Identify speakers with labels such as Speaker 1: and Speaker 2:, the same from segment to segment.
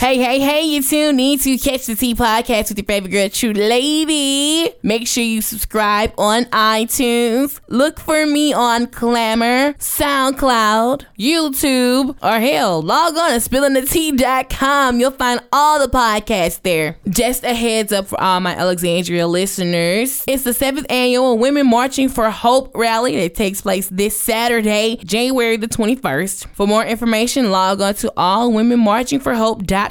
Speaker 1: Hey, hey, hey, you tuned in to Catch the Tea podcast with your favorite girl, True Lady. Make sure you subscribe on iTunes. Look for me on Clamor, SoundCloud, YouTube, or hell, log on to spillingthetea.com. You'll find all the podcasts there. Just a heads up for all my Alexandria listeners. It's the seventh annual Women Marching for Hope rally that takes place this Saturday, January the 21st. For more information, log on to allwomenmarchingforhope.com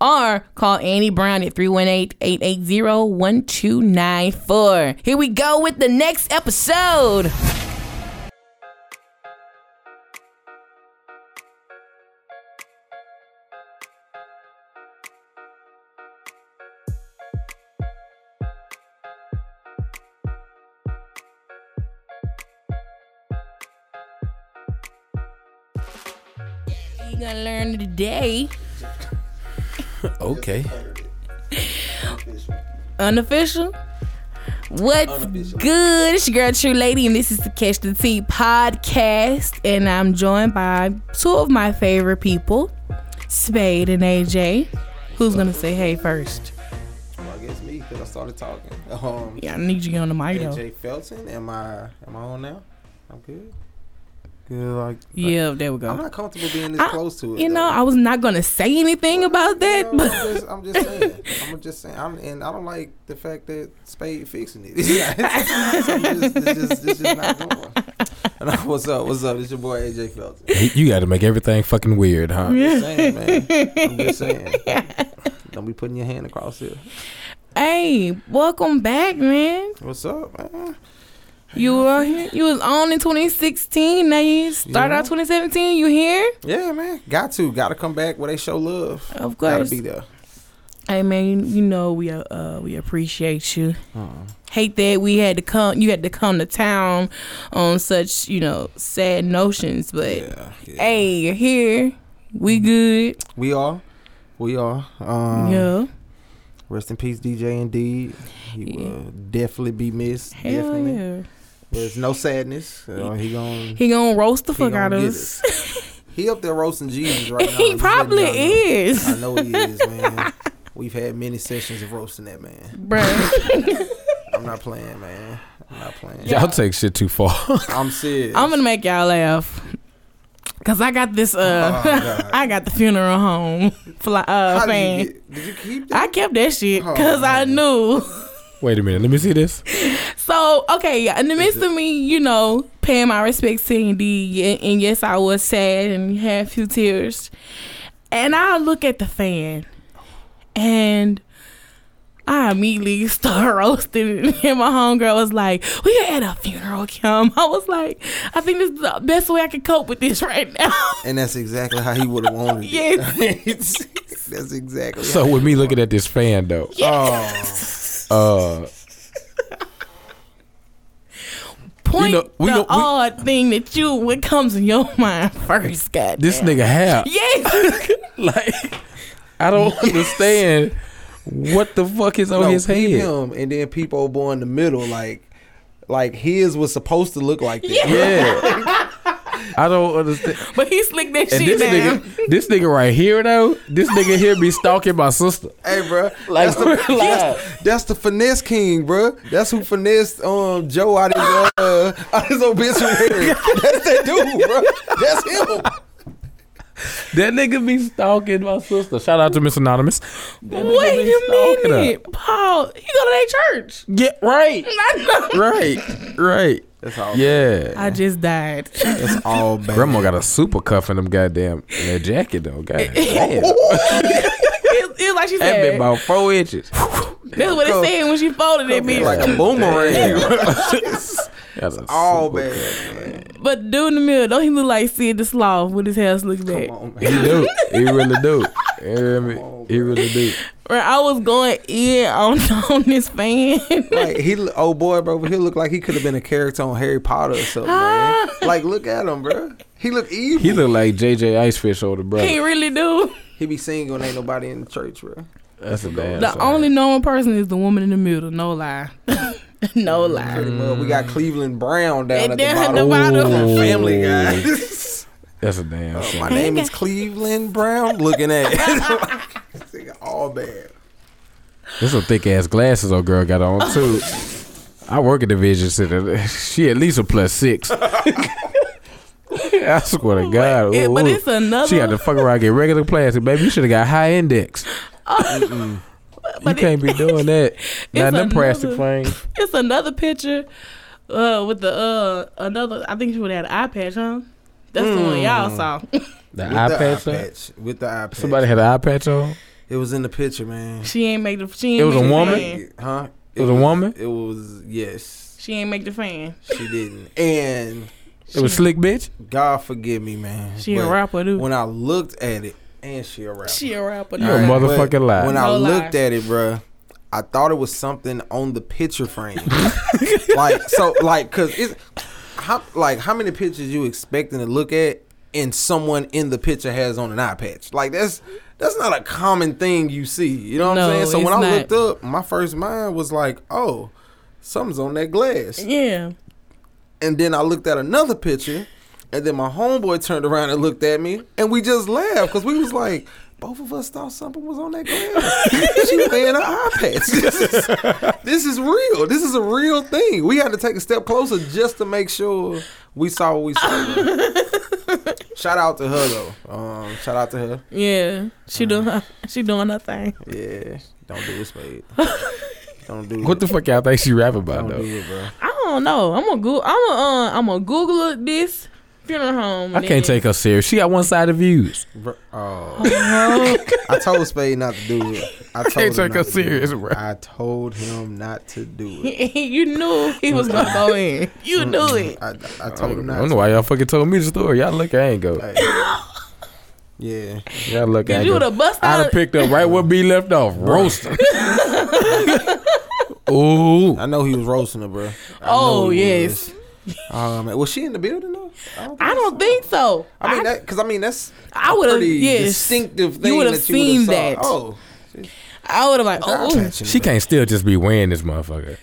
Speaker 1: or call Annie Brown at 318-880-1294. Here we go with the next episode. You're gonna learn today.
Speaker 2: Okay.
Speaker 1: Unofficial. What's good? It's your girl True Lady, and this is the Catch the Tea podcast. And I'm joined by two of my favorite people, Spade and AJ. Who's gonna say hey first?
Speaker 3: Well, I guess me because I started talking. Um,
Speaker 1: Yeah, I need you on the mic though.
Speaker 3: AJ Felton, am I am I on now? I'm good. Good. Like,
Speaker 1: Yeah, there we go.
Speaker 3: I'm not comfortable being this
Speaker 1: I-
Speaker 3: close to it.
Speaker 1: you know,
Speaker 3: though.
Speaker 1: I was not gonna say anything about that,
Speaker 3: You know,
Speaker 1: but
Speaker 3: I'm, just, I'm just saying. I'm just saying. I'm, and I don't like the fact that Spade fixing it. so I'm just, it's just, it's just not going. And I- what's up? What's up? It's your boy AJ Felton.
Speaker 2: You got to make everything fucking weird, huh?
Speaker 3: I'm just saying, man. I'm just saying. Don't be putting your hand across here.
Speaker 1: hey, welcome back, man.
Speaker 3: What's up, man?
Speaker 1: You were here. You was on in 2016. Now you start
Speaker 3: Yeah.
Speaker 1: out 2017. You here?
Speaker 3: Yeah, man. Got to. Got to come back where they show love.
Speaker 1: Of
Speaker 3: Got to
Speaker 1: course.
Speaker 3: be there.
Speaker 1: Hey man, you, you know we uh, uh we appreciate you.
Speaker 3: Uh-uh.
Speaker 1: Hate that we had to come. You had to come to town on such you know sad notions, but
Speaker 3: Yeah. yeah. Mm-hmm.
Speaker 1: hey, you're here. We good.
Speaker 3: We are. We are. Um,
Speaker 1: yeah.
Speaker 3: Rest in peace, DJ Indeed. He will definitely be missed.
Speaker 1: Hell
Speaker 3: definitely.
Speaker 1: yeah.
Speaker 3: There's no sadness. Uh, he gon'
Speaker 1: He gonna roast the fuck
Speaker 3: gonna
Speaker 1: out of
Speaker 3: get
Speaker 1: us.
Speaker 3: he up there roasting Jesus right now. I'm
Speaker 1: he
Speaker 3: just
Speaker 1: probably
Speaker 3: letting y'all know.
Speaker 1: is,
Speaker 3: I know he is, man. We've had many sessions of roasting that man.
Speaker 1: bruh.
Speaker 3: I'm not playing, man. I'm not playing.
Speaker 2: Y'all take shit too far.
Speaker 3: I'm serious.
Speaker 1: I'm gonna make y'all laugh. Cause I got this. Uh,
Speaker 3: Oh, God.
Speaker 1: I got the funeral home fly, uh,
Speaker 3: How
Speaker 1: fan.
Speaker 3: did you, get, did you keep that?
Speaker 1: I kept that shit
Speaker 3: Oh,
Speaker 1: because I
Speaker 3: man.
Speaker 1: knew.
Speaker 2: Wait a minute. Let me see this.
Speaker 1: So okay, in the midst of me, you know, paying my respects to Indeed, and, and yes, I was sad and had a few tears. And I look at the fan, and I immediately start roasting. it. And my homegirl was like, "We at a funeral, Kim." I was like, "I think this is the best way I can cope with this right now."
Speaker 2: Uh,
Speaker 3: and that's exactly how he would have wanted it.
Speaker 1: Yes.
Speaker 3: that's exactly.
Speaker 2: So with me looking at this fan though,
Speaker 3: how,
Speaker 2: uh,
Speaker 1: Point
Speaker 2: know, we
Speaker 1: the
Speaker 2: know- we-
Speaker 1: odd thing that you what comes in your mind first, God.
Speaker 2: this nigga have
Speaker 1: yes.
Speaker 2: like I don't understand what the fuck is on
Speaker 3: no,
Speaker 2: Oh, his
Speaker 3: peep
Speaker 2: head.
Speaker 3: him, and then people born in the middle, like, like his was supposed to look like that.
Speaker 2: Yeah. I don't understand.
Speaker 1: But he slicked that
Speaker 2: And
Speaker 1: shit
Speaker 2: this
Speaker 1: down.
Speaker 2: nigga, this nigga right here though, this nigga here be stalking my sister.
Speaker 3: Hey, bro,
Speaker 2: Like,
Speaker 3: that's, the, that's, that's the finesse king, bro. That's who finessed um Joe out his uh, out his obituary. That's that dude, bro. That's him.
Speaker 2: That nigga be stalking my sister. Shout out to Miss Anonymous. That nigga
Speaker 1: Wait
Speaker 2: be
Speaker 1: a
Speaker 2: stalking her.
Speaker 1: minute, Paul. He go to that church.
Speaker 2: Yeah, right,
Speaker 1: I know.
Speaker 2: right, right.
Speaker 3: That's all.
Speaker 2: Yeah.
Speaker 1: I just died.
Speaker 3: That's all bad.
Speaker 2: Grandma got a super cuff in them goddamn in that jacket though. God damn.
Speaker 1: It's it's like she
Speaker 2: That been
Speaker 1: said.
Speaker 2: about four inches.
Speaker 1: That's what it said when she folded that bitch.
Speaker 3: like a boomerang.
Speaker 2: That's a
Speaker 3: all
Speaker 2: super-
Speaker 3: bad. Man.
Speaker 1: But dude in the middle, don't he look like Sid the Sloth with his hair slicked back?
Speaker 3: Come on,
Speaker 2: He
Speaker 3: man.
Speaker 2: do. He really do. You hear me? He really do.
Speaker 1: Right, I was going in on on this fan.
Speaker 3: Like he, lo- oh boy, bro, he looked like he could have been a character on Harry Potter or something, man. Like, look at him, bro. He look evil.
Speaker 2: He look like JJ Icefish older
Speaker 1: he
Speaker 2: brother.
Speaker 1: really do.
Speaker 3: He be singing when ain't nobody in the church, bro.
Speaker 2: That's a bad.
Speaker 1: The only known person is the woman in the middle. No lie. no
Speaker 2: Mm-hmm.
Speaker 1: lie.
Speaker 3: Pretty much. We got Cleveland Brown down
Speaker 1: And
Speaker 3: at the
Speaker 1: down at
Speaker 3: bottom.
Speaker 1: the bottom.
Speaker 2: Mm. Ooh.
Speaker 3: Family guy. Oh,
Speaker 2: That's a damn. shame.
Speaker 3: My name is Cleveland Brown. Looking at all bad.
Speaker 2: There's some thick ass glasses old girl got on too. I work at the vision center. She at least a plus six. I swear to God.
Speaker 1: Yeah, but
Speaker 2: Ooh, ooh.
Speaker 1: it's another.
Speaker 2: she had to fuck around and get regular plastic, baby. You should have got high index. You
Speaker 1: but it-
Speaker 2: can't be doing that. Not in them plastic
Speaker 1: another-
Speaker 2: things.
Speaker 1: It's another picture uh, with the uh another. I think she would have an eye patch, huh? That's the one y'all
Speaker 2: Mm.
Speaker 1: saw.
Speaker 2: The
Speaker 3: With
Speaker 2: eye
Speaker 3: the
Speaker 2: patch.
Speaker 3: eye
Speaker 2: on?
Speaker 3: patch. With the eye patch.
Speaker 2: Somebody had an eye patch on.
Speaker 3: It was in the picture, man.
Speaker 1: she ain't make the. She ain't
Speaker 2: It was
Speaker 1: make
Speaker 2: a
Speaker 1: the
Speaker 2: woman?
Speaker 1: Fan.
Speaker 3: Huh?
Speaker 2: It was a woman.
Speaker 3: It was yes.
Speaker 1: She ain't make the fan.
Speaker 3: She didn't. And
Speaker 2: It was slick, bitch.
Speaker 3: God forgive me, man.
Speaker 1: She
Speaker 3: but
Speaker 1: a rapper too.
Speaker 3: When I looked at it, and she a rapper.
Speaker 1: she a rapper.
Speaker 2: You
Speaker 1: though.
Speaker 2: a
Speaker 3: Alright,
Speaker 2: motherfucking
Speaker 3: but
Speaker 2: lie.
Speaker 3: When I
Speaker 1: No lie.
Speaker 3: looked at it, bruh, I thought it was something on the picture frame. like so, like cause it's how like how many pictures you expecting to look at, and someone in the picture has on an eye patch. Like that's that's not a common thing you see. You know what
Speaker 1: No,
Speaker 3: I'm saying? So when
Speaker 1: it's
Speaker 3: I
Speaker 1: not.
Speaker 3: looked up, my first mind was like, oh, something's on that glass.
Speaker 1: Yeah.
Speaker 3: And then I looked at another picture, and then my homeboy turned around and looked at me, and we just laughed because we was like, both of us thought something was on that glass. she wearing an eye patch. This is, this is real. This is a real thing. We had to take a step closer just to make sure we saw what we saw. shout out to her though. Um, shout out to her.
Speaker 1: Yeah. She doing her, she doing her thing.
Speaker 3: Yeah, don't do it, Spade. Don't do
Speaker 2: What
Speaker 3: it.
Speaker 2: the fuck y'all think she rap about
Speaker 3: Don't do
Speaker 2: though?
Speaker 3: it, bro.
Speaker 1: I don't know. I'm gonna go. I'm gonna uh, I'm gonna Google it, this funeral home.
Speaker 2: I can't take her serious. She got one side of views.
Speaker 3: Bro- Oh.
Speaker 1: Oh,
Speaker 3: I told Spade not to do it. I told
Speaker 2: can't
Speaker 3: him
Speaker 2: take
Speaker 3: not
Speaker 2: her
Speaker 3: to do it.
Speaker 2: serious, bro.
Speaker 3: I told him not to do it.
Speaker 1: you knew he was gonna go in. You knew it.
Speaker 3: I, I
Speaker 2: I
Speaker 3: told him
Speaker 2: don't,
Speaker 3: not.
Speaker 2: I don't know why y'all fucking told me the story. Y'all look, I ain't go.
Speaker 3: Like, yeah,
Speaker 2: Y'all look, I
Speaker 1: Did
Speaker 2: ain't
Speaker 1: you would
Speaker 2: go.
Speaker 1: have bust
Speaker 2: I'd have
Speaker 1: out?
Speaker 2: picked up right where B left off. Roasting. Ooh.
Speaker 3: I know he was roasting her, bro.
Speaker 1: Oh yes.
Speaker 3: Oh man, was she in the building though? think
Speaker 1: I
Speaker 3: so.
Speaker 1: don't think so.
Speaker 3: I mean, that because I mean that's
Speaker 1: I
Speaker 3: a
Speaker 1: would've-
Speaker 3: pretty
Speaker 1: yes.
Speaker 3: distinctive thing
Speaker 1: would've
Speaker 3: that you would
Speaker 1: seen
Speaker 3: have saw.
Speaker 1: that.
Speaker 3: Oh,
Speaker 1: I would have like,
Speaker 3: eye
Speaker 1: oh,
Speaker 3: patching,
Speaker 2: She
Speaker 3: bro.
Speaker 2: can't still just be wearing this motherfucker.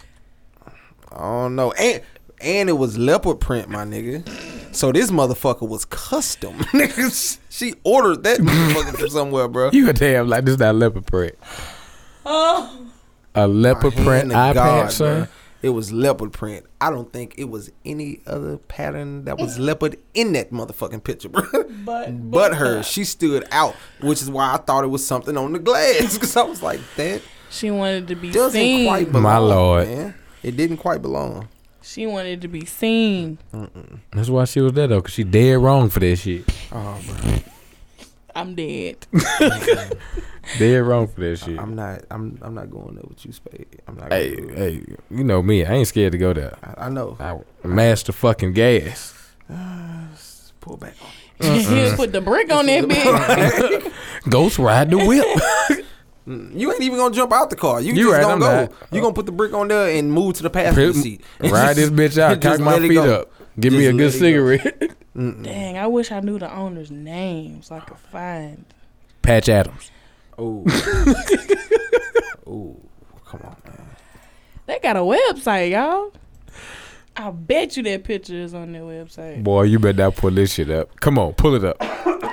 Speaker 3: I don't know, and and it was leopard print, my nigga. So this motherfucker was custom. Niggas, she ordered that motherfucker from somewhere, bro.
Speaker 2: You a damn like this not leopard print.
Speaker 1: oh.
Speaker 2: A leopard print
Speaker 3: Hand
Speaker 2: eye
Speaker 3: of God,
Speaker 2: patch, son.
Speaker 3: bruh. It was leopard print. I don't think it was any other pattern that was leopard in that motherfucking picture, bro.
Speaker 1: But-
Speaker 3: But, her, she stood out, which is why I thought it was something on the glass. Because I was like, that
Speaker 1: she wanted to be
Speaker 3: doesn't
Speaker 1: seen.
Speaker 3: quite
Speaker 2: My
Speaker 3: belong.
Speaker 2: lord.
Speaker 3: Man. It didn't quite belong.
Speaker 1: She wanted to be seen.
Speaker 2: That's why she was there though, cause she dead wrong for that shit.
Speaker 3: Oh, bro.
Speaker 1: I'm dead.
Speaker 2: Dead wrong for that shit.
Speaker 3: I'm not. I'm. I'm not going there with you, Spade. I'm not.
Speaker 2: hey,
Speaker 3: gonna do it.
Speaker 2: hey, you know me. I ain't scared to go there.
Speaker 3: I, I know.
Speaker 2: I master fucking gas.
Speaker 3: Pull back.
Speaker 1: He'll put the brick on that bitch.
Speaker 2: Ghost ride the whip.
Speaker 3: Mm, You ain't even gonna jump out the car. You,
Speaker 2: You
Speaker 3: just
Speaker 2: right,
Speaker 3: gonna
Speaker 2: I'm
Speaker 3: go.
Speaker 2: not.
Speaker 3: You gonna put the brick on there and move to the passenger
Speaker 2: Put-
Speaker 3: seat.
Speaker 2: ride this bitch out.
Speaker 3: Just
Speaker 2: Cock my
Speaker 3: let it
Speaker 2: feet
Speaker 3: go.
Speaker 2: up. Give me
Speaker 3: Just
Speaker 2: a
Speaker 3: let
Speaker 2: good
Speaker 3: it go.
Speaker 2: cigarette.
Speaker 1: Dang, I wish I knew the owner's name so I could find.
Speaker 2: Patch Adams.
Speaker 3: Oh. oh, come on, man.
Speaker 1: They got a website, y'all. I bet you that picture is on their website.
Speaker 2: Boy, you better not pull this shit up. Come on, pull it up.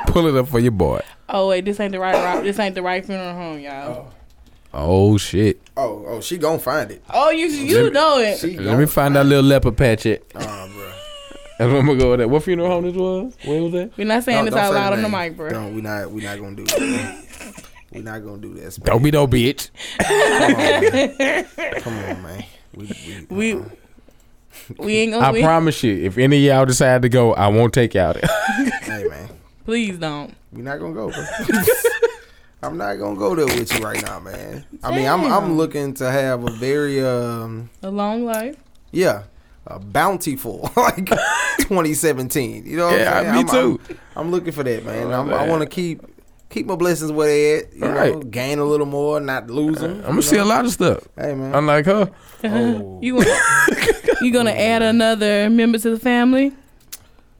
Speaker 2: pull it up for your boy.
Speaker 1: Oh wait, this ain't the right, right this ain't the right funeral home, y'all.
Speaker 2: Oh shit.
Speaker 3: Oh, oh, she gonna find it.
Speaker 1: Oh, you you
Speaker 2: Let me-
Speaker 1: know it.
Speaker 3: She
Speaker 2: Let me find that little leopard patch at.
Speaker 3: Oh, bro.
Speaker 2: And I'm gonna go with that. What funeral home this was? Where was that?
Speaker 1: We're not saying this out loud on the mic, bro.
Speaker 3: No, we not. We not gonna do that. we not gonna do that.
Speaker 2: Don't be no bitch.
Speaker 3: Come on, man. Come on, man. We, we,
Speaker 1: We we ain't gonna.
Speaker 2: I
Speaker 1: Oh, we,
Speaker 2: promise you, if any of y'all decide to go, I won't take y'all there.
Speaker 3: hey, man.
Speaker 1: please don't.
Speaker 3: We not gonna go, bro. I'm not gonna go there with you right now, man. I mean, I'm I'm
Speaker 1: Damn.
Speaker 3: looking to have a very um
Speaker 1: A long life.
Speaker 3: Yeah. A bountiful like 2017. You know what
Speaker 2: Yeah,
Speaker 3: I'm saying?
Speaker 2: me
Speaker 3: I'm,
Speaker 2: too. Oh,
Speaker 3: I'm, I'm looking for that, man. I'm, I
Speaker 2: man.
Speaker 3: want to keep keep my blessings where they at. You know,
Speaker 2: Right.
Speaker 3: gain a little more, not lose them.
Speaker 2: I'm gonna see a lot of stuff.
Speaker 3: Hey, man.
Speaker 2: Unlike her.
Speaker 3: Oh.
Speaker 1: You gonna, you gonna add another member to the family?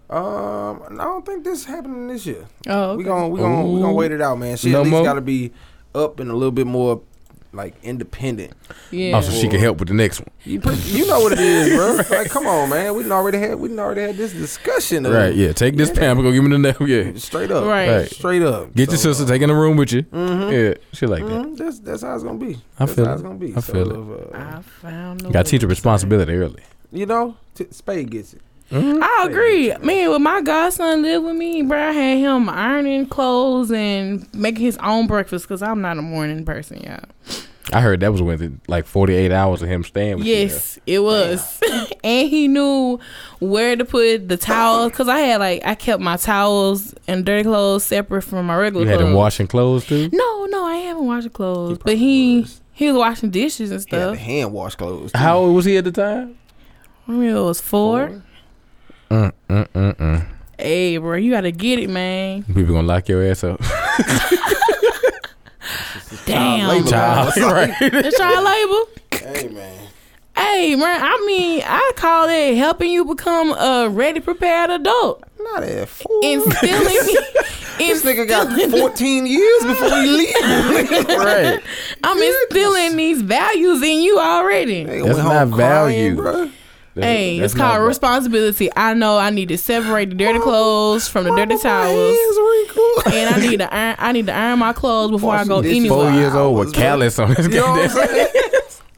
Speaker 3: um, I don't think this happening this year.
Speaker 1: Oh, okay.
Speaker 3: We gonna we gonna we
Speaker 2: Ooh.
Speaker 3: gonna wait it out, man. She
Speaker 2: No
Speaker 3: at least
Speaker 2: more?
Speaker 3: got to be up and a little bit more like independent.
Speaker 1: yeah.
Speaker 2: Oh, so she can help with the next one.
Speaker 3: You pre- you know what it is, bro. Like, come on, man. We done already had we done already had this discussion. of-
Speaker 2: Right, yeah. Take this pamphlet, go give me the next yeah.
Speaker 3: Straight up.
Speaker 1: Right.
Speaker 2: Right.
Speaker 3: Straight up.
Speaker 2: Get your
Speaker 3: So, uh, Mm-hmm.
Speaker 2: sister, take in the room with you. Yeah, shit like
Speaker 1: Mm-hmm.
Speaker 2: that.
Speaker 3: Mhm, That's that's how it's gonna be.
Speaker 2: I
Speaker 3: that's
Speaker 2: feel
Speaker 3: how
Speaker 2: it.
Speaker 3: it's gonna be.
Speaker 2: I feel
Speaker 3: it.
Speaker 1: I found the
Speaker 2: Got to teach a responsibility early.
Speaker 3: you know, t- Spade gets it.
Speaker 1: I agree. Man, when my godson lived with me, bro, I had him ironing clothes and making his own breakfast because I'm not a morning person, y'all.
Speaker 2: I heard that was within like 48 hours of him staying with you there.
Speaker 1: Yes, it was. and he knew where to put the towels because I had like I kept my towels and dirty clothes separate from my regular
Speaker 2: You had
Speaker 1: clothes.
Speaker 2: him washing clothes too?
Speaker 1: No, no, I haven't washed the clothes, but he he was washing dishes and
Speaker 3: He had the
Speaker 1: stuff.
Speaker 3: hand wash clothes. too.
Speaker 2: How old was he at the time?
Speaker 1: I mean, it was four.
Speaker 2: Mm, mm, mm, mm.
Speaker 1: Hey, bro, you gotta get it, man.
Speaker 2: People gonna lock your ass up.
Speaker 1: Damn,
Speaker 3: labor.
Speaker 2: Child, right?
Speaker 1: that's child labor.
Speaker 3: Hey man.
Speaker 1: Hey, man, I mean, I call it helping you become a ready, prepared adult.
Speaker 3: Not that fool.
Speaker 1: Instilling,
Speaker 3: this nigga got
Speaker 1: instilling-
Speaker 3: 14 years before he leave.
Speaker 2: right.
Speaker 1: I'm instilling these values in you already.
Speaker 3: Nigga
Speaker 2: That's
Speaker 3: went home
Speaker 2: not value.
Speaker 3: crying, bruh.
Speaker 2: That's-
Speaker 1: Hey,
Speaker 2: that's
Speaker 1: it's called
Speaker 2: not-
Speaker 1: responsibility. I know I need to separate the dirty
Speaker 3: Mama-
Speaker 1: clothes from the dirty
Speaker 3: Mama, my
Speaker 1: towels,
Speaker 3: hands wrinkled.
Speaker 1: and I need to iron. I need to iron my clothes before I
Speaker 3: Wash
Speaker 1: go
Speaker 3: some dishes.
Speaker 2: Four
Speaker 1: anywhere.
Speaker 2: years old with
Speaker 3: Hours, bro.
Speaker 2: callus on his
Speaker 3: You know what I'm
Speaker 2: goddamn.
Speaker 3: saying?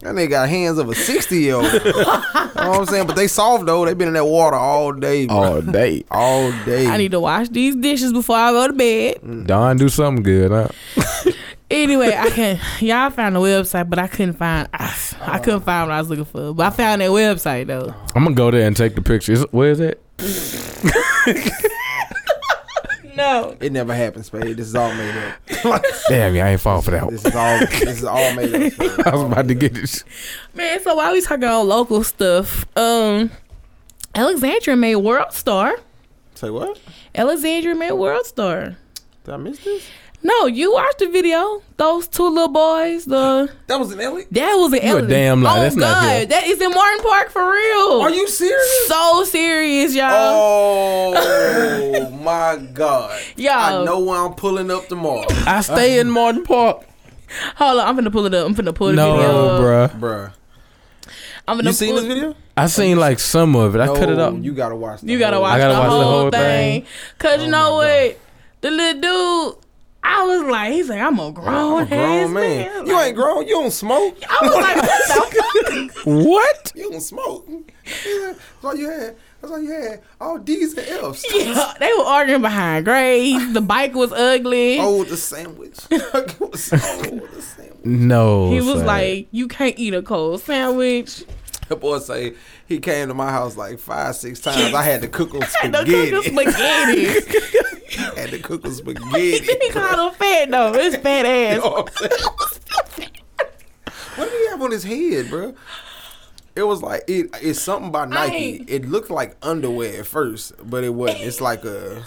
Speaker 3: That nigga got hands of a 60 year old. you know what I'm saying? But they soft though. They been in that water all day, bro.
Speaker 2: All day.
Speaker 3: All day.
Speaker 1: I need to wash these dishes before I go to bed.
Speaker 2: Don do something good, huh?
Speaker 1: Anyway, I can y'all found the website, but I couldn't find I, I couldn't find what I was looking for. But I found that website though.
Speaker 2: I'm gonna go there and take the picture. Is, where is it?
Speaker 1: No.
Speaker 3: it never happened, Spade. This is all made up.
Speaker 2: Damn, yeah, I ain't fall for that. one.
Speaker 3: this is all this is all made up. Spade.
Speaker 2: I was about to get this.
Speaker 1: Man, so while we talking on local stuff, um Alexandria made World Star.
Speaker 3: Say what?
Speaker 1: Alexandria made World Star.
Speaker 3: Did I miss this?
Speaker 1: No, you watched the video. Those two little boys, the
Speaker 3: That was an Ellie?
Speaker 1: that was an
Speaker 2: You a
Speaker 1: Ellen.
Speaker 2: damn lie.
Speaker 1: Oh
Speaker 2: That's
Speaker 1: God,
Speaker 2: not here.
Speaker 1: that is in Martin Park for real.
Speaker 3: Are you serious?
Speaker 1: so serious, y'all?
Speaker 3: Oh my god.
Speaker 1: y'all,
Speaker 3: I know where I'm pulling up tomorrow.
Speaker 2: I stay in Martin Park.
Speaker 1: hold on. I'm finna pull it up. I'm finna pull the
Speaker 2: No,
Speaker 1: video. up.
Speaker 2: bruh.
Speaker 3: Bruh.
Speaker 1: I'm finna
Speaker 3: You seen
Speaker 1: pull-
Speaker 3: this video?
Speaker 2: I seen like some of it. I cut it up.
Speaker 3: You gotta watch the
Speaker 1: You gotta
Speaker 3: whole-
Speaker 1: watch,
Speaker 2: I gotta
Speaker 1: the,
Speaker 2: watch
Speaker 1: whole
Speaker 2: the whole
Speaker 1: thing.
Speaker 2: thing. Oh
Speaker 1: Cause you know what, the little dude. I was like, he's like, I'm a grown,
Speaker 3: I'm a grown man. You ain't grown. You don't smoke.
Speaker 1: I was like, what the fuck?
Speaker 2: What?
Speaker 3: You don't smoke. Yeah, That's all you had. That's all you had. All D's and F's.
Speaker 1: Yeah, they were arguing behind grades. The bike was ugly.
Speaker 3: Oh, the sandwich. oh, the sandwich.
Speaker 2: No.
Speaker 1: He was
Speaker 2: son.
Speaker 1: like, "You can't eat a cold sandwich."
Speaker 3: That boy say he came to my house like five, six times. I had to cook him
Speaker 1: And the cooking
Speaker 3: spaghetti.
Speaker 1: spaghetti.
Speaker 3: had to cook him
Speaker 1: he
Speaker 3: spaghetti.
Speaker 1: called him fat though. It's fat
Speaker 3: You know
Speaker 1: ass.
Speaker 3: what I'm saying? What did he have on his head, bro? It was like it. It's something by Nike.
Speaker 1: ain't-
Speaker 3: It looked like underwear at first, but it wasn't. It's like a.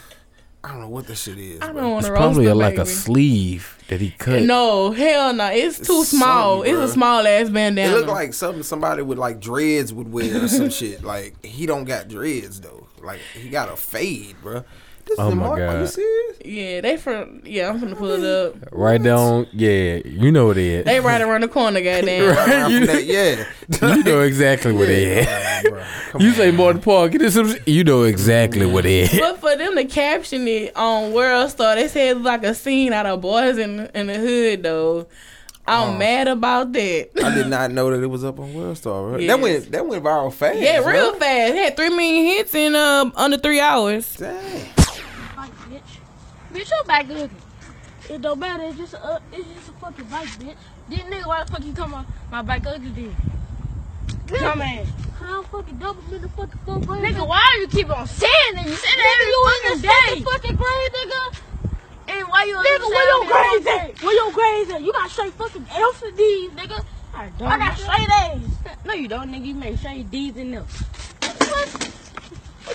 Speaker 3: I don't know what the shit is.
Speaker 1: I
Speaker 3: bro.
Speaker 1: don't want
Speaker 2: it's
Speaker 1: to roast
Speaker 2: probably
Speaker 1: the
Speaker 2: like a
Speaker 1: baby.
Speaker 2: sleeve that he cut.
Speaker 1: no, hell no. It's, too
Speaker 3: something,
Speaker 1: small. It's a
Speaker 3: bruh.
Speaker 1: small ass bandana.
Speaker 3: It looked like something somebody with like dreads would wear or some shit. Like he don't got dreads though. Like he got a fade, bro. This
Speaker 2: Oh
Speaker 3: is
Speaker 2: my
Speaker 3: Mark. Are you
Speaker 2: God.
Speaker 3: serious?
Speaker 1: yeah, they from. Yeah, I'm gonna pull it up.
Speaker 2: Right down. Yeah, you know what it is.
Speaker 1: They right around the corner, goddamn.
Speaker 2: Right.
Speaker 3: Around
Speaker 2: You-
Speaker 3: that- yeah.
Speaker 2: you know exactly what it is.
Speaker 3: Bruh, come
Speaker 2: You
Speaker 3: on.
Speaker 2: say Martin Park. It is some, you know exactly what it is.
Speaker 1: But for them to caption it on World Star, they said it's like a scene out of Boys in in the Hood though.
Speaker 3: Oh.
Speaker 1: I'm mad about that.
Speaker 3: I did not know that it was up on World Star. Bro.
Speaker 1: Yes.
Speaker 3: That went that went viral fast.
Speaker 1: Yeah,
Speaker 3: bro.
Speaker 1: real fast. It had three million hits in um under three hours.
Speaker 3: Dang.
Speaker 4: bike, bitch. Bitch, your bike ugly. It don't matter. It's just a, it's just a fucking bike, bitch. This nigga, why the fuck you come on my bike ugly then? Come on. How fucking double in the fucking four grade? Nigga, why do you keep on saying that? You say that every fucking day. fucking grade, nigga. And why you Nigga, where your grades at? Where your grades at? You got straight fucking L's and D's, nigga. I don't. I got straight A's. No, you don't, nigga. You make straight D's and L's. What?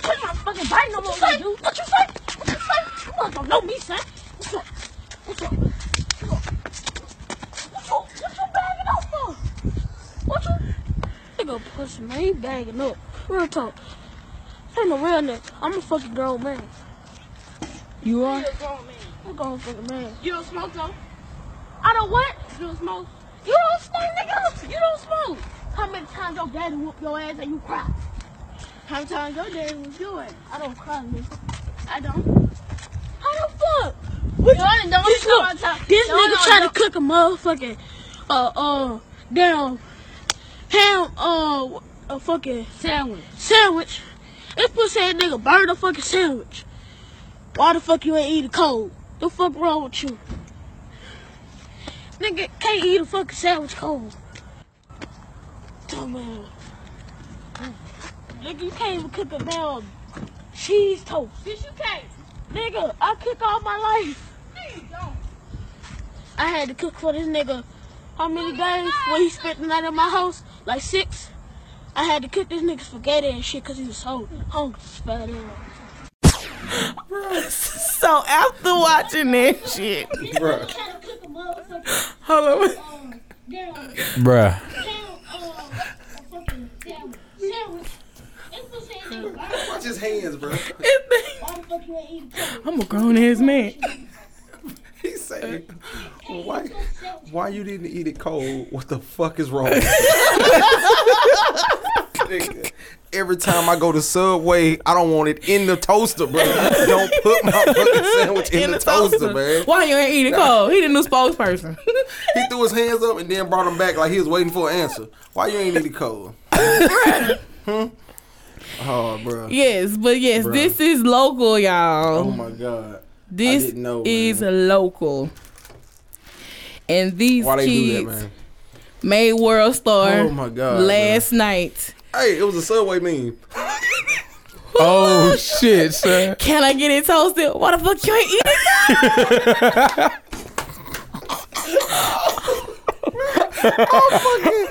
Speaker 4: What you my fucking bite no more, say? dude? What you say? What you say? You must don't know me, son. What you what you what you what you bagging up for? What you nigga push me? He bagging up. Real talk. Ain't no real nigga. I'm a fucking grown man. You are? a grown man. I'm a grown fucking man. You don't smoke though? I don't what? You don't smoke. You don't smoke, nigga. You don't smoke. How many times your daddy whoop your ass and you cry? How many times your daddy was doing? I don't cry, nigga. I don't. How the fuck?
Speaker 5: Don't, don't
Speaker 4: This
Speaker 5: come
Speaker 4: look,
Speaker 5: on top.
Speaker 4: This
Speaker 5: Don't,
Speaker 4: nigga
Speaker 5: don't,
Speaker 4: trying
Speaker 5: don't.
Speaker 4: to cook a motherfucking uh uh damn ham uh a fucking
Speaker 5: sandwich.
Speaker 4: sandwich. This pussy ass nigga burn the fucking sandwich. Why the fuck you ain't eat it cold? The fuck wrong with you? Nigga can't eat a fucking sandwich cold. Dumbass. Nigga, you can't even cook a damn cheese toast.
Speaker 5: Bitch, you can't.
Speaker 4: Nigga, I cook all my life.
Speaker 5: Please don't.
Speaker 4: I had to cook for this nigga. How many days when he spent the night at my house? Like six. I had to cook this nigga spaghetti and shit because he was so hungry. Fat ass.
Speaker 1: So after watching that shit,
Speaker 3: Bruh.
Speaker 4: Had to cook a motherfucking
Speaker 1: hold on.
Speaker 4: damn
Speaker 2: Bruh.
Speaker 4: uh, fucking sandwich. Sandwich. This pussy ain't nigga. Why
Speaker 3: Watch his hands, bro.
Speaker 4: the fuck you ain't eating cold?
Speaker 1: I'm a grown ass man.
Speaker 3: He said, why, why you didn't eat it cold? What the fuck is wrong? Nigga, Every time I go to Subway, I don't want it in the toaster, bro. Don't put my fucking sandwich in, the, toaster, man.
Speaker 1: Why you ain't eating cold? He the new spokesperson.
Speaker 3: He threw his hands up and then brought them back like he was waiting for an answer. Why you ain't eat it cold? hmm? Oh, bro.
Speaker 1: yes, but yes,
Speaker 3: Bruh.
Speaker 1: this is local, y'all.
Speaker 3: Oh my god.
Speaker 1: this
Speaker 3: didn't know,
Speaker 1: is local. And these
Speaker 3: Why they do
Speaker 1: kids
Speaker 3: that, man?
Speaker 1: made world star
Speaker 3: Oh my God,
Speaker 1: last night.
Speaker 3: Hey, it was a Subway meme.
Speaker 2: Oh shit, son.
Speaker 1: Can I get it toasted? Why the fuck you ain't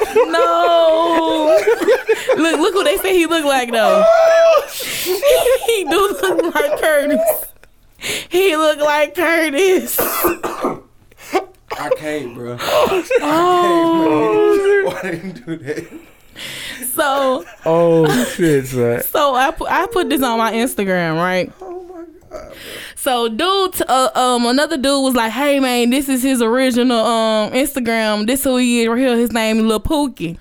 Speaker 1: eating? no! Look, look who they say he look like though. he do look like Curtis. He look like Curtis.
Speaker 3: I can't, bro.
Speaker 1: Oh,
Speaker 3: I can't, bro. Why they didn't do that?
Speaker 1: So,
Speaker 2: Oh shit, son.
Speaker 1: so I put I put this on my Instagram, right?
Speaker 3: Oh my god.
Speaker 1: So dude, t- uh, um, another dude was like, "Hey man, this is his original um Instagram. This who he is right here. His name is Lil Pookie."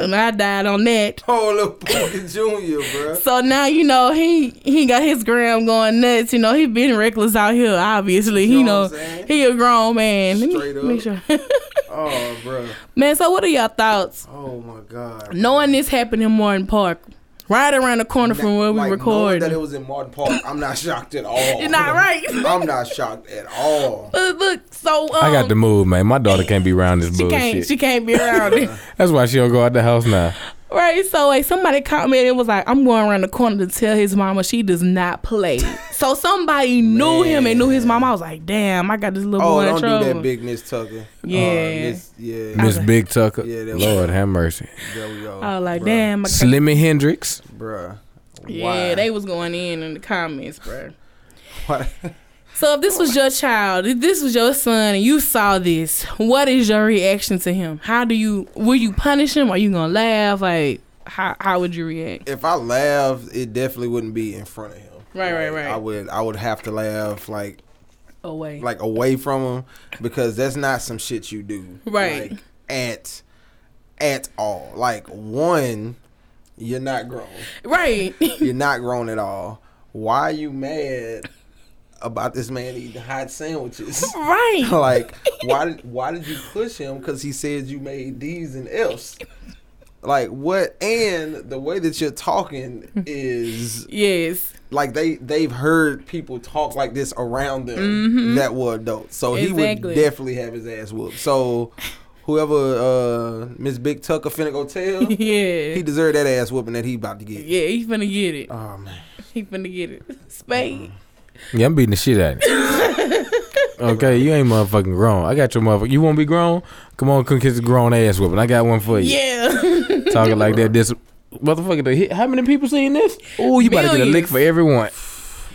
Speaker 1: And I died on that.
Speaker 3: Oh, little Pookie Junior, bro.
Speaker 1: So now you know he he got his gram going nuts. You know he been reckless out here. Obviously,
Speaker 3: You
Speaker 1: you
Speaker 3: know
Speaker 1: know,
Speaker 3: what I'm saying?
Speaker 1: he a grown man. Let me
Speaker 3: Straight up.
Speaker 1: make sure.
Speaker 3: Oh, bro.
Speaker 1: man, so what are y'all thoughts?
Speaker 3: Oh my god.
Speaker 1: Knowing this happened in Morton Park, right around the corner from where we
Speaker 3: Like, knowing
Speaker 1: recorded.
Speaker 3: that it was in Martin Park. I'm not shocked at all.
Speaker 1: You're not right.
Speaker 3: I'm not shocked at all.
Speaker 1: Look, look, so um,
Speaker 2: I got the move, man. My daughter can't be around this
Speaker 1: she can't
Speaker 2: bullshit.
Speaker 1: she can't be around it.
Speaker 2: That's why she don't go out the house now.
Speaker 1: Right, so like somebody commented, it was like, I'm going around the corner to tell his mama she does not play. so somebody knew him and knew his mama. I was like, damn, I got this little
Speaker 3: Oh,
Speaker 1: boy in
Speaker 3: don't
Speaker 1: trouble.
Speaker 3: do that, Big Miss Tucker. Uh,
Speaker 1: Yeah.
Speaker 3: Miss, yeah.
Speaker 2: Miss Big Tucker.
Speaker 3: Yeah, that was-
Speaker 2: Lord have mercy.
Speaker 3: There we go.
Speaker 1: I was like,
Speaker 3: Bruh.
Speaker 1: damn, I got-
Speaker 2: Slimmy Hendrix.
Speaker 3: Bruh.
Speaker 1: yeah,
Speaker 3: Why?
Speaker 1: they was going in in the comments, bro.
Speaker 3: Why?
Speaker 1: So if this was your child, if this was your son, and you saw this, what is your reaction to him? How do you? Will you punish him? Are you gonna laugh? Like, how how would you react?
Speaker 3: if I laughed, it definitely wouldn't be in front of him.
Speaker 1: Right, right,
Speaker 3: Like,
Speaker 1: right.
Speaker 3: I would, I would have to laugh like,
Speaker 1: Away.
Speaker 3: like away from him because that's not some shit you do,
Speaker 1: Right.
Speaker 3: Like, at, at all. Like one, you're not grown.
Speaker 1: right.
Speaker 3: You're not grown at all. Why are you mad about this man eating hot sandwiches?
Speaker 1: right.
Speaker 3: like why did why did you push him because he said you made these and F's? like what and the way that you're talking is
Speaker 1: Yes.
Speaker 3: like they they've heard people talk like this around them that were adults so he
Speaker 1: Mm-hmm. Exactly.
Speaker 3: would definitely have his ass whooped so whoever uh miss big tucker finna go tell
Speaker 1: Yeah.
Speaker 3: he deserved that ass whooping that he about to get
Speaker 1: Yeah, he finna get it.
Speaker 3: oh Mm. man
Speaker 1: He finna get it. Spade.
Speaker 2: Yeah, I'm beating the shit out of you. okay, you ain't motherfucking grown. I got your motherfucker. You won't be grown? Come on, come get the grown ass whooping. I got one for you.
Speaker 1: Yeah.
Speaker 2: Talking like that, this motherfucker. The hit. How many people seen this? Oh, you about to get a lick
Speaker 1: Millions.
Speaker 2: for everyone.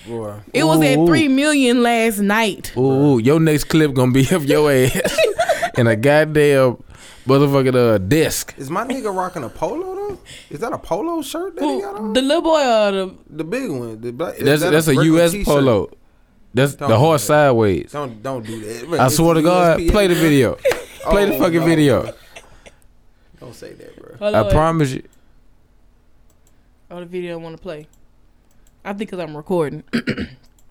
Speaker 3: boy
Speaker 1: it was at
Speaker 2: Ooh.
Speaker 1: three million last night.
Speaker 2: Ooh, ooh, your next clip gonna be of your ass in a goddamn motherfucking uh, desk.
Speaker 3: is my nigga rocking a polo though is that a polo shirt that he got on
Speaker 1: The little boy or the
Speaker 3: The big one. The black, is
Speaker 2: That's
Speaker 3: that
Speaker 2: that's a,
Speaker 3: regular
Speaker 2: U.S.
Speaker 3: t-shirt?
Speaker 2: polo. That's
Speaker 3: Don't
Speaker 2: the
Speaker 3: do
Speaker 2: horse
Speaker 3: that.
Speaker 2: sideways.
Speaker 3: Don't don't do that.
Speaker 2: I swear to God, play the video. Play the
Speaker 3: Oh,
Speaker 2: fucking
Speaker 3: no.
Speaker 2: video.
Speaker 3: Don't say that, bro.
Speaker 1: Hold
Speaker 2: I
Speaker 1: on.
Speaker 2: promise you.
Speaker 1: Oh, the video I wanna play. I think 'cause I'm recording.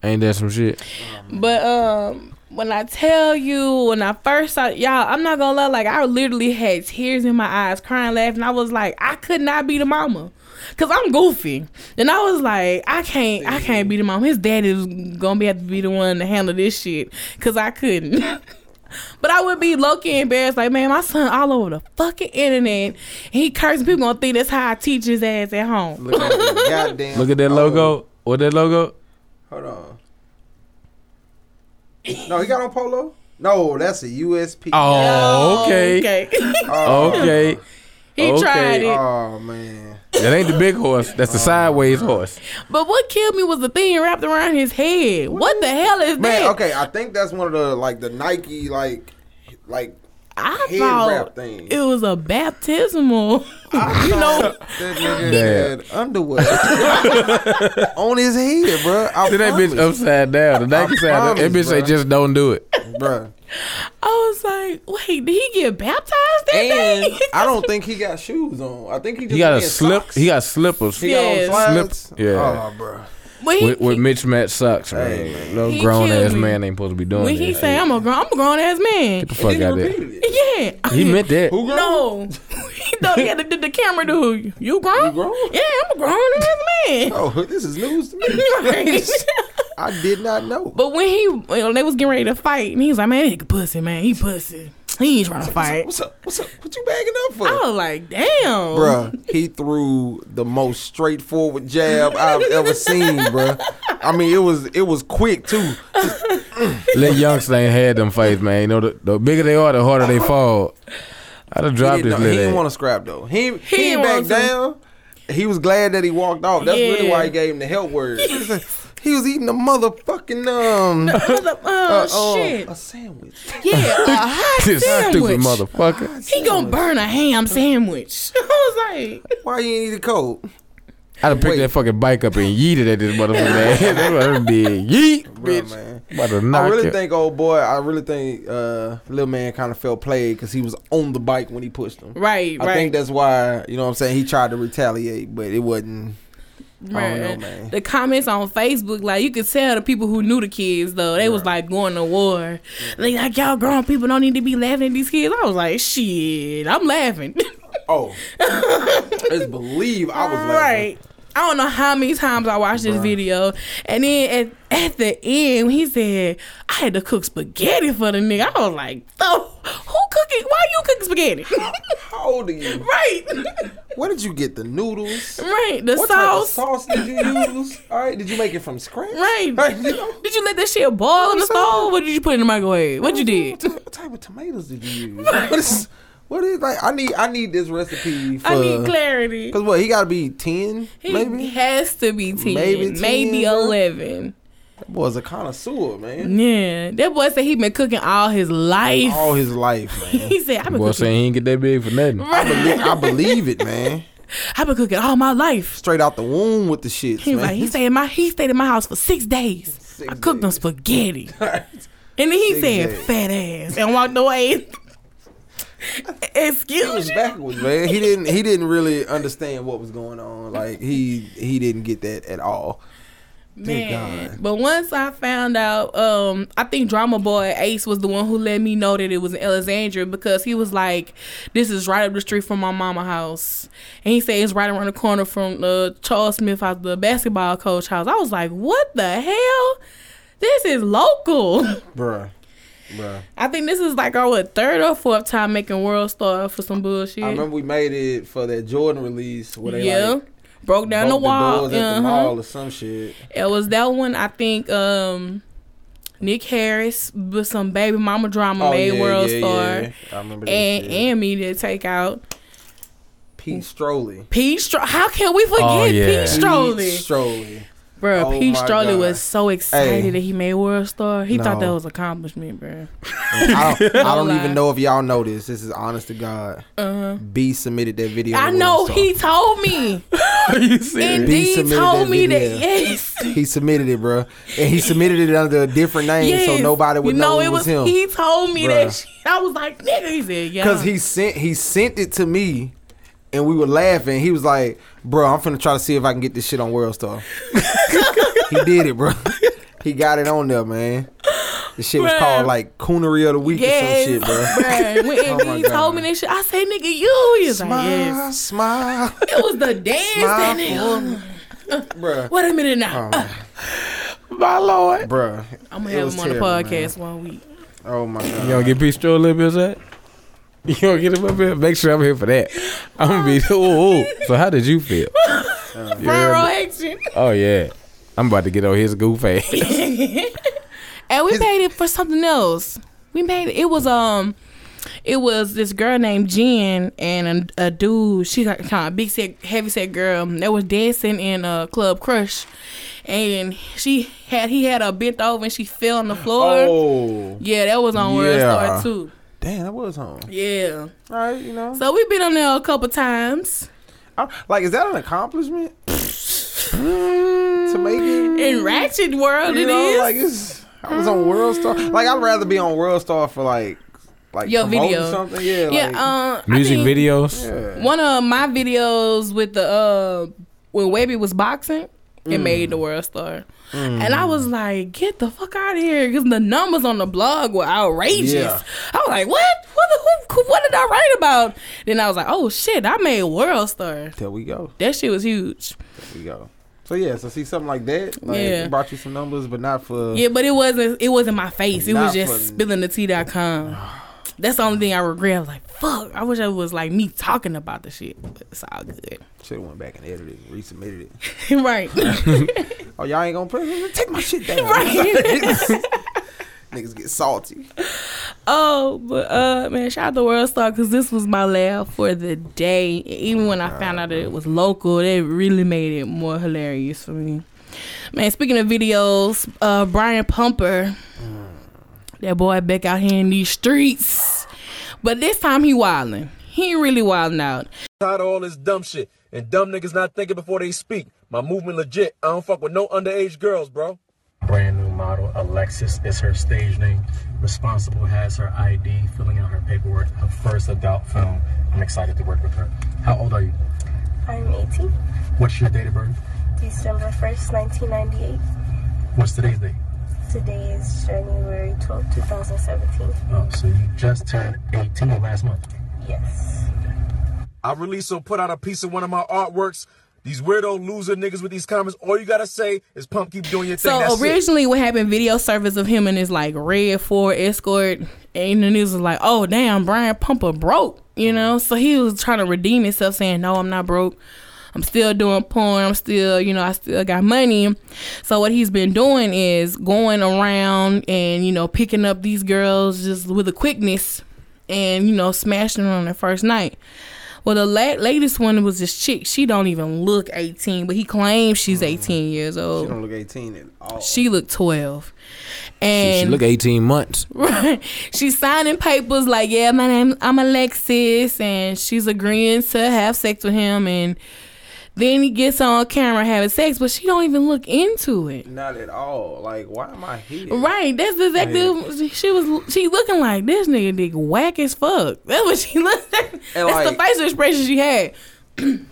Speaker 2: Ain't that some shit?
Speaker 1: But um, when I tell you, when I first saw y'all, I'm not gonna lie. Like I literally had tears in my eyes, crying, laughing. I was like, I could not be the mama, cause I'm goofy. And I was like, I can't, I can't be the mama. His dad is gonna be have to be the one to handle this shit, cause I couldn't. But I would be low key embarrassed, like, man, my son all over the fucking internet. He cursing people gonna think that's how I teach his ass at home.
Speaker 3: Look at that goddamn.
Speaker 2: Look at that
Speaker 3: oh,
Speaker 2: logo. What that logo?
Speaker 3: Hold on. No, he got on polo. No, that's a USP.
Speaker 2: Oh, okay. Okay.
Speaker 3: Oh,
Speaker 1: he
Speaker 2: Okay.
Speaker 1: tried it.
Speaker 3: Oh man.
Speaker 2: That ain't the big horse. That's the sideways horse.
Speaker 1: But what killed me was the thing wrapped around his head. What the hell is
Speaker 3: Man,
Speaker 1: that?
Speaker 3: okay, I think that's one of the like the Nike like like
Speaker 1: I
Speaker 3: head
Speaker 1: thought
Speaker 3: wrap thing.
Speaker 1: it was a baptismal.
Speaker 3: you know that
Speaker 2: Yeah.
Speaker 3: nigga had underwear on his head, bro. I
Speaker 2: Then that bitch
Speaker 3: promise,
Speaker 2: upside down. The Nike
Speaker 3: I
Speaker 2: side. That
Speaker 3: promise,
Speaker 2: bitch say
Speaker 3: bruh.
Speaker 2: just don't do it.
Speaker 3: bro.
Speaker 1: I was like, wait, did he get baptized that
Speaker 3: And
Speaker 1: day?
Speaker 3: I don't think he got shoes on. I think he just
Speaker 2: He got a
Speaker 3: wearing
Speaker 2: slip.
Speaker 3: socks.
Speaker 2: He got slippers.
Speaker 3: He got on
Speaker 1: Yes.
Speaker 3: slides.
Speaker 2: Slip- yeah.
Speaker 3: Oh, bro.
Speaker 1: when he,
Speaker 2: With, with Mitch Matt socks, man.
Speaker 3: Hey, man.
Speaker 2: No
Speaker 1: He
Speaker 2: grown ass
Speaker 1: killed me.
Speaker 2: man ain't supposed to be doing
Speaker 1: when
Speaker 2: that.
Speaker 1: he say, I'm a grown, I'm a grown ass man.
Speaker 2: Get the fuck out of there.
Speaker 3: Repeated it.
Speaker 1: Yeah.
Speaker 2: He meant that.
Speaker 3: Who grown?
Speaker 1: No. he thought he had to, did the camera dude. You grown?
Speaker 3: You grown?
Speaker 1: Yeah, I'm a grown ass man.
Speaker 3: Oh, this is news to me.
Speaker 1: Right.
Speaker 3: I did not know.
Speaker 1: But when he when they was getting ready to fight, and he was like, "Man, that nigga pussy, man, he pussy. He ain't trying to fight."
Speaker 3: What's up? What's up? What you bagging up for?
Speaker 1: I was like, "Damn,
Speaker 3: Bruh, he threw the most straightforward jab I've ever seen, bruh. I mean, it was it was quick too.
Speaker 2: Let youngster ain't had them fights, man. You know, the, the bigger they are, the harder they fall. I done
Speaker 3: He
Speaker 2: dropped
Speaker 3: didn't,
Speaker 2: this
Speaker 3: know- he
Speaker 2: little
Speaker 3: didn't want
Speaker 2: ass.
Speaker 3: to scrap though. He he,
Speaker 1: didn't
Speaker 3: didn't back
Speaker 1: want to.
Speaker 3: down. He was glad that he walked off. That's really
Speaker 1: Yeah.
Speaker 3: why he gave him the help word. He was like, he was eating a motherfucking um,
Speaker 1: Mother-
Speaker 3: uh,
Speaker 1: oh
Speaker 3: um,
Speaker 1: shit,
Speaker 3: a sandwich.
Speaker 1: yeah, a hot
Speaker 2: This
Speaker 1: sandwich.
Speaker 2: stupid motherfucker.
Speaker 1: He gonna burn a ham sandwich." I was like,
Speaker 3: Why you ain't eat a coat?
Speaker 2: I done picked
Speaker 3: Wait.
Speaker 2: that fucking bike up and yeeted at this motherfucker, man. That's what I done did. Yeet,
Speaker 3: Bruh,
Speaker 2: bitch.
Speaker 3: man.
Speaker 2: About to
Speaker 3: I
Speaker 2: knock
Speaker 3: really
Speaker 2: you.
Speaker 3: think old boy. I really think uh, little man kind of felt played because he was on the bike when he pushed him.
Speaker 1: "Right,
Speaker 3: I think
Speaker 1: right,
Speaker 3: that's why you know what I'm saying he tried to retaliate, but it wasn't. I
Speaker 1: right."
Speaker 3: don't know, man.
Speaker 1: The comments on Facebook, like you could tell the people who knew the kids though, they was like going to war. They like y'all grown people don't need to be laughing at these kids. I was like, shit, I'm laughing.
Speaker 3: Oh, it's believe I was
Speaker 1: Right. I don't know how many times I watched this video. And then at, at the end, when he said, I had to cook spaghetti for the nigga. I was like, oh, who cooking? Why you cooking spaghetti?
Speaker 3: How old are you?
Speaker 1: right.
Speaker 3: Where did you get the noodles?
Speaker 1: right. The
Speaker 3: What type of
Speaker 1: sauce.
Speaker 3: sauce did you use? All right, did you make it from scratch?
Speaker 1: Right.
Speaker 3: Like, you know,
Speaker 1: Did you let that shit boil in the stove? What did you put in the microwave? What you did?
Speaker 3: what, ty- what type of tomatoes did you use? What is? What is like? I need I need this recipe for.
Speaker 1: I need clarity.
Speaker 3: Cause what he got to be ten
Speaker 1: He
Speaker 3: maybe.
Speaker 1: has to be 10,
Speaker 3: Maybe
Speaker 1: maybe,
Speaker 3: 10, bro.
Speaker 1: 11.
Speaker 3: That boy's a connoisseur, man.
Speaker 1: Yeah. That boy said he been cooking all his life.
Speaker 3: All his life, man.
Speaker 1: He said, I've been,
Speaker 2: Boy
Speaker 1: cooking,
Speaker 2: saying he ain't get that big for nothing.
Speaker 3: I believe, I believe it, man.
Speaker 1: I've been cooking all my life.
Speaker 3: Straight out the womb with the shit.
Speaker 1: He was
Speaker 3: man.
Speaker 1: like, he stayed in my he stayed in my house for six days. I cooked him spaghetti. And then he
Speaker 3: Six
Speaker 1: said,
Speaker 3: days.
Speaker 1: fat ass, and walked away.
Speaker 3: He was
Speaker 1: Excuse me.
Speaker 3: backwards, man. He didn't. He didn't really understand what was going on. Like he he didn't get that at all.
Speaker 1: Man.
Speaker 3: God.
Speaker 1: But once I found out, um, I think Drama Boy Ace was the one who let me know that it was in Alexandria because he was like, This is right up the street from my mama house. And he said it's right around the corner from the Charles Smith house, the basketball coach house. I was like, What the hell? This is local.
Speaker 3: Bruh. Bruh.
Speaker 1: I think this is like our what, third or fourth time making World Star for some bullshit.
Speaker 3: I remember we made it for that Jordan release where they
Speaker 1: yeah.
Speaker 3: like
Speaker 1: Broke down the
Speaker 3: broke
Speaker 1: wall.
Speaker 3: doors at the
Speaker 1: uh-huh.
Speaker 3: mall or some shit.
Speaker 1: It was that one. I think um, Nick Harris with some baby mama
Speaker 3: Oh,
Speaker 1: drama made World Star.
Speaker 3: I remember that
Speaker 1: And
Speaker 3: shit.
Speaker 1: and me to take out
Speaker 3: Pete Strolley.
Speaker 1: Pete Stro- How can we forget
Speaker 2: Oh, yeah.
Speaker 1: Pete Strolley?
Speaker 3: Strolley.
Speaker 1: Bro,
Speaker 3: Oh,
Speaker 1: Pete
Speaker 3: my
Speaker 1: Strolley
Speaker 3: God.
Speaker 1: was so excited
Speaker 3: Hey.
Speaker 1: that he made World Star. He thought
Speaker 3: No.
Speaker 1: that was accomplishment, bro.
Speaker 3: I don't, I don't
Speaker 1: lie.
Speaker 3: even know if y'all know this. This is honest to God.
Speaker 1: Uh-huh.
Speaker 3: B submitted that video. to
Speaker 1: I
Speaker 3: World
Speaker 1: know
Speaker 3: Star.
Speaker 1: he told me.
Speaker 2: Are you serious?
Speaker 1: Indeed
Speaker 3: submitted
Speaker 1: told
Speaker 3: that
Speaker 1: me that
Speaker 3: video.
Speaker 1: yes.
Speaker 3: He submitted it, bruh, and he submitted it under a different name, so
Speaker 1: Yes.
Speaker 3: nobody would
Speaker 1: You
Speaker 3: know, it was, him.
Speaker 1: He told me that
Speaker 3: Bruh.
Speaker 1: shit. I was like, nigga, he said, yeah.
Speaker 3: Cause he sent he sent it to me, and we were laughing. He was like, "Bro, I'm finna try to see if I can get this shit on World Star." he did it, bro. He got it on there, man. The shit was
Speaker 1: Bruh.
Speaker 3: called like Coonery of the Week
Speaker 1: Yes,
Speaker 3: or some shit, bro.
Speaker 1: bruh. When
Speaker 3: Oh my
Speaker 1: he
Speaker 3: God.
Speaker 1: told me this shit, I said, "Nigga, you." He was like,
Speaker 3: Smile,
Speaker 1: "Yes."
Speaker 3: smile,
Speaker 1: It was the dance that nigga.
Speaker 3: smile, bro.
Speaker 1: Wait a minute now.
Speaker 3: Oh,
Speaker 2: My lord.
Speaker 3: Bruh.
Speaker 1: I'm gonna
Speaker 3: Oh, It
Speaker 1: have
Speaker 3: was
Speaker 1: him on the
Speaker 3: terrible,
Speaker 1: podcast one week.
Speaker 3: Oh my god.
Speaker 2: You gonna get Peace Joe a little bit of that? You gonna get him up here? Make sure I'm here for that. I'm gonna be ooh, ooh. So how did you feel? You heard
Speaker 1: Viral
Speaker 2: me?
Speaker 1: action.
Speaker 2: oh yeah. I'm about to get on his goof ass.
Speaker 1: And we paid it for something else. We made it. It was um, it was this girl named Jen and a, a dude. She like kind of big set, heavy set girl that was dancing in a uh, club crush, and she had he had her bent over and she fell on the floor.
Speaker 3: Oh.
Speaker 1: Yeah, that was on World
Speaker 3: Yeah.
Speaker 1: Star too.
Speaker 3: Damn, that was home.
Speaker 1: Yeah.
Speaker 3: All right, you know.
Speaker 1: So we've been on there a couple times
Speaker 3: I'm, like, is that an accomplishment? to make it
Speaker 1: in Ratchet World.
Speaker 3: Mm-hmm. you
Speaker 1: it
Speaker 3: know,
Speaker 1: is.
Speaker 3: like it's I was on World Star. Like I'd rather be on World Star for like like
Speaker 1: Your
Speaker 3: promoting
Speaker 1: video.
Speaker 3: something. Yeah,
Speaker 1: yeah.
Speaker 3: like,
Speaker 1: um. I
Speaker 2: Music
Speaker 1: think-
Speaker 2: videos.
Speaker 3: yeah.
Speaker 1: One of my videos with the uh when Webby was boxing, it
Speaker 3: Mm.
Speaker 1: made the world star. And I was like, get the fuck out of here. Because the numbers on the blog were outrageous.
Speaker 3: Yeah.
Speaker 1: I was like, what? What, the, who, what did I write about? Then I was like, oh shit, I made World Star.
Speaker 3: There we go.
Speaker 1: That shit was huge.
Speaker 3: There we go. So yeah, so see something like that. Like,
Speaker 1: Yeah.
Speaker 3: it brought you some numbers, but not for
Speaker 1: Yeah, but it wasn't it wasn't my face. It was
Speaker 3: Not
Speaker 1: just
Speaker 3: for-
Speaker 1: spilling the tea.com. That's the only thing I regret. I was like, fuck. I wish it was like me talking about the shit. But it's all good.
Speaker 3: should have went back and edited it, resubmitted it.
Speaker 1: right.
Speaker 3: Oh, y'all ain't gonna put it? Take my shit down.
Speaker 1: Right.
Speaker 3: Niggas get salty.
Speaker 1: Oh, but uh, man, shout out to World Star because this was my laugh for the day. Even when I found out that it was local, that really made it more hilarious for me. Man, speaking of videos, uh, Brian Pumper, that boy back out here in these streets, but this time he wildin'. He ain't really wildin' out.
Speaker 6: Tired of all this dumb shit. And dumb niggas not thinking before they speak. My movement legit. I don't fuck with no underage girls, bro.
Speaker 7: brand new model. Alexis is her stage name. Responsible has her ID, filling out her paperwork. Her first adult film. I'm excited to work with her. How old are you?
Speaker 8: I'm 18,
Speaker 7: What's your date of birth?
Speaker 8: December 1st, 1998.
Speaker 7: What's today's date?
Speaker 8: Today is January 12th, 2017.
Speaker 7: Oh, so you just turned 18 last month.
Speaker 8: Yes.
Speaker 6: I released or put out a piece of one of my artworks. These weirdo loser niggas with these comments. All you gotta say is pump, keep doing your thing.
Speaker 1: So
Speaker 6: That's it.
Speaker 1: originally, what happened? Video service of him and his like red Ford Escort, and the news was like, "Oh damn, Brian Pumper broke,"
Speaker 6: Mm-hmm.
Speaker 1: you know. So he was trying to redeem himself, saying, "No, I'm not broke. I'm still doing porn. I'm still, you know, I still got money." So what he's been doing is going around and you know picking up these girls just with a quickness, and you know smashing them on their first night. Well, the la- latest one was this chick. She don't even look 18, but he claims
Speaker 6: Mm-hmm.
Speaker 1: she's 18 years old
Speaker 3: You don't look 18 at all.
Speaker 1: she looked 12
Speaker 2: She
Speaker 1: and
Speaker 2: should look 18 months.
Speaker 1: she's signing papers like yeah my name i'm alexis and she's agreeing to have sex with him and then he gets on camera having sex but she don't even look into it
Speaker 3: Not at all. Like, why am I here?
Speaker 1: Right, that's exactly. She was she looking like this nigga dick whack as fuck. That's what she looked. Like. That's the
Speaker 3: like-
Speaker 1: facial expression she had.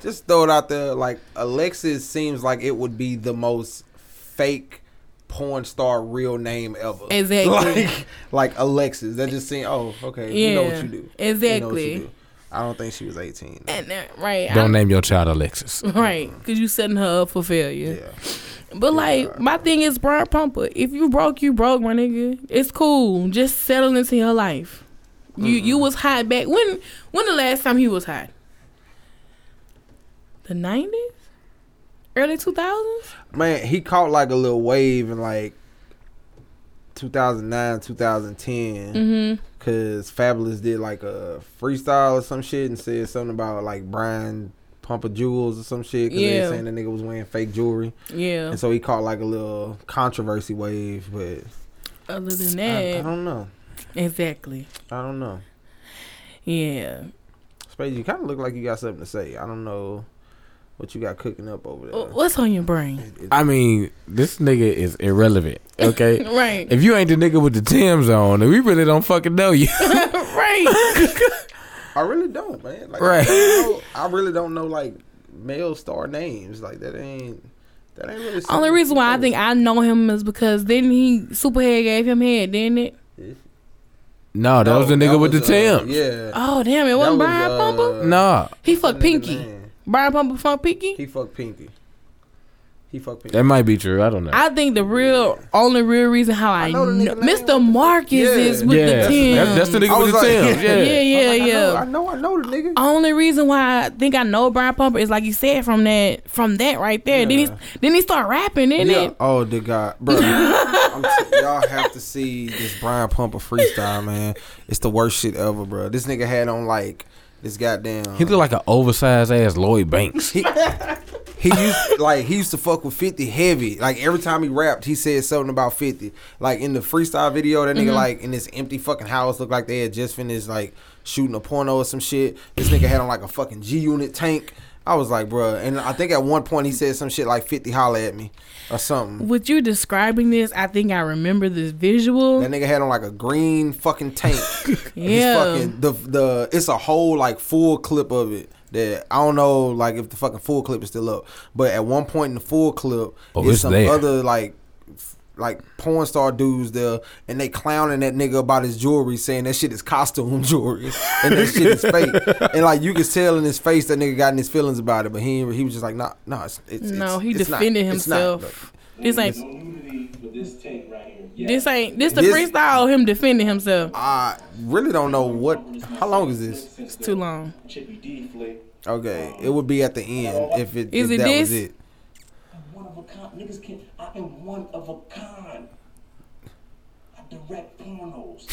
Speaker 3: Just throw it out there. Like, Alexis seems like it would be the most fake porn star real name ever.
Speaker 1: Exactly.
Speaker 3: Like, like Alexis. That just seemed, oh, okay. You know
Speaker 1: Yeah,
Speaker 3: what you do. You know what
Speaker 1: exactly.
Speaker 3: you do. I don't think she was 18.
Speaker 1: And that, right, I-
Speaker 2: Don't name your child Alexis.
Speaker 1: right, because you setting her up for failure.
Speaker 3: Yeah.
Speaker 1: But like my thing is Brian Pumper. If you broke, you broke, my nigga. It's cool. Just settle into your life. You
Speaker 3: Mm-hmm.
Speaker 1: you was hot back when when the last time he was hot? The nineties? Early two thousands?
Speaker 3: Man, he caught like a little wave in like 2009, 2010.
Speaker 1: Mm-hmm.
Speaker 3: Cause Fabulous did like a freestyle or some shit and said something about like Brian Pumper Jewels or some shit. Cause they
Speaker 1: Yeah.
Speaker 3: were saying the nigga was wearing fake jewelry,
Speaker 1: Yeah.
Speaker 3: and so he caught like a little controversy wave. But
Speaker 1: Other than
Speaker 3: I, I
Speaker 1: that.
Speaker 3: don't know.
Speaker 1: Exactly.
Speaker 3: I don't know.
Speaker 1: Yeah.
Speaker 3: Spade, you kind of look like you got something to say. I don't know what you got cooking up over there.
Speaker 1: Wh- What's on your brain?
Speaker 2: I mean, this nigga is irrelevant. Okay.
Speaker 1: Right.
Speaker 2: If you ain't the nigga with the Tim's on, then we really don't fucking know you.
Speaker 1: right.
Speaker 3: I really don't, man. Like,
Speaker 2: Right.
Speaker 3: I, don't know- I really don't know like male star names. Like that ain't. That ain't really something
Speaker 1: Only
Speaker 3: to
Speaker 1: reason why I
Speaker 3: do.
Speaker 1: think I know him is because then he Superhead gave him head, didn't it?
Speaker 2: No, that was the
Speaker 3: No,
Speaker 2: nigga
Speaker 3: that
Speaker 2: with the
Speaker 3: was, uh,
Speaker 2: Tim.
Speaker 3: Yeah.
Speaker 1: Oh damn, it wasn't Brian Pumper.
Speaker 2: Nah,
Speaker 1: He fucked
Speaker 3: uh, that nigga
Speaker 1: Pinky.
Speaker 3: name.
Speaker 1: Brian Pumper fucked Pinky.
Speaker 3: He fucked Pinky. He fucked Pinky.
Speaker 2: that might be true. I don't know.
Speaker 1: I think the real only real reason how I,
Speaker 3: know
Speaker 1: know
Speaker 3: the nigga name with the-
Speaker 1: Mr. Marcus
Speaker 3: Yeah.
Speaker 1: is with
Speaker 2: yeah,
Speaker 1: the Tim.
Speaker 2: that's, that's the nigga
Speaker 3: I
Speaker 2: with the
Speaker 3: was like-
Speaker 2: Tim. Yeah.
Speaker 1: yeah,
Speaker 3: I'm
Speaker 1: yeah,
Speaker 3: like,
Speaker 1: yeah.
Speaker 3: I know, I know, I know the nigga.
Speaker 1: only reason why I think I know Brian Pumper is like you said from that from that right there. Then he
Speaker 3: Yeah.
Speaker 1: then he start rapping, didn't
Speaker 3: Yeah.
Speaker 1: it?
Speaker 3: Oh, the guy, bro. I'm t- y'all have to see this Brian Pumper freestyle, man. It's the worst shit ever, bro. This nigga had on like this goddamn.
Speaker 2: He looked like an oversized ass Lloyd Banks.
Speaker 3: He, he used like he used to fuck with Fifty heavy. Like every time he rapped, he said something about Fifty. Like in the freestyle video, that nigga like in this empty fucking house looked like they had just finished like shooting a porno or some shit. This nigga had on like a fucking G Unit tank. I was like, bro, and I think at one point he said some shit like Fifty holla at me or something.
Speaker 1: With you describing this, I think I remember this visual.
Speaker 3: That nigga had on like a green fucking tank.
Speaker 1: Yeah.
Speaker 3: His fucking the the it's a whole like full clip of it that I don't know like if the fucking full clip is still up, but at one point in the full clip,
Speaker 2: Oh,
Speaker 3: there's
Speaker 2: it's
Speaker 3: some
Speaker 2: there.
Speaker 3: other like f- like porn star dudes there, and they clowning that nigga about his jewelry, saying that shit is costume jewelry and that shit is fake. And like you can tell in his face that nigga got in his feelings about it, but he ain't- he was just like, nah, nah, it's, it's
Speaker 1: no,
Speaker 3: it's-
Speaker 1: he
Speaker 3: it's not.
Speaker 1: defended
Speaker 3: It's not.
Speaker 1: himself. This ain't
Speaker 9: this tape right here.
Speaker 1: this ain't this the
Speaker 3: This-
Speaker 1: freestyle of him defending himself.
Speaker 3: I really don't know what. How long is this?
Speaker 1: It's too long.
Speaker 9: Chippy D flick.
Speaker 3: Okay, it would be at the end if it
Speaker 1: Is
Speaker 3: if
Speaker 1: it
Speaker 3: that was
Speaker 1: this?
Speaker 3: it.
Speaker 9: One of a kind. Niggas can. I am one of a kind. I direct pornos.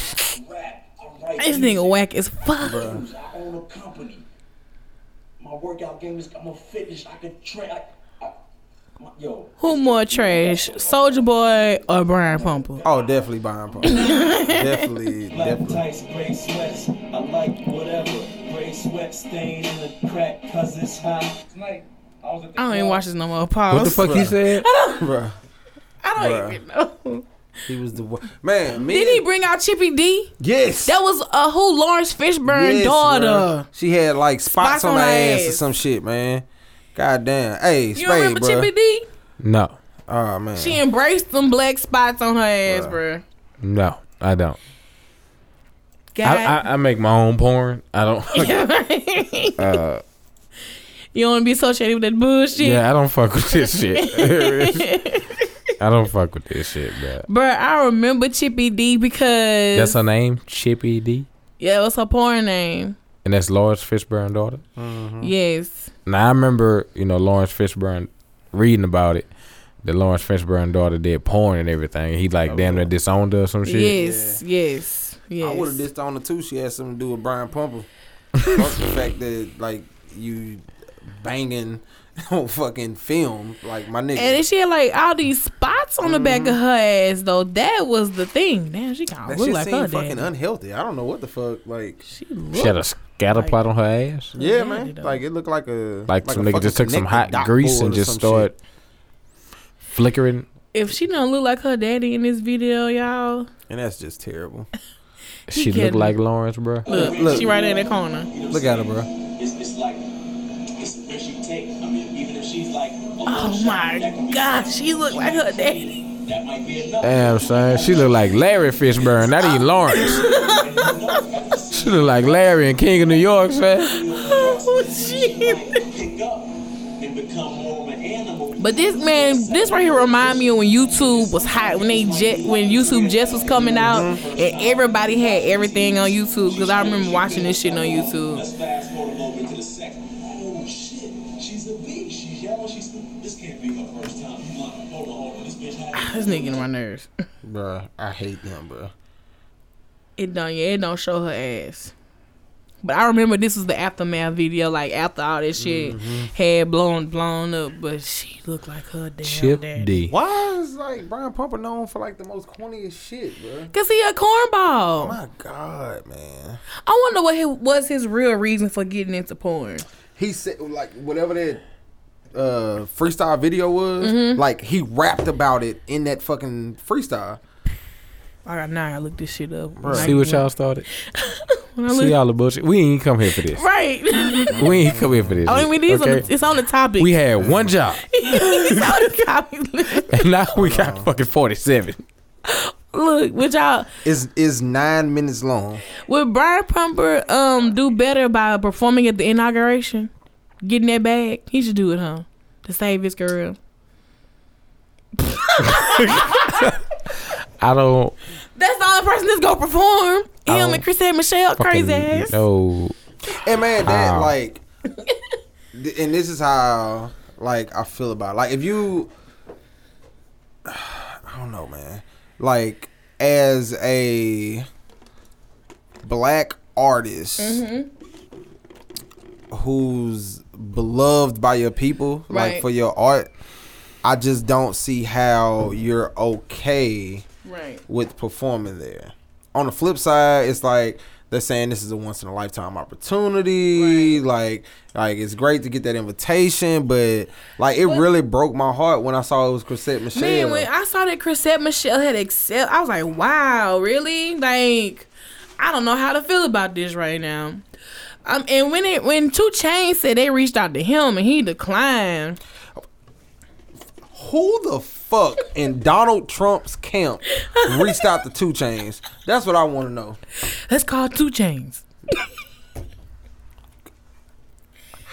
Speaker 9: I rap. I write.
Speaker 1: This
Speaker 9: music.
Speaker 1: nigga whack as fuck.
Speaker 9: shoes. I own a company. My workout game is I'm a fitness. I can train. I, I, my, yo,
Speaker 1: Who more trash, Soldier Boy or Brian Pumper?
Speaker 3: Oh, definitely Brian Paul. definitely,
Speaker 9: black
Speaker 3: definitely.
Speaker 9: tights, gray sweats. I like whatever. Gray sweat stain in the crack cause it's hot. Tonight, I was at the
Speaker 1: I don't even watch this no more. Pause.
Speaker 2: What the fuck he said?
Speaker 3: Bruh,
Speaker 1: I don't
Speaker 3: Bruh.
Speaker 1: even know.
Speaker 3: he was the one. man. Me
Speaker 1: Did he bring out Chippy D?
Speaker 3: yes,
Speaker 1: That was uh, who Lawrence Fishburne
Speaker 3: Yes,
Speaker 1: daughter.
Speaker 3: bruh. She had like spots
Speaker 1: Spots
Speaker 3: on
Speaker 1: on
Speaker 3: her
Speaker 1: her
Speaker 3: ass, or
Speaker 1: ass.
Speaker 3: some shit, man. God damn. Hey,
Speaker 1: You don't
Speaker 3: Spade,
Speaker 1: remember
Speaker 3: bro.
Speaker 1: Chippy D?
Speaker 2: No,
Speaker 3: Oh man,
Speaker 1: She embraced them black spots on her ass, bruh.
Speaker 2: no, I don't.
Speaker 1: God.
Speaker 2: I, I, I make my own porn. I don't. uh,
Speaker 1: you don't want to be associated with that bullshit.
Speaker 2: Yeah, I don't fuck with this shit. I don't fuck with this shit, bro.
Speaker 1: Bruh, I remember Chippy D because.
Speaker 2: That's her name, Chippy D,
Speaker 1: yeah, what's her porn name?
Speaker 2: and that's Lawrence Fishburne daughter.
Speaker 3: Mm-hmm.
Speaker 1: Yes.
Speaker 2: Now I remember, you know, Lawrence Fishburne reading about it. That Lawrence Fishburne daughter did porn and everything. He like damn near disowned her or some shit.
Speaker 1: Yes, yes, yes.
Speaker 3: I would have dissed on her too. She had something to do with Brian Pumper. Plus the fact that like you banging on fucking film, like my nigga.
Speaker 1: and then she had like all these spots on the back of her ass though. That was the thing. Damn, she kind
Speaker 3: Mm-hmm. that
Speaker 1: of look
Speaker 3: shit
Speaker 1: like her
Speaker 3: seemed fucking
Speaker 1: dad.
Speaker 3: unhealthy. I don't know what the fuck, like.
Speaker 1: she
Speaker 2: She had
Speaker 1: looked.
Speaker 2: a scatter plot on her ass.
Speaker 3: Yeah,
Speaker 1: Yeah,
Speaker 3: man.
Speaker 1: they do.
Speaker 3: Like it looked like a
Speaker 2: Like,
Speaker 3: a
Speaker 2: some nigga just
Speaker 3: fucking
Speaker 2: took some
Speaker 3: connected
Speaker 2: hot
Speaker 3: dot
Speaker 2: grease
Speaker 3: board
Speaker 2: and
Speaker 3: or
Speaker 2: just
Speaker 3: some
Speaker 2: started
Speaker 3: shit.
Speaker 2: flickering.
Speaker 1: If she don't look like her daddy in this video, y'all,
Speaker 3: And that's just terrible.
Speaker 2: She
Speaker 1: kidding.
Speaker 2: looked like Lawrence, bro.
Speaker 1: look,
Speaker 3: Look.
Speaker 1: she right in the corner.
Speaker 3: Look at her, bro.
Speaker 9: It's, it's like, it's where she take. I mean, even if she's like,
Speaker 1: Oh my God, she look like her daddy.
Speaker 9: that might be enough.
Speaker 2: Damn, son. She looked like Larry Fishburne, not even Lawrence. she looked like Larry and King of New York, son.
Speaker 1: Oh shit.
Speaker 9: Pick up and become more of an animal.
Speaker 1: But this man, this right here remind me of when YouTube was hot when they jet when YouTube just was coming out and everybody had everything on YouTube because I remember watching this shit on YouTube.
Speaker 9: Let's fast forward a little bit to the sex. Oh shit, she's a bitch. She's yelling. She's this can't be her first time. You lying. Hold on, hold on. This bitch had
Speaker 1: This nigga in my nerves.
Speaker 3: Bruh, I hate him, bruh.
Speaker 1: It don't yeah, it don't show her ass. But I remember this was the aftermath video, like after all this shit
Speaker 2: Mm-hmm.
Speaker 1: had blown blown up, but she looked like her damn
Speaker 2: Chip
Speaker 1: daddy.
Speaker 2: D.
Speaker 3: Why is like Brian Pumper known for like the most corniest shit, bruh?
Speaker 1: Cause he a cornball.
Speaker 3: My God, man.
Speaker 1: I wonder what his, was his real reason for getting into porn.
Speaker 3: He said like whatever that uh freestyle video was,
Speaker 1: Mm-hmm.
Speaker 3: like he rapped about it in that fucking freestyle.
Speaker 1: All right, now I gotta look this shit up.
Speaker 2: See what y'all started?
Speaker 1: When I
Speaker 2: See
Speaker 1: look-
Speaker 2: all the bullshit. We ain't come here for this.
Speaker 1: right.
Speaker 2: We ain't come here for this.
Speaker 1: I mean, these on
Speaker 2: okay?
Speaker 1: the, it's on the topic.
Speaker 2: we had one job,
Speaker 1: it's on the topic.
Speaker 2: and now we got fucking forty-seven.
Speaker 1: look, would y'all
Speaker 3: Is is nine minutes long.
Speaker 1: would Brian Pumper um do better by performing at the inauguration, getting that bag? He should do it, huh? To save his career.
Speaker 2: I don't
Speaker 1: That's the only person that's gonna perform. Him
Speaker 2: don't
Speaker 1: and Chris and Michelle, crazy
Speaker 2: fucking
Speaker 1: ass.
Speaker 2: know.
Speaker 3: And man, that
Speaker 2: How?
Speaker 3: like, th- and this is how like I feel about it. like if you, I don't know, man. Like as a black artist who's beloved by your people,
Speaker 1: Right.
Speaker 3: like for your art, I just don't see how you're okay
Speaker 1: Right.
Speaker 3: with performing there. On the flip side, it's like they're saying this is a once in a lifetime opportunity. Like, like it's great to get that invitation, but like it really broke my heart when I saw it was Chrisette Michelle.
Speaker 1: Man, when I saw that Chrisette Michelle had excelled, I was like, wow, really? Like, I don't know how to feel about this right now. Um, and when it when Two Chains said they reached out to him and he declined,
Speaker 3: Who the fuck in Donald Trump's camp reached out to Two Chains? That's what I want to know.
Speaker 1: let's call Two Chains.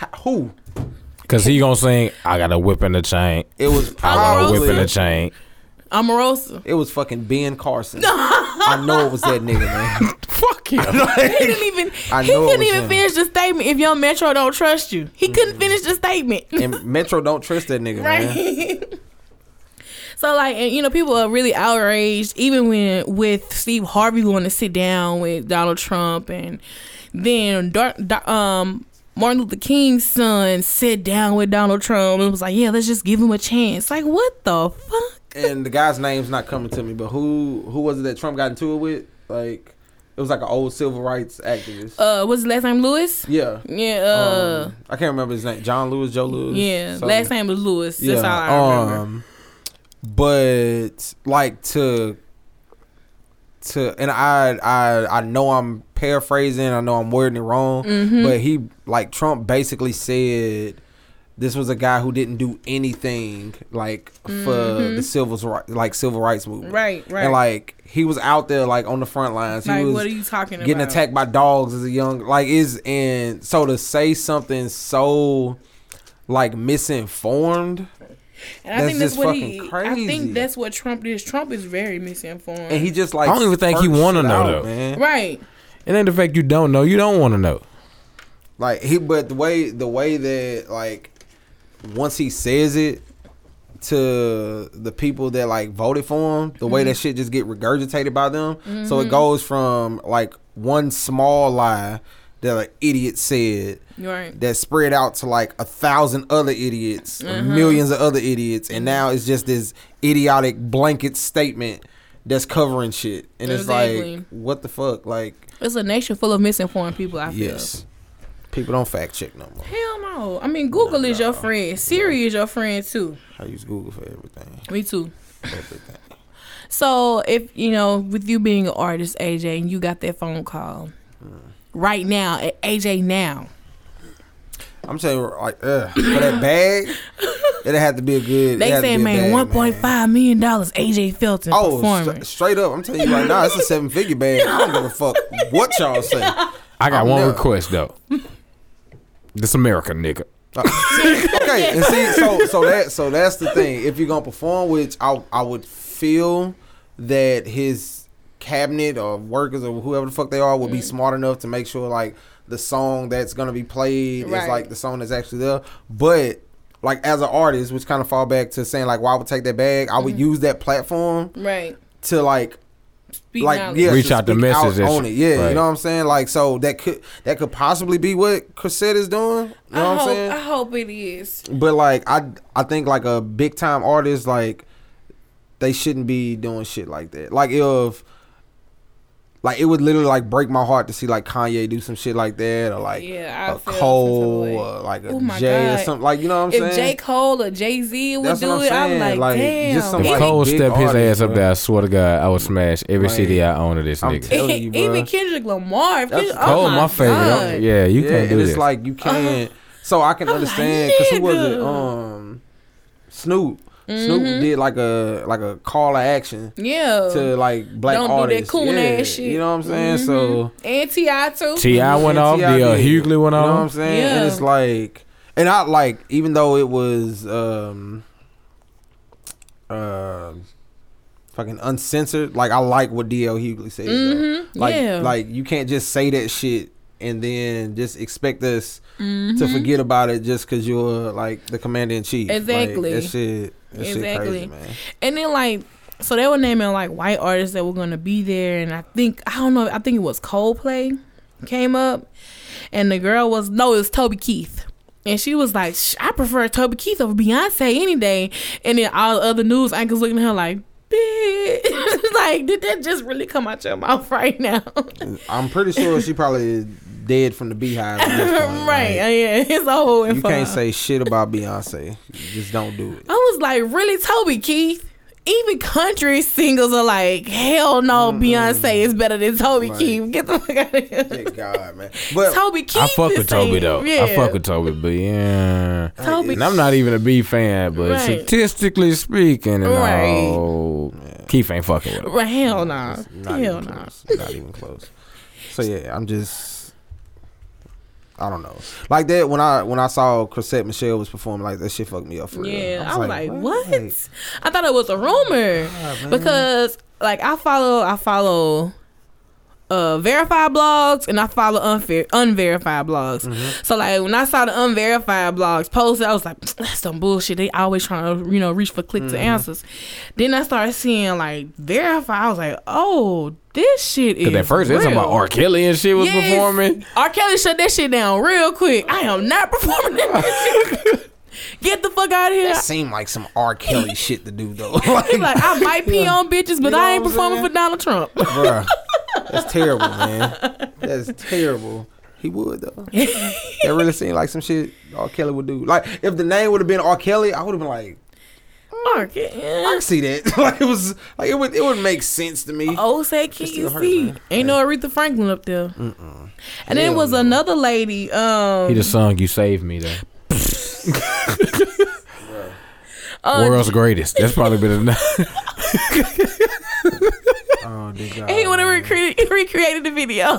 Speaker 3: H- Who?
Speaker 2: Cause he gonna sing. I got a whip in the chain.
Speaker 3: It was
Speaker 2: I got a whip in
Speaker 3: probably
Speaker 2: the chain.
Speaker 1: Omarosa.
Speaker 3: it was fucking Ben Carson. I know it was that nigga, man.
Speaker 2: Fuck you.
Speaker 1: He didn't even
Speaker 3: I
Speaker 1: he
Speaker 3: know it
Speaker 1: couldn't
Speaker 3: was
Speaker 1: even
Speaker 3: him.
Speaker 1: finish the statement if your Metro don't trust you. He couldn't finish the statement.
Speaker 3: Mm-hmm. And Metro don't trust that nigga, man.
Speaker 1: Right. so like and you know people are really outraged even when with Steve Harvey going to sit down with Donald Trump and then Dar- Dar- um Martin Luther King's son sit down with Donald Trump and was like, "Yeah, let's just give him a chance." Like, what the fuck?
Speaker 3: and the guy's name's not coming to me, but who who was it that Trump got into it with? Like it was like an old civil rights activist.
Speaker 1: Uh, what's his last name? Lewis.
Speaker 3: yeah.
Speaker 1: Yeah. Uh,
Speaker 3: um, I can't remember his name. John Lewis, Joe Lewis.
Speaker 1: yeah.
Speaker 3: something.
Speaker 1: last name was Lewis. That's all I remember.
Speaker 3: Um, but like to to and I I I know I'm paraphrasing, I know I'm wording it wrong,
Speaker 1: Mm-hmm.
Speaker 3: but he like Trump basically said this was a guy who didn't do anything like for the civil rights like civil rights movement.
Speaker 1: Mm-hmm. Right, right.
Speaker 3: And like he was out there like on the front lines. He
Speaker 1: like,
Speaker 3: was
Speaker 1: what are you talking about?
Speaker 3: getting attacked by dogs as a young like is and so to say something so like misinformed
Speaker 1: And I think that's
Speaker 3: That's
Speaker 1: what
Speaker 3: just
Speaker 1: he.
Speaker 3: fucking
Speaker 1: I
Speaker 3: crazy.
Speaker 1: think that's what Trump is. Trump is very misinformed.
Speaker 3: and he just like
Speaker 2: I don't even think he
Speaker 3: spurts
Speaker 2: wanna
Speaker 3: shit
Speaker 2: know, though.
Speaker 3: out, man.
Speaker 1: right.
Speaker 2: It ain't the fact you don't know. You don't want to know.
Speaker 3: Like he, but the way the way that like once he says it to the people that like voted for him, the way
Speaker 1: Mm-hmm.
Speaker 3: that shit just get regurgitated by them. So it goes from like one small lie that an idiot said
Speaker 1: You're right.
Speaker 3: that spread out to like a thousand other idiots,
Speaker 1: Uh-huh.
Speaker 3: millions of other idiots, and now it's just this idiotic blanket statement that's covering shit. And it's
Speaker 1: Exactly.
Speaker 3: like, what the fuck? Like,
Speaker 1: It's a nation full of misinformed people. I feel.
Speaker 3: yes, people don't fact check no more.
Speaker 1: Hell no. I mean, Google is your friend. Siri is your friend too.
Speaker 3: I use Google for everything.
Speaker 1: Me too.
Speaker 3: Everything.
Speaker 1: So if you know, with you being an artist, AJ, and you got that phone call
Speaker 3: Mm.
Speaker 1: right now, at AJ now.
Speaker 3: I'm saying like, ugh, for that bag, it had to be a good. it
Speaker 1: They
Speaker 3: had to
Speaker 1: saying,
Speaker 3: be a
Speaker 1: man,
Speaker 3: bag,
Speaker 1: one point five million dollars. AJ Felton
Speaker 3: Oh,
Speaker 1: performing.
Speaker 3: stra- straight up, I'm telling you right now, it's a seven figure bag. I don't give a fuck what y'all say.
Speaker 2: I got
Speaker 3: I'm
Speaker 2: one
Speaker 3: not.
Speaker 2: request though. this America nigga.
Speaker 3: Uh, okay, and see, so so that so that's the thing. If you're gonna perform, which I I would feel that his cabinet or workers or whoever the fuck they are would
Speaker 1: Mm.
Speaker 3: be smart enough to make sure like the song that's gonna be played
Speaker 1: Right.
Speaker 3: is like the song that's actually there. But like as an artist, which kind of fall back to saying like, why I would take that bag? I would
Speaker 1: Mm-hmm.
Speaker 3: use that platform
Speaker 1: right.
Speaker 3: to like
Speaker 1: Speak
Speaker 3: like
Speaker 1: knowledge.
Speaker 3: yeah,
Speaker 2: Reach
Speaker 3: to
Speaker 2: out the
Speaker 3: speak
Speaker 2: message and
Speaker 3: on
Speaker 2: shit.
Speaker 3: it. Yeah,
Speaker 2: Right.
Speaker 3: you know what I'm saying. Like so that could that could possibly be what Chrisette is doing. You
Speaker 1: I
Speaker 3: know what I'm
Speaker 1: hope.
Speaker 3: saying?
Speaker 1: I hope it is.
Speaker 3: But like I I think like a big time artist like they shouldn't be doing shit like that. Like if Like it would literally like break my heart to see like Kanye do some shit like that or like
Speaker 1: Yeah, I feel
Speaker 3: a
Speaker 1: some
Speaker 3: Cole
Speaker 1: type of
Speaker 3: or like a
Speaker 1: Oh my
Speaker 3: Jay or
Speaker 1: God.
Speaker 3: something like you know what I'm
Speaker 1: if J.
Speaker 3: saying.
Speaker 1: Cole or Jay Z would
Speaker 3: That's
Speaker 1: do
Speaker 3: what
Speaker 1: it,
Speaker 3: I'm
Speaker 1: I'm like,
Speaker 3: saying, like,
Speaker 1: damn.
Speaker 3: just
Speaker 2: If
Speaker 3: Like,
Speaker 2: Cole
Speaker 3: big
Speaker 2: step his
Speaker 3: artists,
Speaker 2: ass up
Speaker 3: bro.
Speaker 2: there, I swear to God, I would smash every
Speaker 3: Like,
Speaker 2: CD I own of this
Speaker 3: I'm
Speaker 2: nigga.
Speaker 3: telling
Speaker 1: E-
Speaker 3: you, bruh.
Speaker 1: Even Kendrick Lamar. If
Speaker 3: That's
Speaker 1: you-
Speaker 2: Cole,
Speaker 1: oh
Speaker 2: my, favorite.
Speaker 1: God.
Speaker 2: I'm- Yeah, you
Speaker 3: yeah,
Speaker 2: can't do
Speaker 3: and
Speaker 2: this.
Speaker 3: it's like
Speaker 1: Uh-huh.
Speaker 3: you can't. so I can understand because who was it? Um, Snoop.
Speaker 1: Mm-hmm.
Speaker 3: Snoop did like a like a call to action
Speaker 1: Yeah.
Speaker 3: to like black
Speaker 1: Uh, Don't do that
Speaker 3: artists.
Speaker 1: coon
Speaker 3: yeah,
Speaker 1: ass shit. Mm-hmm.
Speaker 3: You know what I'm saying? So
Speaker 1: and T.I. too.
Speaker 2: Ti went
Speaker 3: Yeah,
Speaker 2: off.
Speaker 3: T.I.
Speaker 2: The uh,
Speaker 3: did.
Speaker 2: Hughley went
Speaker 3: You know what I'm
Speaker 2: off.
Speaker 3: saying? And
Speaker 1: Yeah.
Speaker 3: it's like, and I like, even though it was, um, uh, fucking uncensored. Like I like what DL Hughley says. though. Like,
Speaker 1: Mm-hmm. yeah.
Speaker 3: like you can't just say that shit and then just expect us to
Speaker 1: Mm-hmm.
Speaker 3: forget about it just because you're like the commander in chief. Like,
Speaker 1: Exactly.
Speaker 3: that shit. That
Speaker 1: Exactly.
Speaker 3: Shit crazy, man.
Speaker 1: And then like so they were naming like white artists that were gonna be there and I think I don't know, I think it was Coldplay came up and the girl was no, it was Toby Keith. And she was like, "Sh- I prefer Toby Keith over Beyonce any day. And then all the other news anchors looking at her like, bitch. like, did that just really come out your mouth right now?
Speaker 3: I'm pretty sure she probably is dead from the beehive. At this point.
Speaker 1: right.
Speaker 3: Like,
Speaker 1: yeah. It's over. with
Speaker 3: you
Speaker 1: for
Speaker 3: can't
Speaker 1: her.
Speaker 3: say shit about Beyonce. You just don't do it.
Speaker 1: I was like, really, Toby Keith? Even country singles are like, hell no,
Speaker 2: Mm-hmm.
Speaker 1: Beyonce is better than Toby
Speaker 3: Right.
Speaker 1: Keith. Get the fuck out of here.
Speaker 3: Thank God, man. But
Speaker 1: Toby Keith.
Speaker 2: I fuck
Speaker 1: is
Speaker 2: with Toby
Speaker 1: saying-
Speaker 2: though. I fuck with Toby, but yeah.
Speaker 1: Toby.
Speaker 2: And I'm not even a B fan, but
Speaker 1: Right.
Speaker 2: statistically speaking, and
Speaker 1: Right.
Speaker 2: all, Keith ain't fucking with him.
Speaker 1: Right,
Speaker 2: Mm,
Speaker 1: hell nah.
Speaker 3: not
Speaker 1: Hell
Speaker 3: even
Speaker 1: nah.
Speaker 3: close. Not even close. So yeah, I'm just I don't know. Like that when I when I saw Chrisette Michelle was performing like that shit fucked me up for real.
Speaker 1: Yeah, I was like, what? I thought it was a rumor
Speaker 3: man.
Speaker 1: because, like, I follow, I follow, uh, verified blogs and I follow unfair, unverified blogs.
Speaker 2: Mm-hmm.
Speaker 1: So like, when I saw the unverified blogs posted, I was like, that's some bullshit. They always trying to, you know, reach for click
Speaker 2: Mm-hmm.
Speaker 1: to answers. Then I started seeing like verified. I was like, oh, this shit is.
Speaker 2: Cause at first, it's
Speaker 1: real.
Speaker 2: about R. Kelly and shit was
Speaker 1: Yes.
Speaker 2: performing.
Speaker 1: R. Kelly shut that shit down real quick. I am not performing that music. Get the fuck out of here.
Speaker 3: That seemed like some R. Kelly shit to do though. like,
Speaker 1: He's like, I might pee on bitches, but
Speaker 3: know
Speaker 1: I ain't
Speaker 3: what I'm
Speaker 1: performing
Speaker 3: saying?
Speaker 1: for Donald Trump.
Speaker 3: bruh, that's terrible, man. That's terrible. He would though. that really seemed like some shit R. Kelly would do. Like if the name would have been R. Kelly, I would have been like,
Speaker 1: Mark,
Speaker 3: I
Speaker 1: yeah.
Speaker 3: can see that. like it was like it would it would make sense to me.
Speaker 1: Oh, say, can
Speaker 3: still
Speaker 1: you
Speaker 3: hurt,
Speaker 1: see?
Speaker 3: man.
Speaker 1: Ain't no Aretha Franklin up there. And then it
Speaker 3: Hell
Speaker 1: was
Speaker 3: no.
Speaker 1: another lady. Um,
Speaker 2: He the song "You Saved Me" though.
Speaker 1: uh,
Speaker 2: World's greatest. That's probably been enough.
Speaker 3: Oh, dear God.
Speaker 1: he would have recre- recreated the video.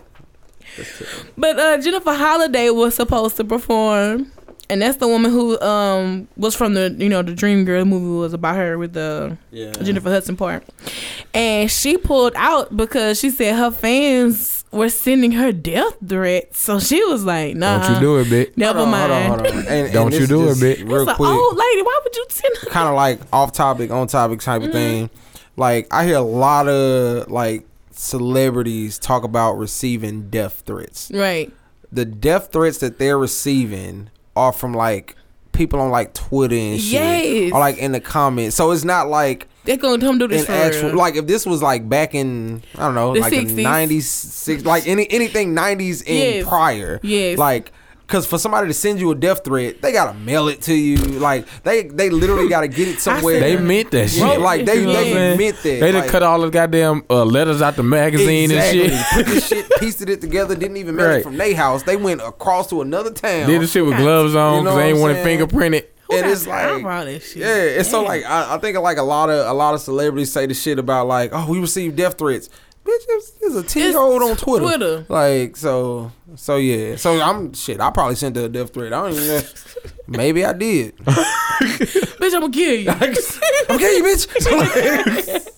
Speaker 1: but uh, Jennifer Holiday was supposed to perform, and that's the woman who um was from the you know the Dream Girl movie was about her with the
Speaker 3: Yeah.
Speaker 1: Jennifer Hudson part, and she pulled out because she said her fans were sending her death threats. So she was like, "Nah,
Speaker 2: Don't you do it, bitch.
Speaker 1: never
Speaker 3: Hold on,
Speaker 1: mind."
Speaker 3: hold on, hold on. And- and
Speaker 2: Don't you
Speaker 3: this
Speaker 2: do it,
Speaker 3: just
Speaker 2: bitch.
Speaker 3: Real
Speaker 1: It's an
Speaker 3: quick,
Speaker 1: old lady. Why would you send her?
Speaker 3: kind of like off topic, on topic type
Speaker 1: Mm-hmm.
Speaker 3: of thing. Like I hear a lot of like celebrities talk about receiving death threats.
Speaker 1: Right.
Speaker 3: The death threats that they're receiving are from like people on like Twitter and shit,
Speaker 1: Yes.
Speaker 3: or like in the comments. So it's not like
Speaker 1: They're gonna come do this
Speaker 3: an
Speaker 1: for
Speaker 3: actual
Speaker 1: real.
Speaker 3: like if this was like back in I don't know
Speaker 1: The
Speaker 3: like
Speaker 1: 60s.
Speaker 3: the nineties six like any anything nineties and
Speaker 1: Yes.
Speaker 3: prior
Speaker 1: Yes.
Speaker 3: like. Cause for somebody to send you a death threat, they gotta mail it to you. Like they, they literally gotta get it somewhere.
Speaker 2: They meant that shit.
Speaker 3: Like, they-
Speaker 2: what I'm
Speaker 3: they
Speaker 2: saying?
Speaker 3: meant that,
Speaker 2: They done
Speaker 3: like-
Speaker 2: cut all the goddamn uh, letters out the magazine and shit.
Speaker 3: Put the shit, pieced it together. Didn't even mail
Speaker 2: Right.
Speaker 3: it from their house. They went across to another town.
Speaker 2: Did the shit with gloves on
Speaker 3: You know
Speaker 2: because they ain't
Speaker 3: what
Speaker 2: want
Speaker 3: I'm
Speaker 2: it
Speaker 3: saying?
Speaker 2: fingerprinted.
Speaker 3: and it's
Speaker 1: I
Speaker 3: like,
Speaker 1: brought this shit.
Speaker 3: yeah. And so like, I, I think like a lot of a lot of celebrities say the shit about like, oh, we received death threats. Bitch, it's, it's a T
Speaker 1: It's
Speaker 3: old on Twitter.
Speaker 1: Twitter.
Speaker 3: Like so, so yeah. So I'm shit. I probably sent her a death threat. I don't even. know. Maybe I did.
Speaker 1: bitch, I'm gonna kill you.
Speaker 3: okay, you bitch. So, like,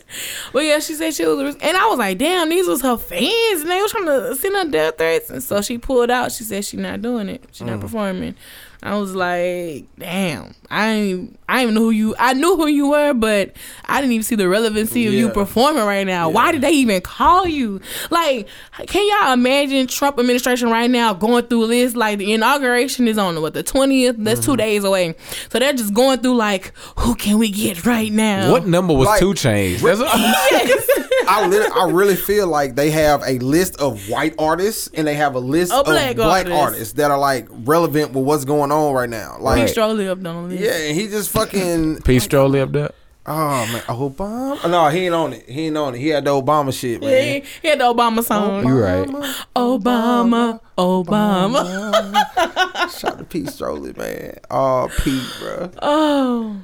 Speaker 1: But yeah, she said she was, and I was like, damn, these was her fans, and they was trying to send her death threats, and so she pulled out. She said she not doing it. She not performing. I was like, damn, I ain't, I didn't even know who you. I knew who you were, but I didn't even see the relevancy of you
Speaker 3: Yeah.
Speaker 1: performing right now. Why did they even call you? Like, can y'all imagine Trump administration right now going through this? Like, the inauguration is on what the twentieth. That's two days away, so they're just going through like, who can we get right now?
Speaker 2: What number was
Speaker 3: Like-
Speaker 2: Two Chains? That's what-
Speaker 3: I lit I really feel like they have a list of white artists and they have a list
Speaker 1: A
Speaker 3: of
Speaker 1: black
Speaker 3: black
Speaker 1: artist.
Speaker 3: artists. that are like relevant with what's going on right now. Like,
Speaker 1: Peace Strolley up on the list.
Speaker 3: yeah, and he just fucking.
Speaker 2: Peace Strolley up there.
Speaker 3: Oh man, Obama? No, he ain't on it. He ain't on it. He had the Obama shit, man.
Speaker 1: He he had the Obama song.
Speaker 2: You right.
Speaker 1: Obama, Obama.
Speaker 3: Shout to Pete Strolley, man. Oh, Pete, bro.
Speaker 1: Oh,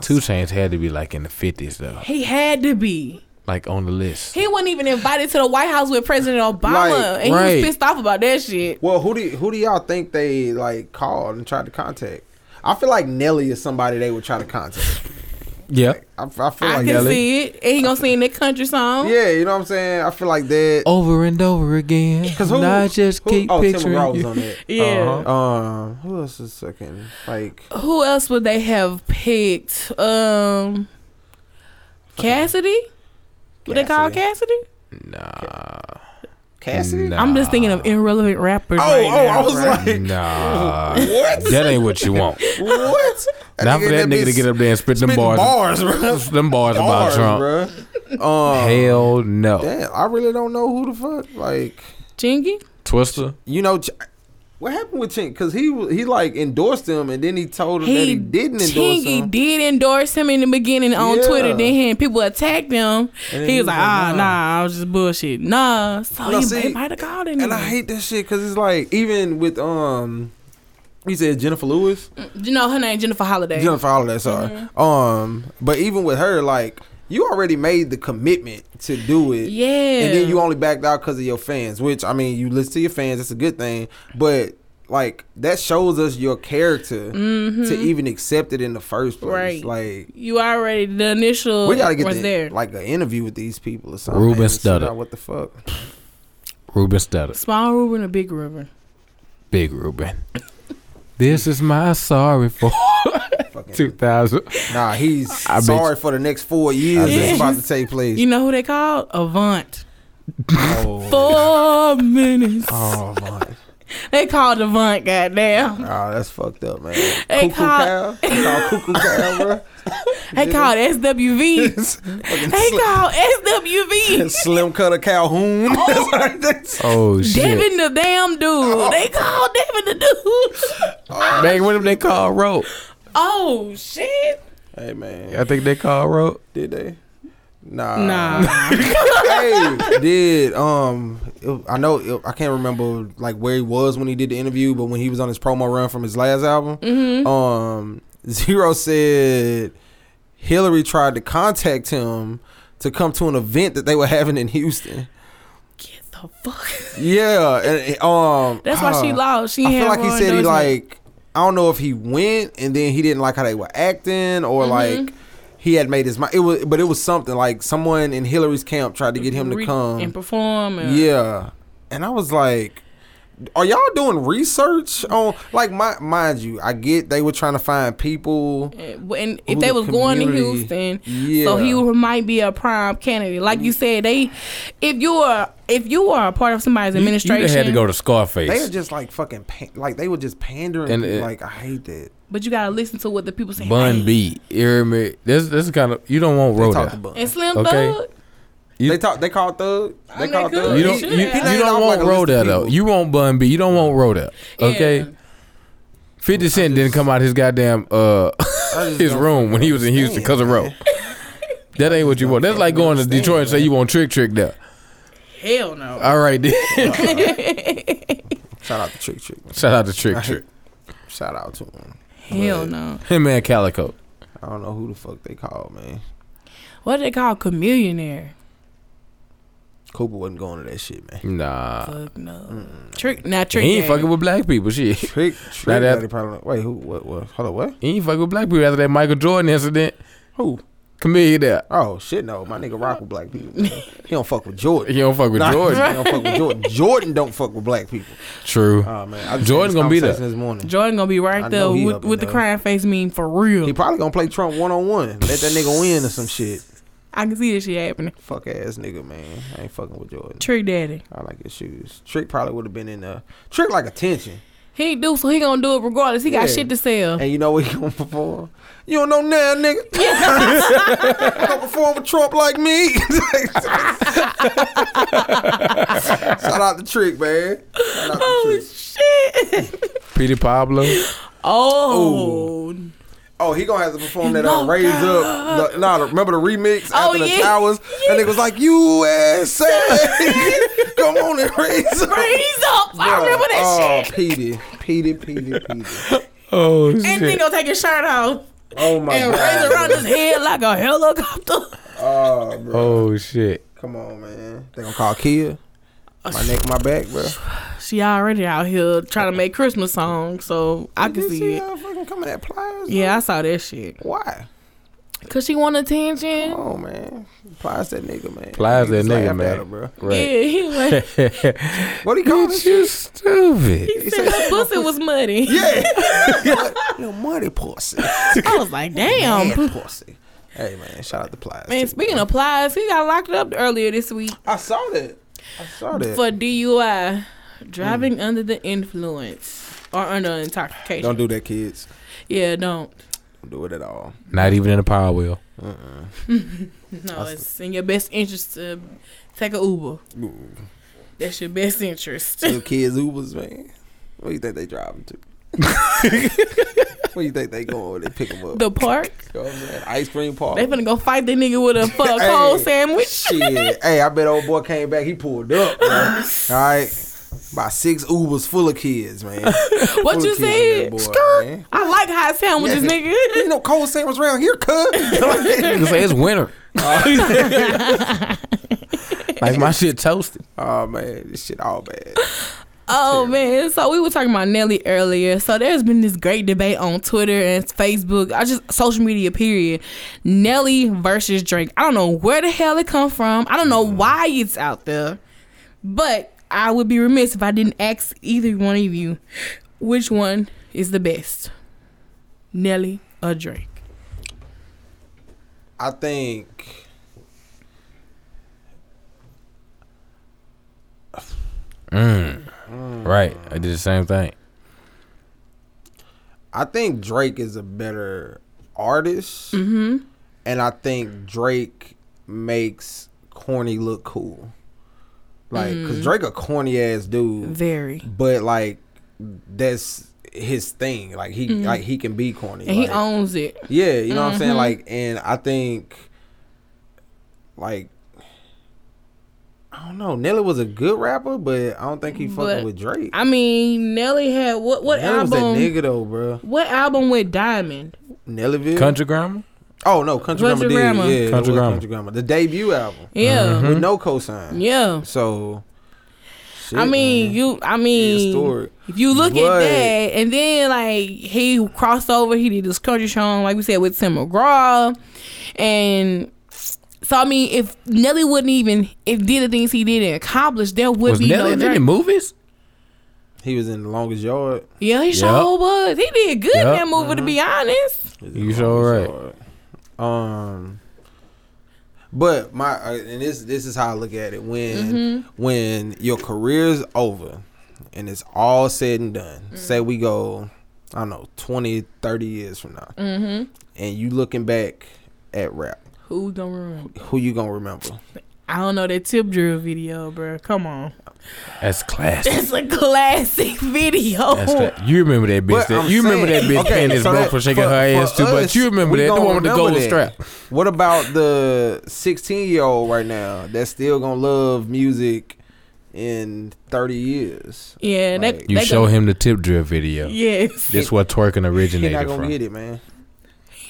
Speaker 2: Two Chains had to be like in the fifties though,
Speaker 1: he had to be.
Speaker 2: like on the list.
Speaker 1: He wasn't even invited to the White House with President Obama,
Speaker 3: Like,
Speaker 1: and he
Speaker 2: right.
Speaker 1: was pissed off about that shit.
Speaker 3: Well, who do who do y'all think they like called and tried to contact? I feel like Nelly is somebody they would try to contact.
Speaker 2: Yeah.
Speaker 3: I, I feel like
Speaker 1: I can see it, and he gonna sing that country song.
Speaker 3: Yeah, you know what I'm saying. I feel like that.
Speaker 1: Oh,
Speaker 2: Over and over again.
Speaker 3: Because who?
Speaker 2: I just
Speaker 3: who-
Speaker 2: keep
Speaker 3: oh, Tim
Speaker 2: picturing
Speaker 3: McGraw was
Speaker 2: you.
Speaker 3: on that.
Speaker 1: Yeah.
Speaker 3: Um, who else is second? Like,
Speaker 1: Who else would they have picked? Um, Cassidy. Would they call Cassidy?
Speaker 3: Cassidy.
Speaker 2: Nah.
Speaker 1: I'm just thinking of irrelevant rappers.
Speaker 3: Oh,
Speaker 1: right
Speaker 3: oh,
Speaker 1: now.
Speaker 3: I was like,
Speaker 2: Nah,
Speaker 3: what?
Speaker 2: that ain't what you want.
Speaker 3: what?
Speaker 2: Not for that nigga to get up there and spit them
Speaker 3: spitting
Speaker 2: bars.
Speaker 3: bars, bro.
Speaker 2: Them bars about
Speaker 3: Bars,
Speaker 2: Trump.
Speaker 3: bro. Um,
Speaker 2: Hell no.
Speaker 3: damn, I really don't know who the fuck. Like,
Speaker 1: Jingy.
Speaker 2: Twister.
Speaker 3: you know, Ch- what happened with Chink? Because he wa- he like endorsed him, and then he told him that he didn't endorse
Speaker 1: Chingy
Speaker 3: him.
Speaker 1: did endorse him in the beginning on
Speaker 3: Yeah.
Speaker 1: Twitter. Then he, people attacked him.
Speaker 3: And
Speaker 1: He was like, ah, nah. I was just bullshit. Nah. So
Speaker 3: Now,
Speaker 1: he
Speaker 3: see,
Speaker 1: might have called him.
Speaker 3: And I hate that shit because it's like even with um, he said Jennifer Lewis.
Speaker 1: You know, her name Jennifer Holiday.
Speaker 3: Jennifer Holiday, sorry. Um, but even with her, like you already made the commitment to do it,
Speaker 1: Yeah.
Speaker 3: and then you only backed out because of your fans. Which I mean, you listen to your fans; that's a good thing. But like that shows us your character to even accept it in the first place.
Speaker 1: Mm-hmm. Right.
Speaker 3: Like
Speaker 1: You already, the initial
Speaker 3: we gotta get
Speaker 1: was
Speaker 3: the,
Speaker 1: there.
Speaker 3: like an interview with these people or something.
Speaker 2: Ruben
Speaker 3: man, to find
Speaker 2: Studdard.
Speaker 3: out What the fuck?
Speaker 2: Ruben Studdard.
Speaker 1: Small river and a big river.
Speaker 2: Big Ruben. this is my sorry for 2000.
Speaker 3: Nah, he's
Speaker 2: I bet
Speaker 3: sorry for the next four years
Speaker 2: bet
Speaker 3: that's
Speaker 2: you-
Speaker 3: about to take place.
Speaker 1: You know who they called? Avant.
Speaker 3: oh,
Speaker 1: Four minutes.
Speaker 3: oh, man.
Speaker 1: They called Avant, goddamn.
Speaker 3: oh, that's fucked up, man.
Speaker 1: They
Speaker 3: Cuckoo
Speaker 1: call-
Speaker 3: cow, Call cuckoo cow, bro.
Speaker 1: They called SWV.
Speaker 3: Fucking
Speaker 1: they
Speaker 3: slim,
Speaker 1: called SWV.
Speaker 3: slim cutter Calhoun.
Speaker 1: Oh.
Speaker 3: That's
Speaker 2: Oh, shit.
Speaker 1: Devin the damn dude.
Speaker 3: Oh.
Speaker 1: They called Devin the dude.
Speaker 2: Man, what if they call Rope?
Speaker 1: Oh shit.
Speaker 3: hey man,
Speaker 2: I think they call Rope.
Speaker 3: did they? Nah,
Speaker 1: Nah.
Speaker 3: hey, did um, it- I know it- I can't remember like where he was when he did the interview, but when he was on his promo run from his last album,
Speaker 1: Mm-hmm.
Speaker 3: um, Zero said Hillary tried to contact him to come to an event that they were having in Houston.
Speaker 1: Get the fuck.
Speaker 3: Yeah, and um,
Speaker 1: That's why she
Speaker 3: uh,
Speaker 1: lost. She
Speaker 3: I
Speaker 1: had
Speaker 3: feel like he
Speaker 1: Roy
Speaker 3: said he
Speaker 1: endorsement.
Speaker 3: like I don't know if he went and then he didn't like how they were acting or
Speaker 1: Mm-hmm.
Speaker 3: like he had made his mind. It was, but it was something like someone in Hillary's camp tried to get him to
Speaker 1: Re-
Speaker 3: come.
Speaker 1: and perform. And
Speaker 3: yeah, and I was like, "Are y'all doing research on like my mind you? I get they were trying to find people.
Speaker 1: And and if
Speaker 3: Who
Speaker 1: they
Speaker 3: the
Speaker 1: was going to
Speaker 3: community-
Speaker 1: Houston,
Speaker 3: Yeah. Mm.
Speaker 1: so he w- might be a prime candidate. Like you said, they, if you are, if you are a part of somebody's administration,
Speaker 2: You, you had to go to
Speaker 3: They are
Speaker 2: Scarface.
Speaker 3: just like fucking pan- like they were just pandering.
Speaker 2: And
Speaker 3: people.
Speaker 2: it-
Speaker 3: like I hate that.
Speaker 1: but you gotta listen to what the people say.
Speaker 2: Bun B. You hear me? This, this is kind of, you don't want
Speaker 3: They talked
Speaker 2: Rhoda.
Speaker 3: about.
Speaker 1: and Slim
Speaker 2: Okay.
Speaker 1: Thug.
Speaker 2: You-
Speaker 3: They talk. They called Thug. They
Speaker 1: mean,
Speaker 3: called
Speaker 1: they
Speaker 3: Thug.
Speaker 1: could.
Speaker 2: You
Speaker 1: They
Speaker 2: don't,
Speaker 1: should
Speaker 2: you,
Speaker 1: have.
Speaker 2: you
Speaker 3: He
Speaker 2: don't
Speaker 3: named off
Speaker 2: want
Speaker 3: like a list of
Speaker 2: Rodell though.
Speaker 3: people.
Speaker 2: You want Bun B. You don't want Rodell. Okay.
Speaker 1: Yeah.
Speaker 2: Fifty Cent didn't come out his goddamn uh
Speaker 3: just
Speaker 2: his
Speaker 3: don't
Speaker 2: room when he was in Houston because of Ro. That ain't what you want. That's like going to
Speaker 3: understand,
Speaker 2: Detroit and say
Speaker 3: man.
Speaker 2: you want Trick Trick there.
Speaker 1: Hell
Speaker 3: Uh,
Speaker 1: no.
Speaker 2: All right, then.
Speaker 3: Shout out to Trick Trick.
Speaker 2: Shout out to Trick Trick.
Speaker 3: Shout out to him.
Speaker 1: Hell no.
Speaker 2: Him and Calico.
Speaker 3: I don't know who the fuck they called, man.
Speaker 1: What do they call chameleonaire?
Speaker 3: Cooper wasn't going to that shit, man.
Speaker 2: Nah,
Speaker 1: Fuck no. Trick, not trick.
Speaker 2: he ain't
Speaker 1: Daddy.
Speaker 2: fucking with black people. Shit, he
Speaker 3: Trick,
Speaker 2: Now
Speaker 3: trick.
Speaker 2: that-
Speaker 3: Daddy probably, wait, who? What? What? Hold on, what?
Speaker 2: ain't fucking with black people after that Michael Jordan incident.
Speaker 3: Who?
Speaker 2: Comedian there.
Speaker 3: Oh shit, no, my nigga rock with black people. man. He don't fuck with Jordan.
Speaker 2: He don't fuck with
Speaker 3: Nah,
Speaker 2: Jordan.
Speaker 3: he don't fuck with Jordan. Jordan don't fuck with black people.
Speaker 2: True.
Speaker 3: Oh man, I just had
Speaker 2: Jordan
Speaker 3: this
Speaker 2: gonna be there.
Speaker 3: conversation this morning.
Speaker 1: Jordan gonna be right
Speaker 3: I
Speaker 1: there
Speaker 3: know he
Speaker 1: with,
Speaker 3: up
Speaker 1: with the
Speaker 3: and
Speaker 1: crying face meme for real.
Speaker 3: He probably gonna play Trump one on one. Let that nigga win or some shit.
Speaker 1: I can see this shit happening.
Speaker 3: Fuck ass nigga, man. I ain't fucking with Jordan.
Speaker 1: Trick Daddy.
Speaker 3: I like his shoes. Trick probably would have been in there. Trick like attention.
Speaker 1: He do so he gonna do it regardless. He got
Speaker 3: Yeah.
Speaker 1: shit to sell.
Speaker 3: And you know what he gonna perform? You don't know now, nigga. gonna perform with Trump like me. Shout out to Trick, man. Shout out to Trick.
Speaker 1: Oh, Shit.
Speaker 2: Peter Pablo.
Speaker 1: Oh.
Speaker 3: Oh, he gonna have to perform that uh, raise up. The, nah, the- remember the remix after
Speaker 1: Oh, yeah.
Speaker 3: the towers, and it was like USA. Come on and raise up.
Speaker 1: Raise up. I remember that
Speaker 3: oh,
Speaker 1: shit.
Speaker 3: Petey, Petey, Petey, Petey.
Speaker 2: Oh shit.
Speaker 1: And he gonna take his shirt off
Speaker 3: Oh my
Speaker 1: and raise
Speaker 3: god.
Speaker 1: around his head like a helicopter.
Speaker 3: Oh, bro.
Speaker 2: Oh shit.
Speaker 3: Come on, man. They gonna call Kia.
Speaker 1: Uh,
Speaker 3: My neck, my back, bro.
Speaker 1: She already out here trying to make Christmas songs, so I can
Speaker 3: Did you
Speaker 1: see it.
Speaker 3: her fucking coming at pliers.
Speaker 1: Yeah, I saw that shit.
Speaker 3: Why?
Speaker 1: Cause she want attention.
Speaker 3: Oh man, pliers that nigga, man.
Speaker 2: Plies that
Speaker 3: Niggas
Speaker 2: nigga,
Speaker 3: laugh
Speaker 2: man.
Speaker 3: at her, bro.
Speaker 2: Right.
Speaker 1: Yeah, he like
Speaker 3: What he call this?
Speaker 2: You stupid.
Speaker 1: he said her pussy was muddy.
Speaker 3: Yeah. Little money pussy.
Speaker 1: I was like, damn.
Speaker 3: Mad pussy. Hey man, shout out to pliers.
Speaker 1: Man,
Speaker 3: too,
Speaker 1: speaking of plies, he got locked up earlier this week
Speaker 3: I saw that. I saw that. Mm.
Speaker 1: for DUI, driving under the influence or under intoxication.
Speaker 3: Don't do that, kids.
Speaker 1: yeah, don't.
Speaker 3: Don't do it at all.
Speaker 2: Not even in a power wheel.
Speaker 1: No, it's in your best interest to take a Uber.
Speaker 3: Ooh.
Speaker 1: That's your best interest.
Speaker 3: Them kids Ubers, man. What do you think they driving to? Where you think they going when they pick them up?
Speaker 1: the park.
Speaker 3: You know what I'm saying? Ice cream park.
Speaker 1: They finna go fight the nigga with a for a cold
Speaker 3: Hey.
Speaker 1: sandwich.
Speaker 3: Shit. hey, I bet old boy came back. He pulled up, man. All right. By six Ubers full of kids, man.
Speaker 1: What you said? Skirt.
Speaker 3: Boy,
Speaker 1: I like hot sandwiches,
Speaker 3: Yeah.
Speaker 1: nigga.
Speaker 3: Ain't no cold sandwich around here,
Speaker 2: You
Speaker 3: cuz.
Speaker 2: say it's winter. like my shit toasted.
Speaker 3: oh, man. This shit all bad.
Speaker 1: Oh man! So we were talking about Nelly earlier. So there's been this great debate on Twitter and Facebook. I just social media period. Nelly versus Drake. I don't know where the hell it come from. I don't know
Speaker 3: Mm-hmm.
Speaker 1: why it's out there, but I would be remiss if I didn't ask either one of you which one is the best, Nelly or Drake.
Speaker 3: I think
Speaker 2: Right. I did the same thing.
Speaker 3: I think Drake is a better artist,
Speaker 1: Mm-hmm.
Speaker 3: and I think Drake makes corny look cool. Like,
Speaker 1: Mm-hmm.
Speaker 3: cause Drake a corny ass dude,
Speaker 1: Very.
Speaker 3: but like that's his thing. Like he like he can be corny.
Speaker 1: Mm-hmm. And he Mm-hmm.
Speaker 3: like-
Speaker 1: owns it.
Speaker 3: yeah, you know what I'm saying? Like, and I think, like, I don't know. Nelly was a good rapper, but I don't think he fucking
Speaker 1: But-
Speaker 3: with Drake.
Speaker 1: I mean, Nelly had what what
Speaker 3: Nelly was that
Speaker 1: album?
Speaker 3: nigga though, bro.
Speaker 1: What album with Diamond?
Speaker 3: Nellyville.
Speaker 2: Country grammar?
Speaker 3: Oh no, Country,
Speaker 1: Country
Speaker 3: Grammar
Speaker 1: Grammar.
Speaker 3: did. Yeah,
Speaker 2: Country Hmm?
Speaker 3: it was
Speaker 2: Grammar.
Speaker 3: Country Grammar. The debut album
Speaker 1: Yeah.
Speaker 3: with no cosign.
Speaker 1: Yeah.
Speaker 3: So. Shit,
Speaker 1: I mean,
Speaker 3: man.
Speaker 1: you. I mean,
Speaker 3: historic.
Speaker 1: if you look at
Speaker 3: But-
Speaker 1: that, and then like he crossed over, he did this country song, like we said with Tim McGraw, and so I mean, if Nelly wouldn't even if did the things he did and accomplished, there would
Speaker 2: Was
Speaker 1: be
Speaker 2: Nelly
Speaker 1: no
Speaker 2: in
Speaker 1: Drake.
Speaker 2: any movies?
Speaker 3: he was in the longest yard.
Speaker 1: Yeah, he
Speaker 2: Yup.
Speaker 1: sure was. He did good in
Speaker 2: Yup. Mm-hmm.
Speaker 1: that movie, to be honest.
Speaker 3: He was in
Speaker 2: You
Speaker 3: The
Speaker 2: sure
Speaker 3: Longest Yard. Um, but my uh, and this this is how I look at it when
Speaker 1: Mm-hmm.
Speaker 3: when your career's over and it's all said and done.
Speaker 1: Mm.
Speaker 3: Say we go, I don't know, 20, 30 years from now,
Speaker 1: Mm-hmm.
Speaker 3: and you looking back at rap,
Speaker 1: Who don't remember?
Speaker 3: who you gonna remember?
Speaker 1: I don't know that tip drill video, bro. Come on,
Speaker 2: That's classic.
Speaker 1: it's a classic video.
Speaker 2: That's cla- you remember that bitch.
Speaker 3: But
Speaker 2: That,
Speaker 3: I'm
Speaker 2: you remember that
Speaker 3: saying-
Speaker 2: bitch
Speaker 3: okay,
Speaker 2: panties
Speaker 3: so
Speaker 2: broke
Speaker 3: that-
Speaker 2: for shaking
Speaker 3: for-
Speaker 2: her ass
Speaker 3: for
Speaker 2: too, but
Speaker 3: us,
Speaker 2: you remember
Speaker 3: we
Speaker 2: that the
Speaker 3: gonna
Speaker 2: one with the
Speaker 3: remember
Speaker 2: golden
Speaker 3: that.
Speaker 2: strap.
Speaker 3: What about the 16 year old right now that's still gonna love music in 30 years?
Speaker 1: Yeah,
Speaker 3: Like,
Speaker 1: that,
Speaker 2: You
Speaker 1: that go-
Speaker 2: show him the tip drill video.
Speaker 1: Yes,
Speaker 2: This where twerking
Speaker 3: He not
Speaker 2: originated
Speaker 3: gonna
Speaker 2: from.
Speaker 3: get it, man.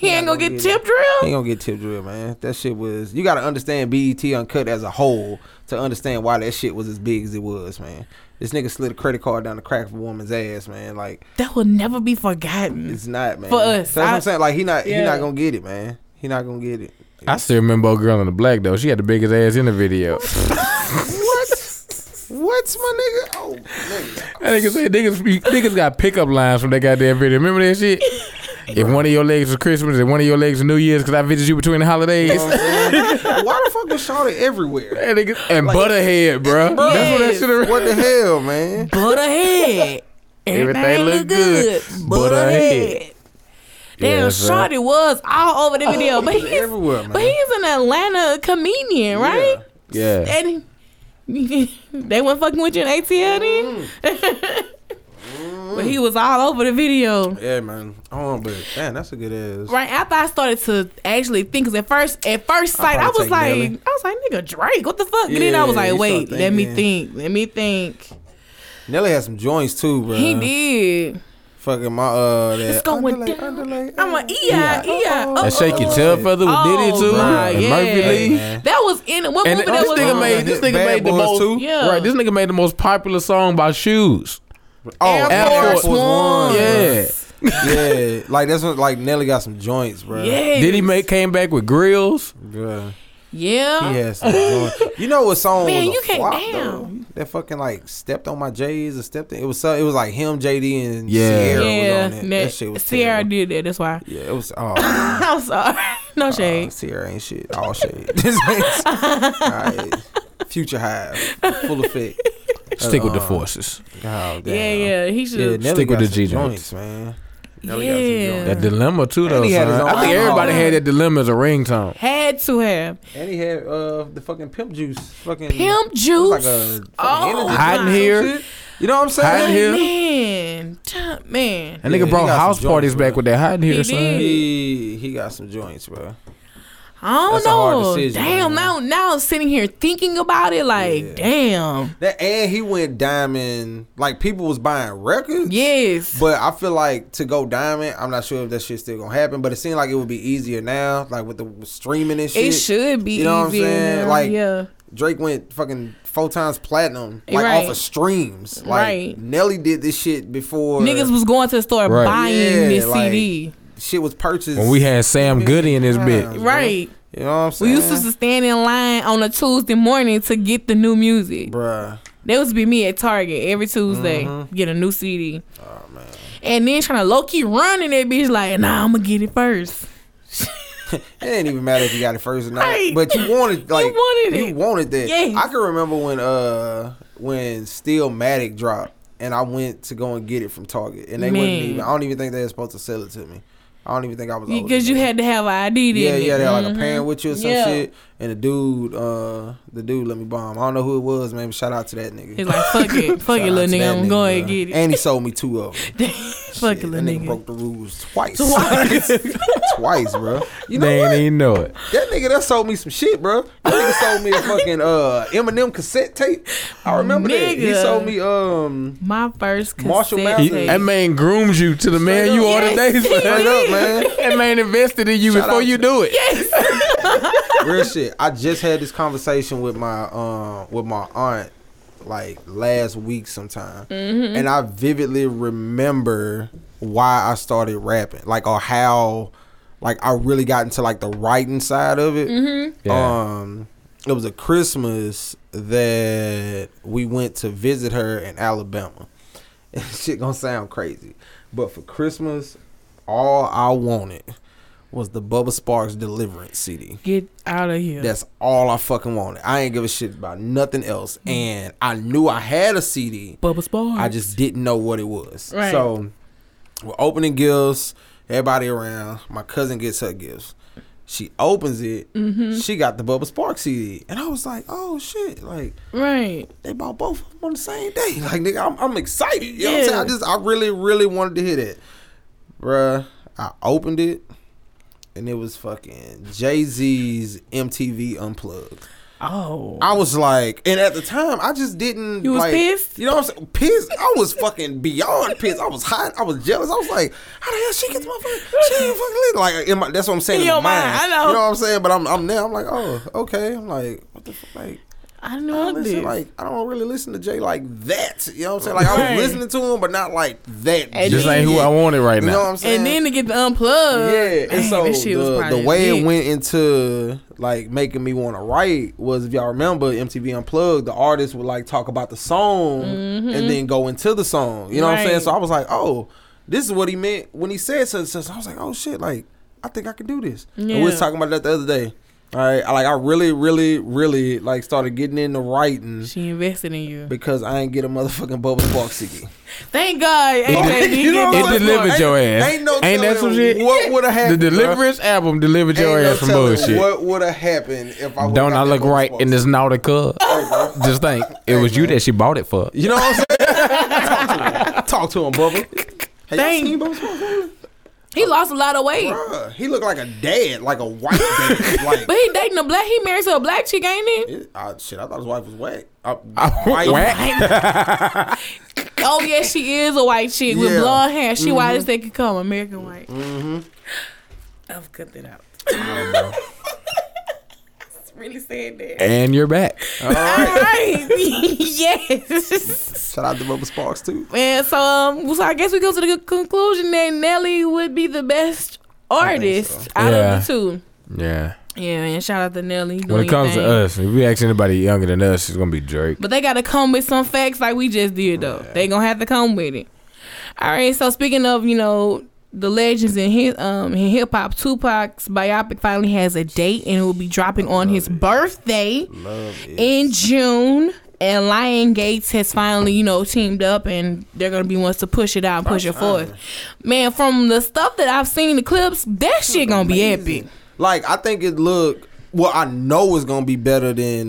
Speaker 1: he ain't gonna
Speaker 3: gonna
Speaker 1: get
Speaker 3: get
Speaker 1: tip drill.
Speaker 3: He ain't gonna get tip drill, man. That shit was. You gotta understand BET Uncut as a whole to understand why that shit was as big as it was, man. This nigga slid a credit card down the crack of a woman's ass, man. Like
Speaker 1: that will never be forgotten.
Speaker 3: it's not, man.
Speaker 1: For us,
Speaker 3: So that's what
Speaker 1: I-
Speaker 3: I'm saying. Like he not,
Speaker 1: Yeah.
Speaker 3: he not gonna get it, man. He not gonna get it.
Speaker 2: I still remember a girl in the black though. She had the biggest ass in the video.
Speaker 3: What? What's my nigga? Oh, nigga.
Speaker 2: That nigga said niggas, be- niggas got pickup lines from that goddamn video. Remember that shit? If one of your legs was Christmas and one of your legs was New Year's, because I visited you between the holidays.
Speaker 1: Oh.
Speaker 3: You know what I'm saying? Why the fuck was Shawty everywhere?
Speaker 2: That nigga- and Butterhead, bro. That's what that shit.
Speaker 3: What the hell, man?
Speaker 10: Butterhead.
Speaker 2: Everything look good. Butterhead.
Speaker 10: Butterhead. Damn,
Speaker 2: Yeah, son.
Speaker 10: Shorty was all over the video, but he's
Speaker 3: everywhere, man.
Speaker 10: but he's an Atlanta comedian, right?
Speaker 2: Yeah.
Speaker 10: And they weren't fucking with you in ATL then.
Speaker 3: Mm-hmm.
Speaker 1: But he was all over the video.
Speaker 3: Yeah, man. Oh, but man, that's a good ass.
Speaker 1: Right after I started to actually think, 'cause at first, at first sight, I,
Speaker 3: probably
Speaker 1: was
Speaker 3: take
Speaker 1: like,
Speaker 3: Nelly.
Speaker 1: I was like, nigga, Drake, what the fuck? and then I was
Speaker 3: Yeah, you
Speaker 1: like,
Speaker 3: start
Speaker 1: wait, let me
Speaker 3: thinking.
Speaker 1: think, let me think.
Speaker 3: Nelly had some joints too, bro.
Speaker 1: He did.
Speaker 3: Fucking my uh, that it's
Speaker 1: going down. I'm a EI, EI. Oh,
Speaker 2: And Shake Your Tail Feather with Diddy
Speaker 1: Oh,
Speaker 2: too.
Speaker 1: my,
Speaker 2: and
Speaker 1: yeah.
Speaker 2: Murphy Lee.
Speaker 3: man.
Speaker 1: That was in what
Speaker 2: And
Speaker 1: movie that
Speaker 2: this
Speaker 1: was?
Speaker 2: nigga
Speaker 3: on?
Speaker 2: made this nigga
Speaker 3: Bad
Speaker 2: made the
Speaker 3: Boys
Speaker 2: most
Speaker 3: too?
Speaker 1: Yeah.
Speaker 2: right. This nigga made the most popular song about shoes.
Speaker 3: Oh, Air,
Speaker 2: Force
Speaker 1: One.
Speaker 2: Yeah.
Speaker 3: yeah, like that's what like Nelly got some joints, bro.
Speaker 1: Yeah.
Speaker 2: Did he make came back with grills?
Speaker 3: Bruh.
Speaker 1: Yeah.
Speaker 3: He had some joints. You know what song
Speaker 1: Man,
Speaker 3: was a
Speaker 1: you can't-
Speaker 3: flop
Speaker 1: damn.
Speaker 3: though? That fucking like stepped on my J's or stepped. In, it was so, it was like him, JD, and
Speaker 2: Yeah.
Speaker 3: Sierra
Speaker 1: Yeah,
Speaker 3: was on that.
Speaker 1: that-
Speaker 3: That shit was
Speaker 1: Sierra
Speaker 3: terrible. Oh,
Speaker 1: did that. That's why.
Speaker 3: Yeah, it was. Oh,
Speaker 1: I'm sorry. No shade.
Speaker 3: Sierra ain't shit. All shade. This ain't- all right. Future Hive, full effect.
Speaker 2: Stick with the
Speaker 3: uh,
Speaker 2: forces.
Speaker 3: God damn.
Speaker 1: yeah, yeah. He
Speaker 3: Yeah,
Speaker 1: should.
Speaker 3: Nelly
Speaker 2: Stick with
Speaker 3: got
Speaker 2: the
Speaker 3: some
Speaker 2: G
Speaker 3: joints, man.
Speaker 1: Yeah. Uh-huh.
Speaker 2: That dilemma too though.
Speaker 3: he had his
Speaker 2: son.
Speaker 3: own
Speaker 2: I think everybody
Speaker 3: album.
Speaker 2: had that dilemma as a ringtone.
Speaker 1: Had to have.
Speaker 3: And he had uh the fucking pimp juice, fucking
Speaker 1: Pimp
Speaker 3: it was
Speaker 1: juice. Oh,
Speaker 3: like a fucking energy
Speaker 2: Hiding
Speaker 3: drink or some
Speaker 2: here.
Speaker 3: shit. You know what I'm saying?
Speaker 2: Hiding here.
Speaker 1: Man. T- Man.
Speaker 2: That
Speaker 3: Yeah,
Speaker 2: nigga
Speaker 3: he
Speaker 2: brought
Speaker 3: got some
Speaker 2: house
Speaker 3: joints,
Speaker 2: parties back
Speaker 3: bro.
Speaker 2: with that hiding here,
Speaker 1: He
Speaker 2: son.
Speaker 1: did.
Speaker 3: He he got some joints, bro.
Speaker 1: I don't
Speaker 3: That's a
Speaker 1: know.
Speaker 3: hard decision,
Speaker 1: damn, now
Speaker 3: man.
Speaker 1: now I'm sitting here thinking about it like,
Speaker 3: Yeah.
Speaker 1: damn.
Speaker 3: That and he went diamond. Like people was buying records.
Speaker 1: Yes.
Speaker 3: But I feel like to go diamond, I'm not sure if that shit's still gonna happen. But it seemed like it would be easier now, like with the streaming and shit.
Speaker 1: it should be
Speaker 3: You know what I'm
Speaker 1: easier
Speaker 3: saying?
Speaker 1: now,
Speaker 3: Like
Speaker 1: yeah.
Speaker 3: Drake went fucking four times platinum, like
Speaker 1: Right.
Speaker 3: off of streams. Like
Speaker 1: Right.
Speaker 3: Nelly did this shit before
Speaker 1: Niggas was going to the store
Speaker 2: Right.
Speaker 1: buying
Speaker 3: Yeah,
Speaker 1: this
Speaker 3: like-
Speaker 1: CD.
Speaker 3: shit was purchased.
Speaker 2: When we had Sam Goody in this bitch.
Speaker 3: Yeah.
Speaker 1: Right.
Speaker 3: you know what I'm saying?
Speaker 1: We used to stand in line on a Tuesday morning to get the new music.
Speaker 3: Bruh.
Speaker 1: That was be me at Target every Tuesday,
Speaker 3: Mm-hmm.
Speaker 1: get a new CD. Oh man! And then trying to low key run in that bitch like, nah, I'm gonna get it first.
Speaker 3: It didn't even matter if you got it first or not,
Speaker 1: Right.
Speaker 3: but you wanted like
Speaker 1: wanted
Speaker 3: you
Speaker 1: it.
Speaker 3: wanted that.
Speaker 1: Yes.
Speaker 3: I can remember when uh when Steel Matic dropped, and I went to go and get it from Target, and they wouldn't
Speaker 1: Man.
Speaker 3: even. I don't even think they were supposed to sell it to me. I don't even think I was old
Speaker 1: Because you
Speaker 3: enough.
Speaker 1: had to have an ID.
Speaker 3: Yeah,
Speaker 1: didn't
Speaker 3: yeah,
Speaker 1: it?
Speaker 3: they had like a parent with you or some
Speaker 1: Yeah.
Speaker 3: shit, and the dude, uh, the dude let me bomb. I don't know who it was, man. but Shout out to that nigga.
Speaker 1: He's Mm-hmm. like, fuck it, fuck
Speaker 3: Shout
Speaker 1: it,
Speaker 3: out
Speaker 1: little
Speaker 3: to that
Speaker 1: nigga, I'm going
Speaker 3: bruh.
Speaker 1: to get it.
Speaker 3: And he sold me two of them.
Speaker 1: fuck it,
Speaker 3: Shit, that
Speaker 1: little
Speaker 3: nigga
Speaker 1: nigga.
Speaker 3: broke the rules twice,
Speaker 1: Twice.
Speaker 3: twice, bro. You know
Speaker 2: They
Speaker 3: what?
Speaker 2: ain't even know it.
Speaker 3: That nigga that sold me some shit, bro. That nigga sold me a fucking uh Eminem cassette tape. I remember that. He
Speaker 1: Nigga.
Speaker 3: sold me um
Speaker 1: My first
Speaker 3: Marshall
Speaker 1: cassette
Speaker 3: Mathers.
Speaker 2: He,
Speaker 1: tape.
Speaker 2: that man grooms you to the man you are
Speaker 1: Yes,
Speaker 2: today,
Speaker 1: he
Speaker 2: son.
Speaker 3: straight up, man.
Speaker 2: That man invested in you
Speaker 3: Shout
Speaker 2: before
Speaker 3: out
Speaker 2: you
Speaker 3: to-
Speaker 2: do it.
Speaker 3: Real shit. I just had this conversation with my um with my aunt like last week sometime. And I vividly remember why I started rapping. Like or how like I really got into like the writing side of it.
Speaker 2: Yeah.
Speaker 3: Um, it was a Christmas that we went to visit her in Alabama. Shit gonna sound crazy, but for Christmas, all I wanted was the Bubba Sparks Deliverance CD.
Speaker 1: Get out of here.
Speaker 3: That's all I fucking wanted. I ain't give a shit about nothing else, and I knew I had a CD.
Speaker 1: Bubba Sparks.
Speaker 3: I just didn't know what it was.
Speaker 1: Mm. Right.
Speaker 3: So we're opening gifts, everybody around. My cousin gets her gifts. She opens it. She got the Bubba Sparks CD, and I was like, "Oh shit!" Like
Speaker 1: right.
Speaker 3: they bought both of them on the same day. Like nigga, I'm, I'm excited. You know what I'm
Speaker 1: Yeah.
Speaker 3: saying? I just I really really wanted to hear that, bruh. I opened it, and it was fucking Jay Z's MTV Unplugged.
Speaker 1: Oh.
Speaker 3: I was like, and at the time, I just didn't.
Speaker 1: You was
Speaker 3: like,
Speaker 1: pissed?
Speaker 3: You know what I'm saying? Pissed. I was fucking beyond pissed. I was hot. I was jealous. I was like, how the hell she gets my fucking? She ain't fucking lit. Like, in my, that's what I'm saying.
Speaker 1: In
Speaker 3: in my
Speaker 1: your mind, I know.
Speaker 3: You know what I'm saying? But I'm, I'm now. I'm like, oh, okay. I'm like, what the fuck? Like,
Speaker 1: I
Speaker 3: I
Speaker 1: know
Speaker 3: don't listen,
Speaker 1: this.
Speaker 3: like I don't really listen to Jay like that. You know what I'm saying? Like I was listening to him, but not like that.
Speaker 1: And
Speaker 2: Just
Speaker 1: then-
Speaker 2: ain't who I wanted right
Speaker 3: You know what
Speaker 2: now.
Speaker 3: I'm saying?
Speaker 1: and then to get the unplugged.
Speaker 3: yeah, and
Speaker 1: Dang,
Speaker 3: so
Speaker 1: this shit was
Speaker 3: the,
Speaker 1: probably
Speaker 3: the way
Speaker 1: big.
Speaker 3: it went into like making me want to write was if y'all remember MTV Unplugged, the artist would like talk about the song and then go into the song. You know what I'm saying?
Speaker 1: Right.
Speaker 3: So I was like, oh, this is what he meant when he said such and such. I was like, oh shit, like I think I can do this. And we was
Speaker 1: Yeah.
Speaker 3: talking about that the other day. All right, I, like I really, really, really like started getting into writing
Speaker 1: She invested in you.
Speaker 3: because I ain't get a motherfucking bubble spark ciggy.
Speaker 1: Thank God. AJ
Speaker 3: You
Speaker 1: did
Speaker 3: know
Speaker 1: get
Speaker 3: what
Speaker 1: the
Speaker 2: It
Speaker 3: I'm saying?
Speaker 1: unplugged.
Speaker 2: delivered your ass.
Speaker 3: Ain't no
Speaker 2: Ain't that some
Speaker 3: telling
Speaker 2: shit?
Speaker 3: what would've happened,
Speaker 2: The
Speaker 3: bro.
Speaker 2: Deliverance album delivered your
Speaker 3: Ain't no
Speaker 2: ass from
Speaker 3: telling
Speaker 2: bullshit.
Speaker 3: What would have happened if I would've
Speaker 2: Don't
Speaker 3: got
Speaker 2: I
Speaker 3: that
Speaker 2: look
Speaker 3: bonus
Speaker 2: right
Speaker 3: box?
Speaker 2: in this Nautica? Just think, it was you that she bought it for.
Speaker 3: You know what I'm saying? Talk to him, Talk to him Bubba. Have
Speaker 1: Dang.
Speaker 3: y'all seen Bubba Sparks?
Speaker 1: He lost a lot of weight.
Speaker 3: Bruh, he looked like a dad, like a white dad. Like,
Speaker 1: But he dating a black. He married to a black chick, ain't he?
Speaker 3: it, I, shit, I thought his wife was whack. I,
Speaker 2: Whack.
Speaker 3: white.
Speaker 1: Oh yeah, she is a white chick with
Speaker 3: Yeah. Mm-hmm.
Speaker 1: blonde hair. She white as they could come, American white. Mm-hmm. I've cut that out. really saying that.
Speaker 2: And you're back.
Speaker 1: Right. yes.
Speaker 3: Shout out to Bubba Sparks, too.
Speaker 1: And so, um, so I guess we go to the conclusion that Nelly would be the best artist out
Speaker 2: Yeah.
Speaker 1: of the two.
Speaker 2: Yeah.
Speaker 1: Yeah, man. Shout out to Nelly. You
Speaker 2: When
Speaker 1: doing
Speaker 2: it comes
Speaker 1: your
Speaker 2: to
Speaker 1: thing.
Speaker 2: us, if we ask anybody younger than us, it's gonna be Drake.
Speaker 1: But they gotta come with some facts like we just did though. They gonna have to come with it. All right. So speaking of, you know, the legends in his um in hip hop, Tupac's biopic finally has a date and it will be dropping on his birthday in June. And Lion Gates has finally, you know, teamed up and they're gonna be ones to push it out and push it forth. Man, from the stuff that I've seen the clips, that shit gonna be epic.
Speaker 3: Like, I think it look, well, I know it's going to be better than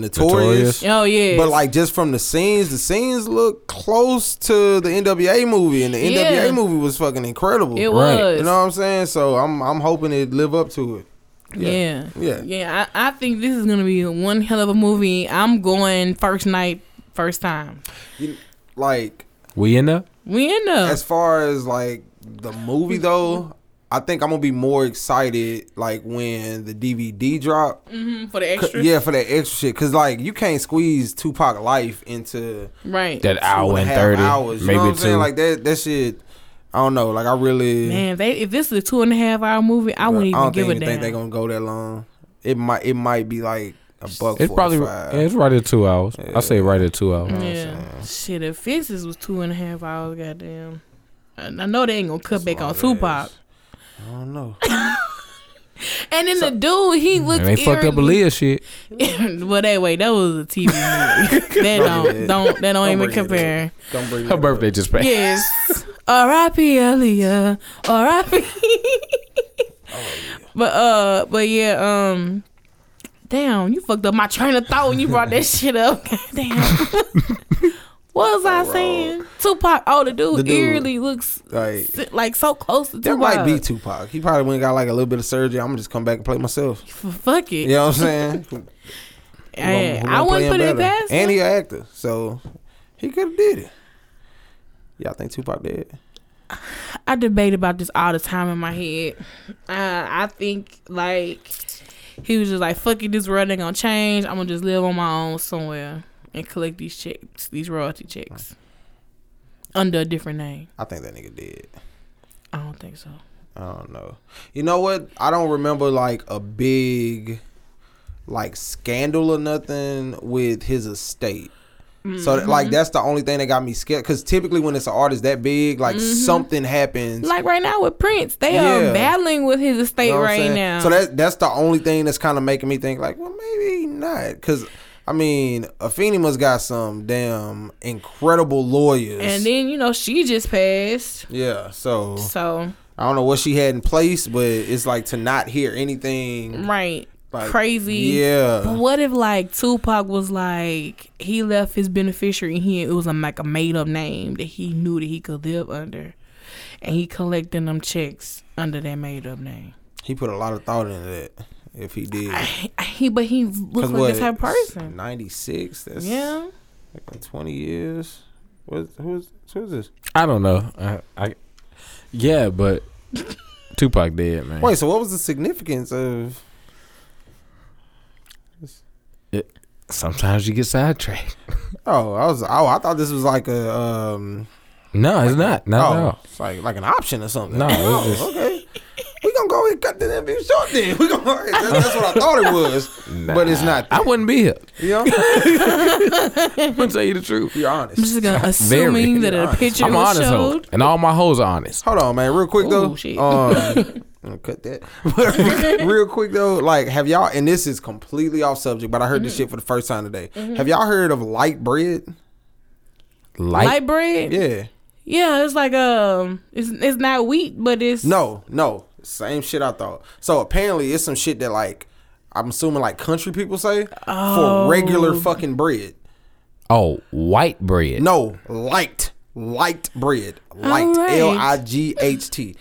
Speaker 2: Notorious.
Speaker 3: Notorious.
Speaker 1: Oh yeah.
Speaker 3: But like just from the scenes, the scenes look close to the NWA movie, and the NWA
Speaker 1: Yeah.
Speaker 3: movie was fucking incredible.
Speaker 1: it
Speaker 2: Right.
Speaker 1: was.
Speaker 3: You know what I'm saying? So I'm I'm hoping it live up to it.
Speaker 1: Yeah.
Speaker 3: Yeah.
Speaker 1: Yeah. I, I think this is going to be one hell of a movie. I'm going first night, first time.
Speaker 3: Like
Speaker 2: We in there?
Speaker 1: We in there.
Speaker 3: as far as like the movie though, I think I'm gonna be more excited like when the DVD drop.
Speaker 1: for the extra.
Speaker 3: Yeah, for that extra shit, cause like you can't squeeze Tupac life into
Speaker 1: Right.
Speaker 2: That
Speaker 3: two
Speaker 2: hour and
Speaker 3: a half
Speaker 2: thirty,
Speaker 3: hours. You know what
Speaker 2: maybe
Speaker 3: I'm saying?
Speaker 2: two.
Speaker 3: Like that that shit. I don't know. Like I really,
Speaker 1: Man, they, if this is a two and a half hour movie, I wouldn't
Speaker 3: I
Speaker 1: even
Speaker 3: don't
Speaker 1: give a
Speaker 3: think,
Speaker 1: damn.
Speaker 3: think they're gonna go that long. It might it might be like a buck.
Speaker 2: It's probably
Speaker 3: forty-five.
Speaker 2: yeah, it's right at two hours. I say right at two hours.
Speaker 1: yeah. Shit, if Fences was two and a half hours, goddamn. I I know they ain't gonna cut back on Tupac.
Speaker 3: I don't know.
Speaker 1: And then the dude, he looks.
Speaker 2: And they fucked up
Speaker 1: eerily-
Speaker 2: Aaliyah shit.
Speaker 1: well, that way, that was a TV movie. that don't, don't, that don't even
Speaker 3: bring it up.
Speaker 1: compare.
Speaker 3: Don't bring
Speaker 2: Her birthday just passed.
Speaker 1: Yes. R.I.P. Aaliyah. R.I.P. but uh, but yeah, um, damn, you fucked up my train of thought when you brought that shit up. damn. what was I saying? Tupac. Oh, the dude,
Speaker 3: The dude.
Speaker 1: eerily looks
Speaker 3: Like
Speaker 1: si- like so close to
Speaker 3: that
Speaker 1: Tupac.
Speaker 3: might be Tupac. He probably went and got like a little bit of surgery. I'm gonna just come back and play myself.
Speaker 1: Fuck it.
Speaker 3: You know what I'm saying? Who
Speaker 1: Hey,
Speaker 3: gonna- who
Speaker 1: I
Speaker 3: gonna play
Speaker 1: wouldn't
Speaker 3: him
Speaker 1: put it
Speaker 3: better?
Speaker 1: past.
Speaker 3: And
Speaker 1: him.
Speaker 3: he an actor, so he could have did it. Y'all think Tupac dead?
Speaker 1: I debate about this all the time in my head. Uh, I think like he was just like, "Fuck it, this world ain't gonna change. I'm gonna just live on my own somewhere and collect these checks, these royalty checks, under a different name."
Speaker 3: I think that nigga did.
Speaker 1: I don't think so.
Speaker 3: I don't know. You know what? I don't remember like a big like scandal or nothing with his estate. So
Speaker 1: Mm-hmm.
Speaker 3: like that's the only thing that got me scared. Because typically when it's an artist that big, like
Speaker 1: Mm-hmm.
Speaker 3: something happens.
Speaker 1: Like right now with Prince, they
Speaker 3: Yeah.
Speaker 1: are battling with his estate
Speaker 3: You know what I'm
Speaker 1: right
Speaker 3: saying?
Speaker 1: now.
Speaker 3: So that that's the only thing that's kind of making me think like, well, maybe not, because. I mean, Afenima's got some damn incredible lawyers.
Speaker 1: and then you know she just passed,
Speaker 3: yeah, so
Speaker 1: so
Speaker 3: I don't know what she had in place, but it's like to not hear anything
Speaker 1: right,
Speaker 3: like,
Speaker 1: crazy,
Speaker 3: Yeah,
Speaker 1: But what if like Tupac was like he left his beneficiary and he it was a, like a made up name that he knew that he could live under, and he collecting them checks under that made up name.
Speaker 3: he put a lot of thought into that. If he did,
Speaker 1: He, he- but he looks like this type of person.
Speaker 3: Ninety six. That's
Speaker 1: Yeah,
Speaker 3: like twenty years. What? Who's who's this?
Speaker 2: I don't know. I, I yeah, but Tupac dead, man.
Speaker 3: Wait. So what was the significance of?
Speaker 2: Sometimes you get sidetracked.
Speaker 3: Oh, I was. Oh, I thought this was like a. Um,
Speaker 2: No, it's not. Not at
Speaker 3: oh,
Speaker 2: all.
Speaker 3: it's like like an option or something.
Speaker 2: No, it's
Speaker 3: Oh,
Speaker 2: just-
Speaker 3: okay. We gonna go ahead and cut the interview short then. We gonna. That's, that's what I thought it was, but it's not.
Speaker 2: I wouldn't be here.
Speaker 3: You know,
Speaker 2: I'm gonna tell you the truth.
Speaker 3: you're
Speaker 1: I'm
Speaker 3: honest.
Speaker 1: just gonna assuming that a
Speaker 3: honest.
Speaker 1: picture
Speaker 2: I'm an
Speaker 1: was
Speaker 2: honest hoe,
Speaker 1: showed.
Speaker 2: and all my hoes are honest.
Speaker 3: Hold on, man. Real quick though.
Speaker 1: Ooh, shit.
Speaker 3: Um, I'm gonna cut that. But real quick though, like, have y'all? And this is completely off subject, but I heard
Speaker 1: Mm-hmm.
Speaker 3: this shit for the first time today. Have y'all heard of light bread?
Speaker 2: Like,
Speaker 1: Light bread.
Speaker 3: Yeah.
Speaker 1: Yeah, it's like um, it's it's not wheat, but it's
Speaker 3: No, no. Same shit I thought. So apparently it's some shit that like I'm assuming like country people say for regular fucking bread.
Speaker 2: oh, white bread.
Speaker 3: No, light. Light bread. Light.
Speaker 1: All right.
Speaker 3: L I G H T.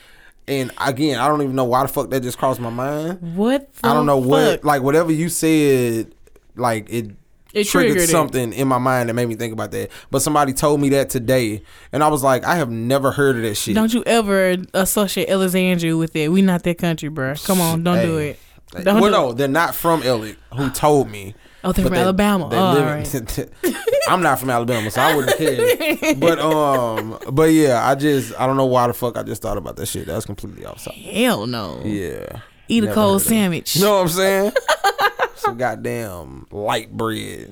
Speaker 3: And again, I don't even know why the fuck that just crossed my mind.
Speaker 1: what the
Speaker 3: I don't know what
Speaker 1: fuck?
Speaker 3: like whatever you said like it
Speaker 1: It
Speaker 3: triggered,
Speaker 1: triggered it.
Speaker 3: something in my mind that made me think about that. But somebody told me that today and I was like, I have never heard of that shit.
Speaker 1: Don't you ever associate Alexandria with it? We not that country, bruh. Come on, don't do
Speaker 3: Hey.
Speaker 1: it. Don't
Speaker 3: well,
Speaker 1: do
Speaker 3: no, they're not from Ellick, who told me.
Speaker 1: Oh, they're
Speaker 3: But
Speaker 1: from Alabama. Oh, all right.
Speaker 3: in- I'm not from Alabama, so I wouldn't care. But um, but yeah, I just I don't know why the fuck I just thought about that shit. That was completely outside.
Speaker 1: Hell no.
Speaker 3: Yeah,
Speaker 1: Eat a
Speaker 3: never
Speaker 1: cold
Speaker 3: heard of it.
Speaker 1: sandwich.
Speaker 3: You know what I'm saying? Some goddamn light bread.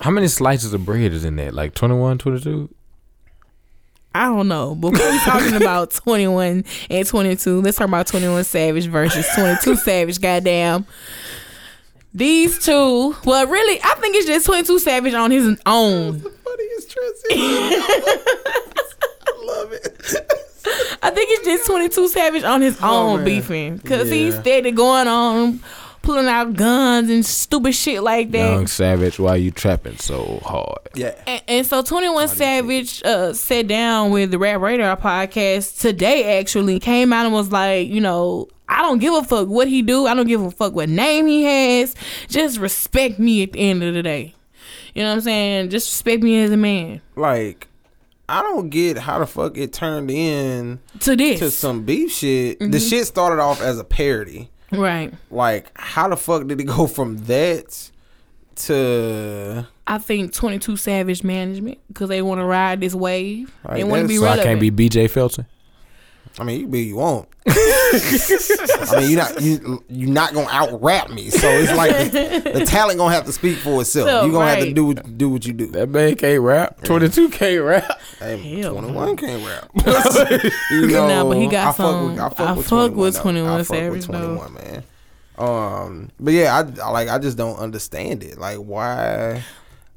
Speaker 2: How many slices of bread is in that? Like 21, 22?
Speaker 1: I don't know, but we're talking about 21 and 22. Let's talk about 21 Savage versus 22 Savage. Goddamn. These two, well, really, I think it's just 22 Savage on his own.
Speaker 3: Funniest transition. I love it.
Speaker 1: I think it's just 22 Savage on his own
Speaker 3: Oh, man.
Speaker 1: beefing because he's
Speaker 3: Yeah.
Speaker 1: steady going on, pulling out guns and stupid shit like that.
Speaker 2: Young Savage, why you trapping so hard?
Speaker 3: Yeah.
Speaker 1: And, and so 21 Savage uh, sat down with the Rap Radar podcast today, actually. Came out and was like, you know, I don't give a fuck what he do. I don't give a fuck what name he has. Just respect me at the end of the day. You know what I'm saying? Just respect me as a man.
Speaker 3: Like, I don't get how the fuck it turned in
Speaker 1: To this.
Speaker 3: to some beef shit.
Speaker 1: Mm-hmm.
Speaker 3: The shit started off as a parody.
Speaker 1: right.
Speaker 3: Like, how the fuck did it go from that to
Speaker 1: I think 22 Savage management because they want to ride this wave.
Speaker 3: Like,
Speaker 1: they want to
Speaker 3: that's-
Speaker 1: be
Speaker 3: So
Speaker 2: So
Speaker 1: relevant.
Speaker 2: I can't be BJ Felton?
Speaker 3: I mean, you can be who you want. I mean, you're not you you're not gonna out rap me. So it's like the, the talent gonna have to speak for itself.
Speaker 1: So,
Speaker 3: you gonna have to
Speaker 1: right.
Speaker 3: do what- do what you do.
Speaker 2: That man can't rap. 22 can't rap.
Speaker 3: Hey,
Speaker 1: Hell no.
Speaker 3: twenty one can't rap. you know,
Speaker 1: Nah, but he got
Speaker 3: I fuck with-
Speaker 1: some-
Speaker 3: I
Speaker 1: I
Speaker 3: fuck with
Speaker 1: fuck with
Speaker 3: 21
Speaker 1: 21
Speaker 3: though. I fuck with
Speaker 1: Savage, though.
Speaker 3: 21, man. Um, but yeah, I, I like I just don't understand it. Like why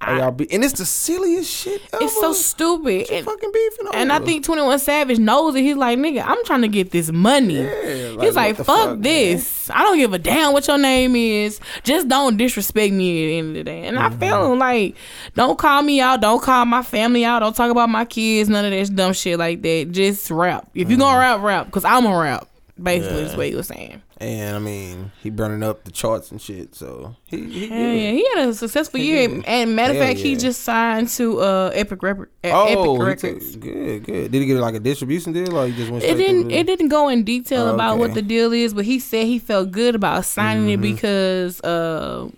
Speaker 3: are y'all be? And it's the silliest shit. Ever.
Speaker 1: It's so stupid. And-
Speaker 3: fucking beefing.
Speaker 1: And I
Speaker 3: over.
Speaker 1: think 21 Savage knows it. He's like, nigga, I'm trying to get this money.
Speaker 3: like,
Speaker 1: He's like,
Speaker 3: what the
Speaker 1: fuck,
Speaker 3: fuck,
Speaker 1: this. I don't give a damn what your name is. Just don't disrespect me at the end of the day. And
Speaker 3: Mm-hmm.
Speaker 1: I feel like, don't call me out. Don't call my family out. Don't talk about my kids. None of that dumb shit like that. Just rap. If you gonna rap,
Speaker 3: Mm-hmm.
Speaker 1: rap. Because I'm a rap. Basically, is what you were saying.
Speaker 3: And I mean, he burning up the charts and shit. So he, he
Speaker 1: Yeah, yeah, he had a successful year.
Speaker 3: did.
Speaker 1: And matter of
Speaker 3: Hell
Speaker 1: fact, he
Speaker 3: yeah.
Speaker 1: just signed to uh, Epic, Rep-
Speaker 3: Oh,
Speaker 1: Epic
Speaker 3: he
Speaker 1: Records.
Speaker 3: took- good, good. Did he get like a distribution deal, or he just went?
Speaker 1: It
Speaker 3: Straight
Speaker 1: didn't.
Speaker 3: through
Speaker 1: It didn't go in detail
Speaker 3: Oh,
Speaker 1: about what
Speaker 3: okay. Mm-hmm.
Speaker 1: the deal is, but he said he felt good about signing it because uh,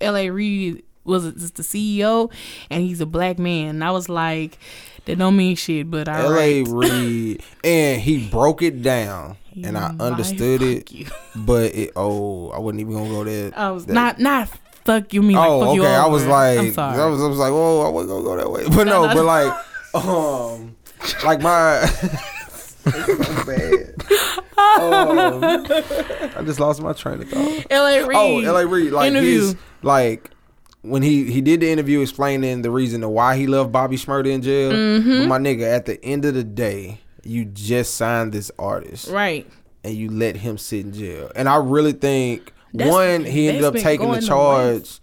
Speaker 1: L.A. Reid was just the CEO, and he's a black man. And I was like, that don't mean shit, but I
Speaker 3: L.A.
Speaker 1: right.
Speaker 3: Reid, and he broke it down, and I
Speaker 1: My
Speaker 3: understood it,
Speaker 1: fuck you.
Speaker 3: but it. Oh, I wasn't even gonna go there.
Speaker 1: I was
Speaker 3: that-
Speaker 1: not not fuck you mean.
Speaker 3: Oh,
Speaker 1: like, fuck You
Speaker 3: okay. I was
Speaker 1: over.
Speaker 3: like,
Speaker 1: I'm sorry.
Speaker 3: I was, I was like, whoa, I wasn't gonna go that way, but
Speaker 1: no,
Speaker 3: no, but
Speaker 1: no.
Speaker 3: like, um, like my. It's so bad. Um, I just lost my train of thought.
Speaker 1: L.A. Reid.
Speaker 3: Oh, L.A. Reid, like
Speaker 1: interview.
Speaker 3: his, like when he he did the interview explaining the reason to why he left Bobby Schmurda in jail.
Speaker 1: Mm-hmm.
Speaker 3: But my nigga, at the end of the day, you just signed this artist
Speaker 1: Right.
Speaker 3: and you let him sit in jail. And I really think
Speaker 1: That's-
Speaker 3: one, he ended
Speaker 1: that's
Speaker 3: up
Speaker 1: been
Speaker 3: taking the
Speaker 1: going on
Speaker 3: charge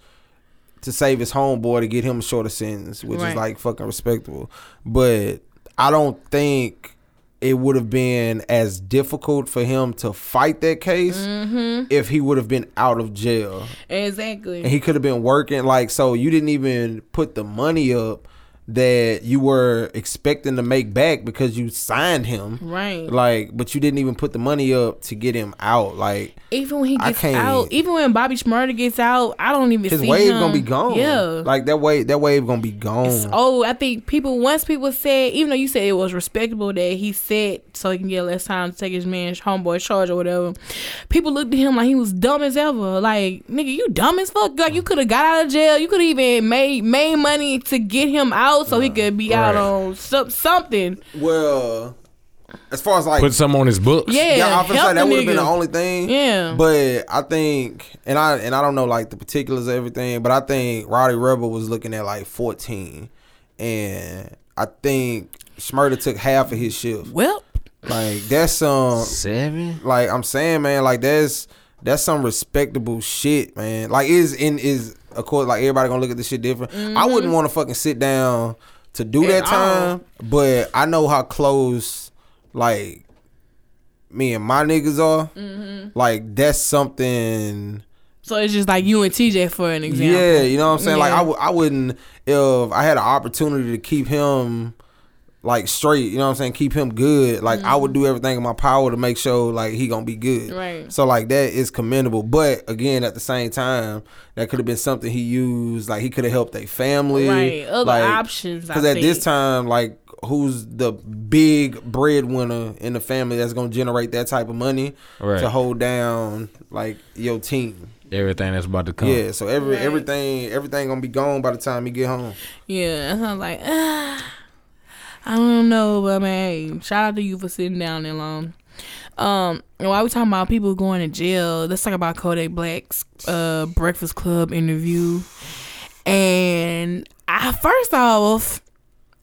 Speaker 3: to save his homeboy to get him a shorter sentence, which is
Speaker 1: Right.
Speaker 3: like fucking respectable. But I don't think it would have been as difficult for him to fight that case
Speaker 1: Mm-hmm.
Speaker 3: if he would have been out of jail
Speaker 1: Exactly.
Speaker 3: and he could have been working like so you didn't even put the money up that you were expecting to make back because you signed him.
Speaker 1: Right.
Speaker 3: Like, but you didn't even put the money up to get him out. Like,
Speaker 1: Even when he
Speaker 3: I
Speaker 1: gets
Speaker 3: can't-
Speaker 1: out, even when Bobby Schmurda gets out, I don't even
Speaker 3: his
Speaker 1: see
Speaker 3: wave
Speaker 1: him.
Speaker 3: gonna be gone.
Speaker 1: Yeah.
Speaker 3: Like mm. that wave, that wave gonna be gone.
Speaker 1: oh, I think people once people said, even though you said it was respectable that he said so he can get less time to take his man's homeboy charge or whatever, people looked at him like he was dumb as ever. Like, nigga, you dumb as fuck. Like you could have got out of jail. You could have even made made money to get him out so he could be out
Speaker 2: Right.
Speaker 1: on some, something.
Speaker 3: Well, as far as like
Speaker 2: Put some on his books.
Speaker 1: Yeah,
Speaker 3: Yeah, I was gonna
Speaker 1: help
Speaker 3: say
Speaker 1: the
Speaker 3: that would have been the
Speaker 1: nigga.
Speaker 3: only thing.
Speaker 1: Yeah.
Speaker 3: But I think, and I and I don't know like the particulars of everything, but I think Roddy Rebel was looking at like fourteen, and I think Smurda took half of his shift.
Speaker 1: Well,
Speaker 3: Like that's some,
Speaker 2: Seven.
Speaker 3: like I'm saying, man, like that's that's some respectable shit, man. Like is in is of course like everybody gonna look at this shit different. I wouldn't want to fucking sit down to do that time, but I know how close like me and my niggas are. Like that's something.
Speaker 1: so it's just like you and TJ for an example.
Speaker 3: Yeah, you know what I'm saying. Like I
Speaker 1: Yeah.
Speaker 3: w- I wouldn't if I had an opportunity to keep him like straight. You know what I'm saying. Keep him good. Like I would do everything in my power to make sure like he gonna be good.
Speaker 1: Mm-hmm. Right.
Speaker 3: So like that is commendable. But again, at the same time, that could have been something he used. Like he could have helped a family.
Speaker 1: Right, other
Speaker 3: like,
Speaker 1: options, I
Speaker 3: Because at this
Speaker 1: think.
Speaker 3: time, like. Who's the big breadwinner in the family that's gonna generate that type of money
Speaker 2: Right.
Speaker 3: to hold down like your team?
Speaker 2: Everything that's about to come.
Speaker 3: Yeah, so every everything everything gonna be gone by the time he get home.
Speaker 1: Yeah, and I was like, ah, I don't know, but man, shout out to you for sitting down that long. Um, and while we talking about people going to jail, let's talk about Kodak Black's uh Breakfast Club interview. And I first off,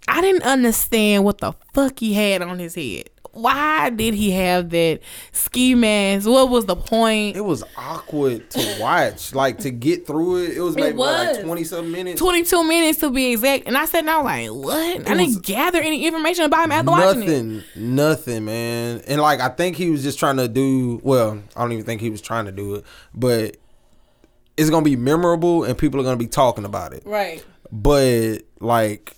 Speaker 1: I didn't understand what the fuck he had on his head. Why did he have that ski mask? What was the point?
Speaker 3: It was awkward to watch, like to get through it. It was maybe what,
Speaker 1: was.
Speaker 3: like twenty something minutes.
Speaker 1: 22 minutes to be exact. And I sat down like, what? I
Speaker 3: was
Speaker 1: didn't gather any information about him after watching it.
Speaker 3: Nothing, nothing, man. And like I think he was just trying to do. Well, I don't even think he was trying to do it, but it's gonna be memorable and people are gonna be talking about it.
Speaker 1: Right.
Speaker 3: But like,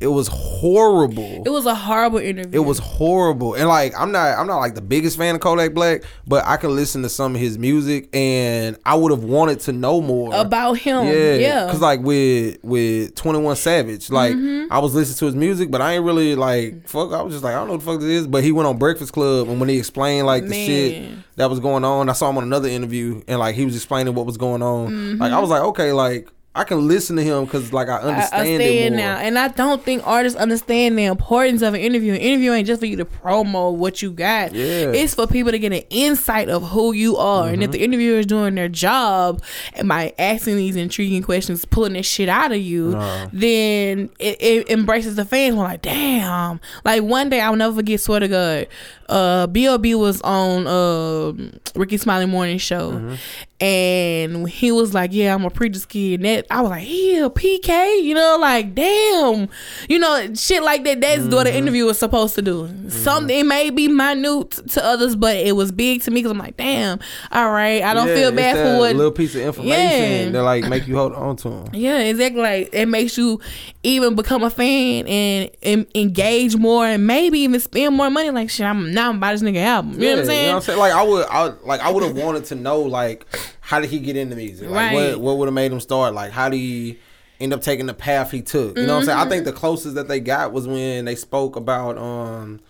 Speaker 3: it was horrible.
Speaker 1: It was a horrible interview.
Speaker 3: It was horrible. And like I'm not I'm not like the biggest fan of Kodak Black, but I can listen to some of his music and I would have wanted to know more
Speaker 1: about him.
Speaker 3: Yeah,
Speaker 1: Yeah. Mm-hmm.
Speaker 3: Cause like with with Twenty One Savage, like I was listening to his music, but I ain't really like fuck. I was just like I don't know what the fuck this is. But he went on Breakfast Club, and when he explained like the shit
Speaker 1: Man.
Speaker 3: that was going on, I saw him on another interview, and like he was explaining what was going on. Like I was like, okay, like I can listen to him because like I
Speaker 1: Mm-hmm. I
Speaker 3: understand, it
Speaker 1: understand
Speaker 3: more.
Speaker 1: now, and I don't think artists understand the importance of an interview. An interview ain't just for you to promo what you got.
Speaker 3: Yeah. Mm-hmm.
Speaker 1: It's for people to get an insight of who you are, and if the interviewer is doing their job and by asking these intriguing questions, pulling this shit out of you, then it, it embraces the fans. We're like, damn. Like one day I'll never forget. Swear to God, uh, B.O.B. was on um Ricky Smiley Morning Show, and he was like, "Yeah, I'm a preacher's kid." And that I was like, "Yeah, PK," you know, like, damn, you know, shit like that. That's what
Speaker 3: Mm-hmm.
Speaker 1: an interview was supposed to do. Something it may be minute to others, but it was big to me because I'm like, damn, all right, I don't
Speaker 3: Yeah,
Speaker 1: feel
Speaker 3: it's
Speaker 1: bad
Speaker 3: that
Speaker 1: for what
Speaker 3: little piece of information
Speaker 1: Yeah.
Speaker 3: that like make you hold on to him.
Speaker 1: yeah, exactly. Like it makes you even become a fan and, and engage more, and maybe even spend more money. Like shit, I'm now I'm buy this nigga album. You know what I'm saying?
Speaker 3: Like I would, I would- like I would have wanted to know like how did he get into music? Like
Speaker 1: Right.
Speaker 3: what what would have made him start? Like how did he end up taking the path he took? You know what I'm saying? I
Speaker 1: Mm-hmm.
Speaker 3: think the closest that they got was when they spoke about um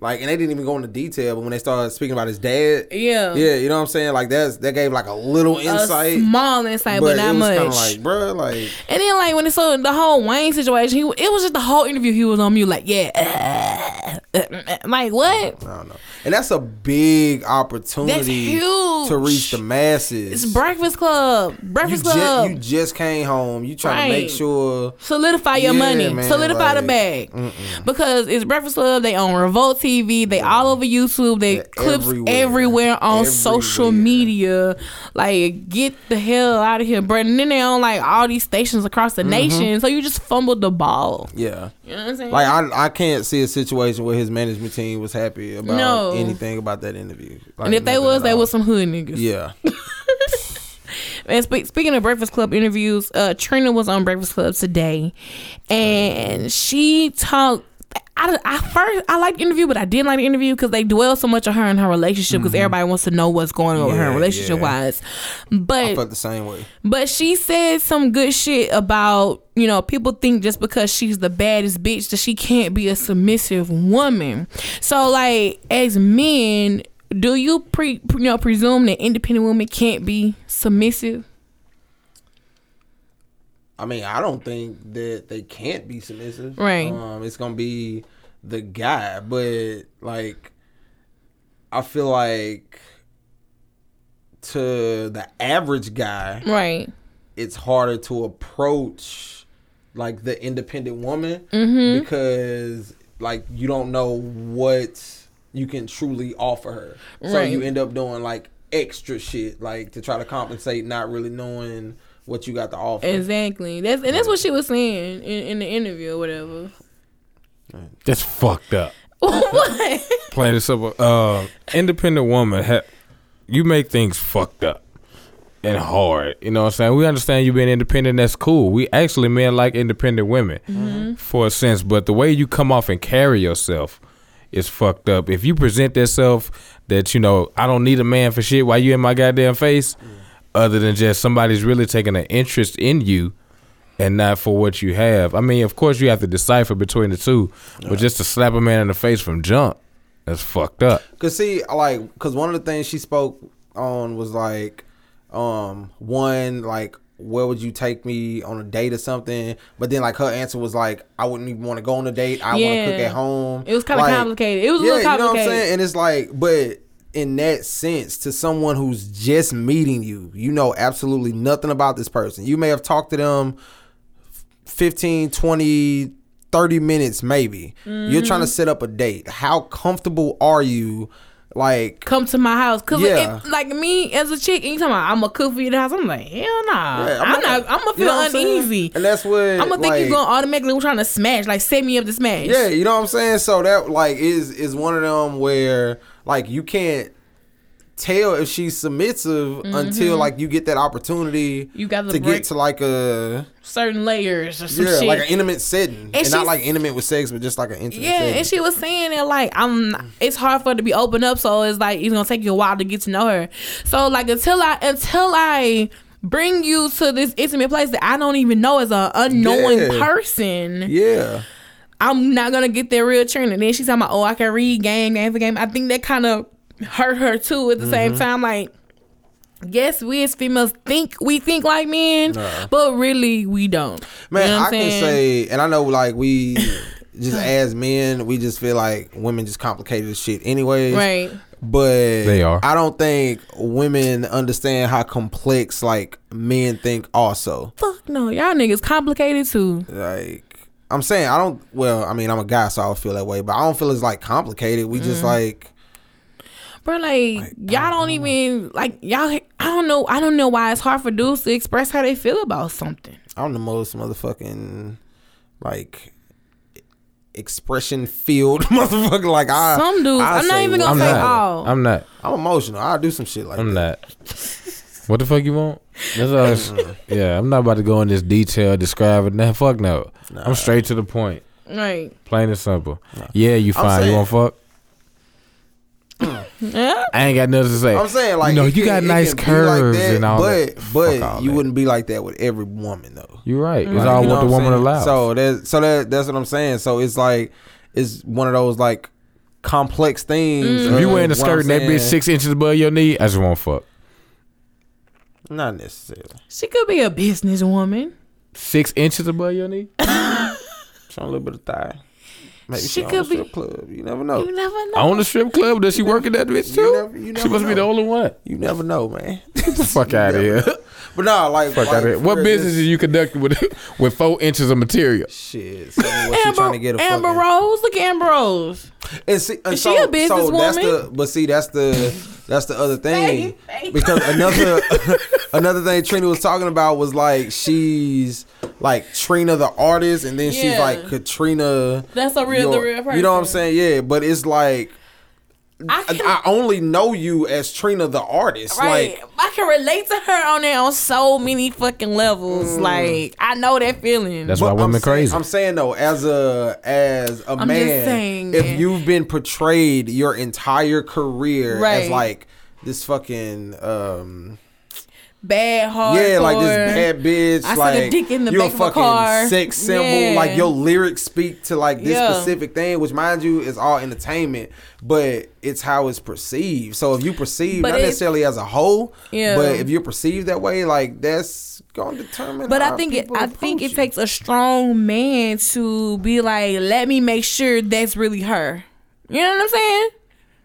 Speaker 3: like and they didn't even go into detail, but when they started speaking about his dad.
Speaker 1: Yeah.
Speaker 3: Yeah, you know what I'm saying? Like that's that gave like a little
Speaker 1: A
Speaker 3: insight.
Speaker 1: small insight, but,
Speaker 3: but
Speaker 1: not
Speaker 3: it was
Speaker 1: much.
Speaker 3: kind of like, bruh, like
Speaker 1: and then like when it's so the whole Wayne situation, he, it was just the whole interview. He was on mute, like yeah, uh, uh, uh, like what?
Speaker 3: I don't know, and that's a big opportunity
Speaker 1: huge.
Speaker 3: to reach the masses.
Speaker 1: It's Breakfast Club,
Speaker 3: you,
Speaker 1: Breakfast
Speaker 3: ju-
Speaker 1: Club.
Speaker 3: you just came home. You trying to make
Speaker 1: Right.
Speaker 3: sure
Speaker 1: Solidify your
Speaker 3: Yeah,
Speaker 1: money.
Speaker 3: man,
Speaker 1: Solidify the
Speaker 3: like,
Speaker 1: bag. Because it's Breakfast Club. They on Revolt TV. They all over YouTube. They
Speaker 3: They're
Speaker 1: clips
Speaker 3: everywhere.
Speaker 1: everywhere, on social
Speaker 3: Everywhere.
Speaker 1: media. Like get the hell out of here, bro. And then they on like all these stations across
Speaker 3: Mm-hmm.
Speaker 1: the nation. So you just fumbled the ball.
Speaker 3: Yeah.
Speaker 1: You know what I'm saying?
Speaker 3: Like I, I can't see a situation where his management team was happy about
Speaker 1: No.
Speaker 3: anything about that interview. Like,
Speaker 1: and if they
Speaker 3: nothing
Speaker 1: was,
Speaker 3: at
Speaker 1: they
Speaker 3: all.
Speaker 1: was some hood niggas.
Speaker 3: Yeah.
Speaker 1: And spe- speaking of Breakfast Club interviews, uh, Trina was on Breakfast Club today, and she talked. I, I first I liked the interview, but I didn't like the interview because they dwell so much on her and her relationship because everybody wants to know what's going on with her
Speaker 3: Mm-hmm. Yeah,
Speaker 1: relationship
Speaker 3: yeah.
Speaker 1: wise. But
Speaker 3: Felt the same way.
Speaker 1: but she said some good shit about, you know, people think just because she's the baddest bitch that she can't be a submissive woman. So like as men, do you pre you know presume that independent women can't be submissive?
Speaker 3: I mean, I don't think that they can't be submissive.
Speaker 1: Right.
Speaker 3: Um, it's gonna be the guy, but like, I feel like to the average guy,
Speaker 1: Right.
Speaker 3: it's harder to approach like the independent woman
Speaker 1: Mm-hmm.
Speaker 3: because like you don't know what you can truly offer her. So
Speaker 1: Right.
Speaker 3: you end up doing like extra shit like to try to compensate not really knowing what you got to offer.
Speaker 1: Exactly. That's and that's what she was saying in, in the interview or whatever.
Speaker 2: That's fucked up.
Speaker 1: what?
Speaker 2: Play this up. Uh, independent woman, ha- you make things fucked up and hard. You know what I'm saying? We understand you being independent. That's cool. We actually men like independent women for a sense, but the way you come off and carry yourself is fucked up. If you present yourself that you know I don't need a man for shit, why you in my goddamn face? Other than just somebody's really taking an interest in you. and not for what you have. I mean, of course, you have to decipher between the two, but just to slap a man in the face from jump, that's fucked up.
Speaker 3: Cause see, like, cause one of the things she spoke on was like, um, one like, where would you take me on a date or something? But then like her answer was like, I wouldn't even want to go on a date. I want
Speaker 1: Yeah.
Speaker 3: to cook at home.
Speaker 1: It was kinda
Speaker 3: Like,
Speaker 1: complicated. It was a little
Speaker 3: You know what I'm
Speaker 1: complicated.
Speaker 3: saying? And it's like, but in that sense, to someone who's just meeting you, you know absolutely nothing about this person. You may have talked to them 15, 20, 30 minutes maybe. You're trying
Speaker 1: Mm-hmm.
Speaker 3: to set up a date. How comfortable are you? Like,
Speaker 1: Come to my house, cause
Speaker 3: Yeah.
Speaker 1: it, like me as a chick, anytime I'm a cook for you in the house, I'm like hell nah.
Speaker 3: yeah,
Speaker 1: I'm, not. I'm gonna
Speaker 3: you
Speaker 1: feel
Speaker 3: know what I'm saying?
Speaker 1: uneasy.
Speaker 3: And that's what
Speaker 1: I'm gonna think
Speaker 3: like,
Speaker 1: you're gonna automatically trying to smash, like set me up to smash.
Speaker 3: Yeah, you know what I'm saying? So that like is is one of them where like you can't tell if she's submissive until like you get that opportunity
Speaker 1: Mm-hmm. You gotta
Speaker 3: to
Speaker 1: break-
Speaker 3: get to like a
Speaker 1: certain layers or some
Speaker 3: yeah,
Speaker 1: shit.
Speaker 3: like an intimate setting. And,
Speaker 1: she's-
Speaker 3: not like intimate with sex, but just like an intimate
Speaker 1: yeah,
Speaker 3: setting.
Speaker 1: and she was saying that like I'm. It's hard for her to be open up, so it's like it's gonna take you a while to get to know her. So like until I until I bring you to this intimate place that I don't even know as a unknowing
Speaker 3: Yeah.
Speaker 1: person,
Speaker 3: yeah.
Speaker 1: I'm not gonna get that real trend. And then she's talking about, oh, I can read game, game for game. I think that kind of hurt her too. At the
Speaker 3: Mm-hmm.
Speaker 1: same time, like, yes, we as females think we think like men, but really we don't.
Speaker 3: Man,
Speaker 1: You know what
Speaker 3: I
Speaker 1: I'm
Speaker 3: can
Speaker 1: saying?
Speaker 3: say, and I know, like we just as men, we just feel like women just complicated as shit, anyways.
Speaker 1: Right.
Speaker 3: But
Speaker 2: They are.
Speaker 3: I don't think women understand how complex like men think. Also,
Speaker 1: Fuck no, y'all niggas complicated too.
Speaker 3: like I'm saying, I don't. Well, I mean, I'm a guy, so I don't feel that way. But I don't feel it's like complicated. We
Speaker 1: Mm-hmm.
Speaker 3: just like
Speaker 1: But like, y'all don't even like y'all. I don't know. I don't know why it's hard for dudes to express how they feel about something.
Speaker 3: I'm the most motherfucking like expression filled motherfucker. Like I,
Speaker 1: Some dudes-
Speaker 3: I
Speaker 1: I'm not
Speaker 3: say
Speaker 1: even gonna
Speaker 2: I'm
Speaker 3: what-
Speaker 1: say
Speaker 2: not.
Speaker 1: all.
Speaker 2: I'm not.
Speaker 3: I'm emotional. I do some shit like
Speaker 2: I'm
Speaker 3: that.
Speaker 2: not. What the fuck you want? That's all. it's- yeah, I'm not about to go in this detail, describe it. Nah, fuck no. I'm straight to the point,
Speaker 1: Right.
Speaker 2: plain and simple. Yeah, you fine. you
Speaker 3: saying- Mm.
Speaker 2: want fuck?
Speaker 1: Yeah.
Speaker 2: I ain't got nothing to say.
Speaker 3: I'm saying like
Speaker 2: you know,
Speaker 3: it
Speaker 2: you
Speaker 3: can-
Speaker 2: got
Speaker 3: it
Speaker 2: nice
Speaker 3: can be like
Speaker 2: curves
Speaker 3: that,
Speaker 2: and all
Speaker 3: but,
Speaker 2: that.
Speaker 3: But
Speaker 2: Fuck all
Speaker 3: you
Speaker 2: that.
Speaker 3: wouldn't be like that with every woman though.
Speaker 2: You're right. It's
Speaker 3: Like,
Speaker 2: all
Speaker 3: you know
Speaker 2: what the
Speaker 3: I'm
Speaker 2: woman
Speaker 3: saying?
Speaker 2: allows.
Speaker 3: So that so that that's what I'm saying. So it's like it's one of those like complex things.
Speaker 1: Mm.
Speaker 2: if you
Speaker 3: of
Speaker 2: wearing a
Speaker 3: Uh, what
Speaker 2: skirt and
Speaker 3: I'm
Speaker 2: that bitch
Speaker 3: saying.
Speaker 2: six inches above your knee, I just want fuck.
Speaker 3: Not necessarily.
Speaker 1: She could be a businesswoman.
Speaker 2: Six inches above your knee?
Speaker 3: Show a little bit of thigh. Maybe
Speaker 1: She
Speaker 3: she,
Speaker 1: could
Speaker 3: could be
Speaker 1: be-
Speaker 3: club. You never know.
Speaker 1: You
Speaker 3: You,
Speaker 1: never know.
Speaker 2: on the strip club? Does she work at that bitch
Speaker 3: you
Speaker 2: too?
Speaker 3: never- you
Speaker 2: she
Speaker 3: never
Speaker 2: must be the
Speaker 3: know.
Speaker 2: only one.
Speaker 3: never know, man.
Speaker 2: Fuck out of here. Fuck
Speaker 3: but nah, like, like
Speaker 2: out of here. What
Speaker 3: for
Speaker 2: business
Speaker 3: this-
Speaker 2: is you conducting with with four inches of material?
Speaker 3: Shit, so what you trying to get a
Speaker 1: Amber
Speaker 3: fucking-
Speaker 1: Rose. Look, at Amber Rose.
Speaker 3: And see, and
Speaker 1: Is
Speaker 3: so,
Speaker 1: she a
Speaker 3: So that's
Speaker 1: businesswoman?
Speaker 3: the, but see, that's the that's the other thing because another another thing Trina was talking about was like she's like Trina the artist, and then she's
Speaker 1: Yeah.
Speaker 3: like Katrina.
Speaker 1: That's a real, the
Speaker 3: your-
Speaker 1: real person.
Speaker 3: You know what I'm saying? Yeah, but it's like
Speaker 1: I
Speaker 3: I,
Speaker 1: can-
Speaker 3: only know you as Trina the artist.
Speaker 1: Right.
Speaker 3: Like
Speaker 1: I can relate to her on there on so many fucking levels.
Speaker 3: Mm.
Speaker 1: Like I know that feeling.
Speaker 2: That's
Speaker 3: but
Speaker 2: why
Speaker 3: I'm
Speaker 2: women
Speaker 3: saying-
Speaker 2: crazy.
Speaker 3: I'm saying though, as a as a
Speaker 1: just
Speaker 3: man,
Speaker 1: saying,
Speaker 3: if
Speaker 1: man.
Speaker 3: you've been portrayed your entire career
Speaker 1: Right.
Speaker 3: as like this fucking um
Speaker 1: bad hard.
Speaker 3: yeah, like this bad bitch,
Speaker 1: I suck a
Speaker 3: like
Speaker 1: dick in the
Speaker 3: you
Speaker 1: back of a car.
Speaker 3: sex symbol.
Speaker 1: Yeah.
Speaker 3: Like your lyrics speak to like this
Speaker 1: Yeah.
Speaker 3: specific thing, which mind you is all entertainment, but it's how it's perceived. So if you perceive
Speaker 1: But
Speaker 3: not
Speaker 1: it-
Speaker 3: necessarily as a whole,
Speaker 1: Yeah.
Speaker 3: but if you're perceived that way, like that's gonna determine.
Speaker 1: But
Speaker 3: how
Speaker 1: I think it,
Speaker 3: people
Speaker 1: I think
Speaker 3: approach
Speaker 1: it
Speaker 3: you.
Speaker 1: takes a strong man to be like, let me make sure that's really her. You know what I'm saying?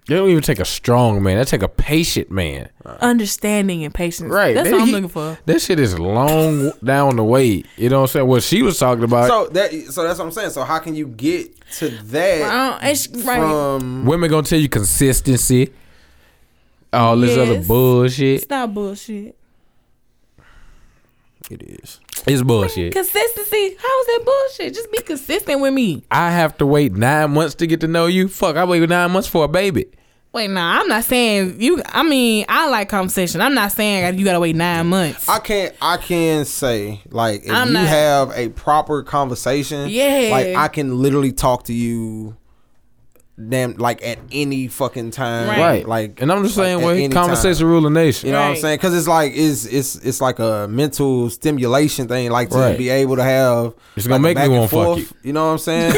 Speaker 2: They don't even take a strong man. They take a patient man.
Speaker 3: Uh,
Speaker 1: Understanding and patience.
Speaker 2: Right.
Speaker 1: That's
Speaker 2: They-
Speaker 1: what I'm
Speaker 2: he-
Speaker 1: looking for.
Speaker 2: That shit is long down the way. You know what I'm saying? What she was talking about.
Speaker 3: So that so that's what I'm saying. So how can you get to that
Speaker 1: I don't, it's, right.
Speaker 3: from
Speaker 2: women gonna tell you consistency. All this other
Speaker 1: Yes.
Speaker 2: bullshit.
Speaker 1: Stop bullshit.
Speaker 3: it is?
Speaker 2: It's bullshit.
Speaker 1: Consistency. How is that bullshit? Just be consistent with me.
Speaker 2: I have to wait nine months to get to know you. Fuck, I waited nine months for a baby.
Speaker 1: Wait, nah, I'm not saying you. I mean, I like conversation. I'm not saying you gotta wait nine months.
Speaker 3: I can I can say like if
Speaker 1: I'm
Speaker 3: you
Speaker 1: not-
Speaker 3: have a proper conversation,
Speaker 1: Yeah.
Speaker 3: like I can literally talk to you, damn, like at any fucking time,
Speaker 1: Right.
Speaker 3: Like,
Speaker 2: and I'm just
Speaker 3: like,
Speaker 2: saying,
Speaker 3: at
Speaker 2: wait,
Speaker 3: any time.
Speaker 2: conversation rule of nation.
Speaker 3: You know what
Speaker 1: Right.
Speaker 3: I'm saying? Because it's like it's it's it's like a mental stimulation thing, like to
Speaker 2: Right.
Speaker 3: be able to have.
Speaker 2: It's gonna make
Speaker 3: like, a
Speaker 2: me
Speaker 3: back and
Speaker 2: wanna fuck
Speaker 3: forth,
Speaker 2: you.
Speaker 3: You know what I'm saying?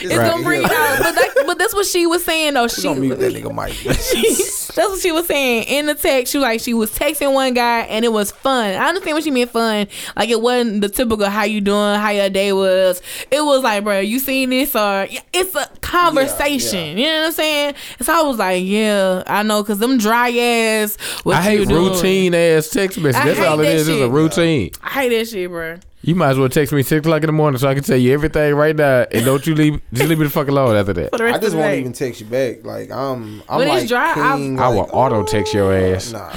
Speaker 1: it's gonna bring it out, but that, but that's what she was saying though. She
Speaker 3: She gonna mute that nigga mic.
Speaker 1: that's what she was saying in the text. She was like she was texting one guy and it was fun. I understand what she meant fun. Like it wasn't the typical how you doing, how your day was. It was like, bro, you seen this or yeah, it's a conversation. You know what I'm saying? And so I was like, yeah, I know, cause them dry ass. What
Speaker 2: I
Speaker 1: you
Speaker 2: hate
Speaker 1: doing?
Speaker 2: routine ass text messages.
Speaker 1: I
Speaker 2: That's
Speaker 1: hate
Speaker 2: all it
Speaker 1: that
Speaker 2: is. It's a
Speaker 1: shit.
Speaker 2: routine.
Speaker 1: I hate that shit, bro.
Speaker 2: You might as well text me six o'clock in the morning so I can tell you everything right now. And don't you leave just leave me the fuck alone after that.
Speaker 1: For the rest
Speaker 3: I
Speaker 1: of
Speaker 3: just
Speaker 1: the
Speaker 3: won't
Speaker 1: day.
Speaker 3: even text you back. Like I'm, I'm
Speaker 1: When it's
Speaker 3: like
Speaker 1: dry, I-
Speaker 3: king,
Speaker 2: I will
Speaker 3: like,
Speaker 2: auto text your ass.
Speaker 3: Nah,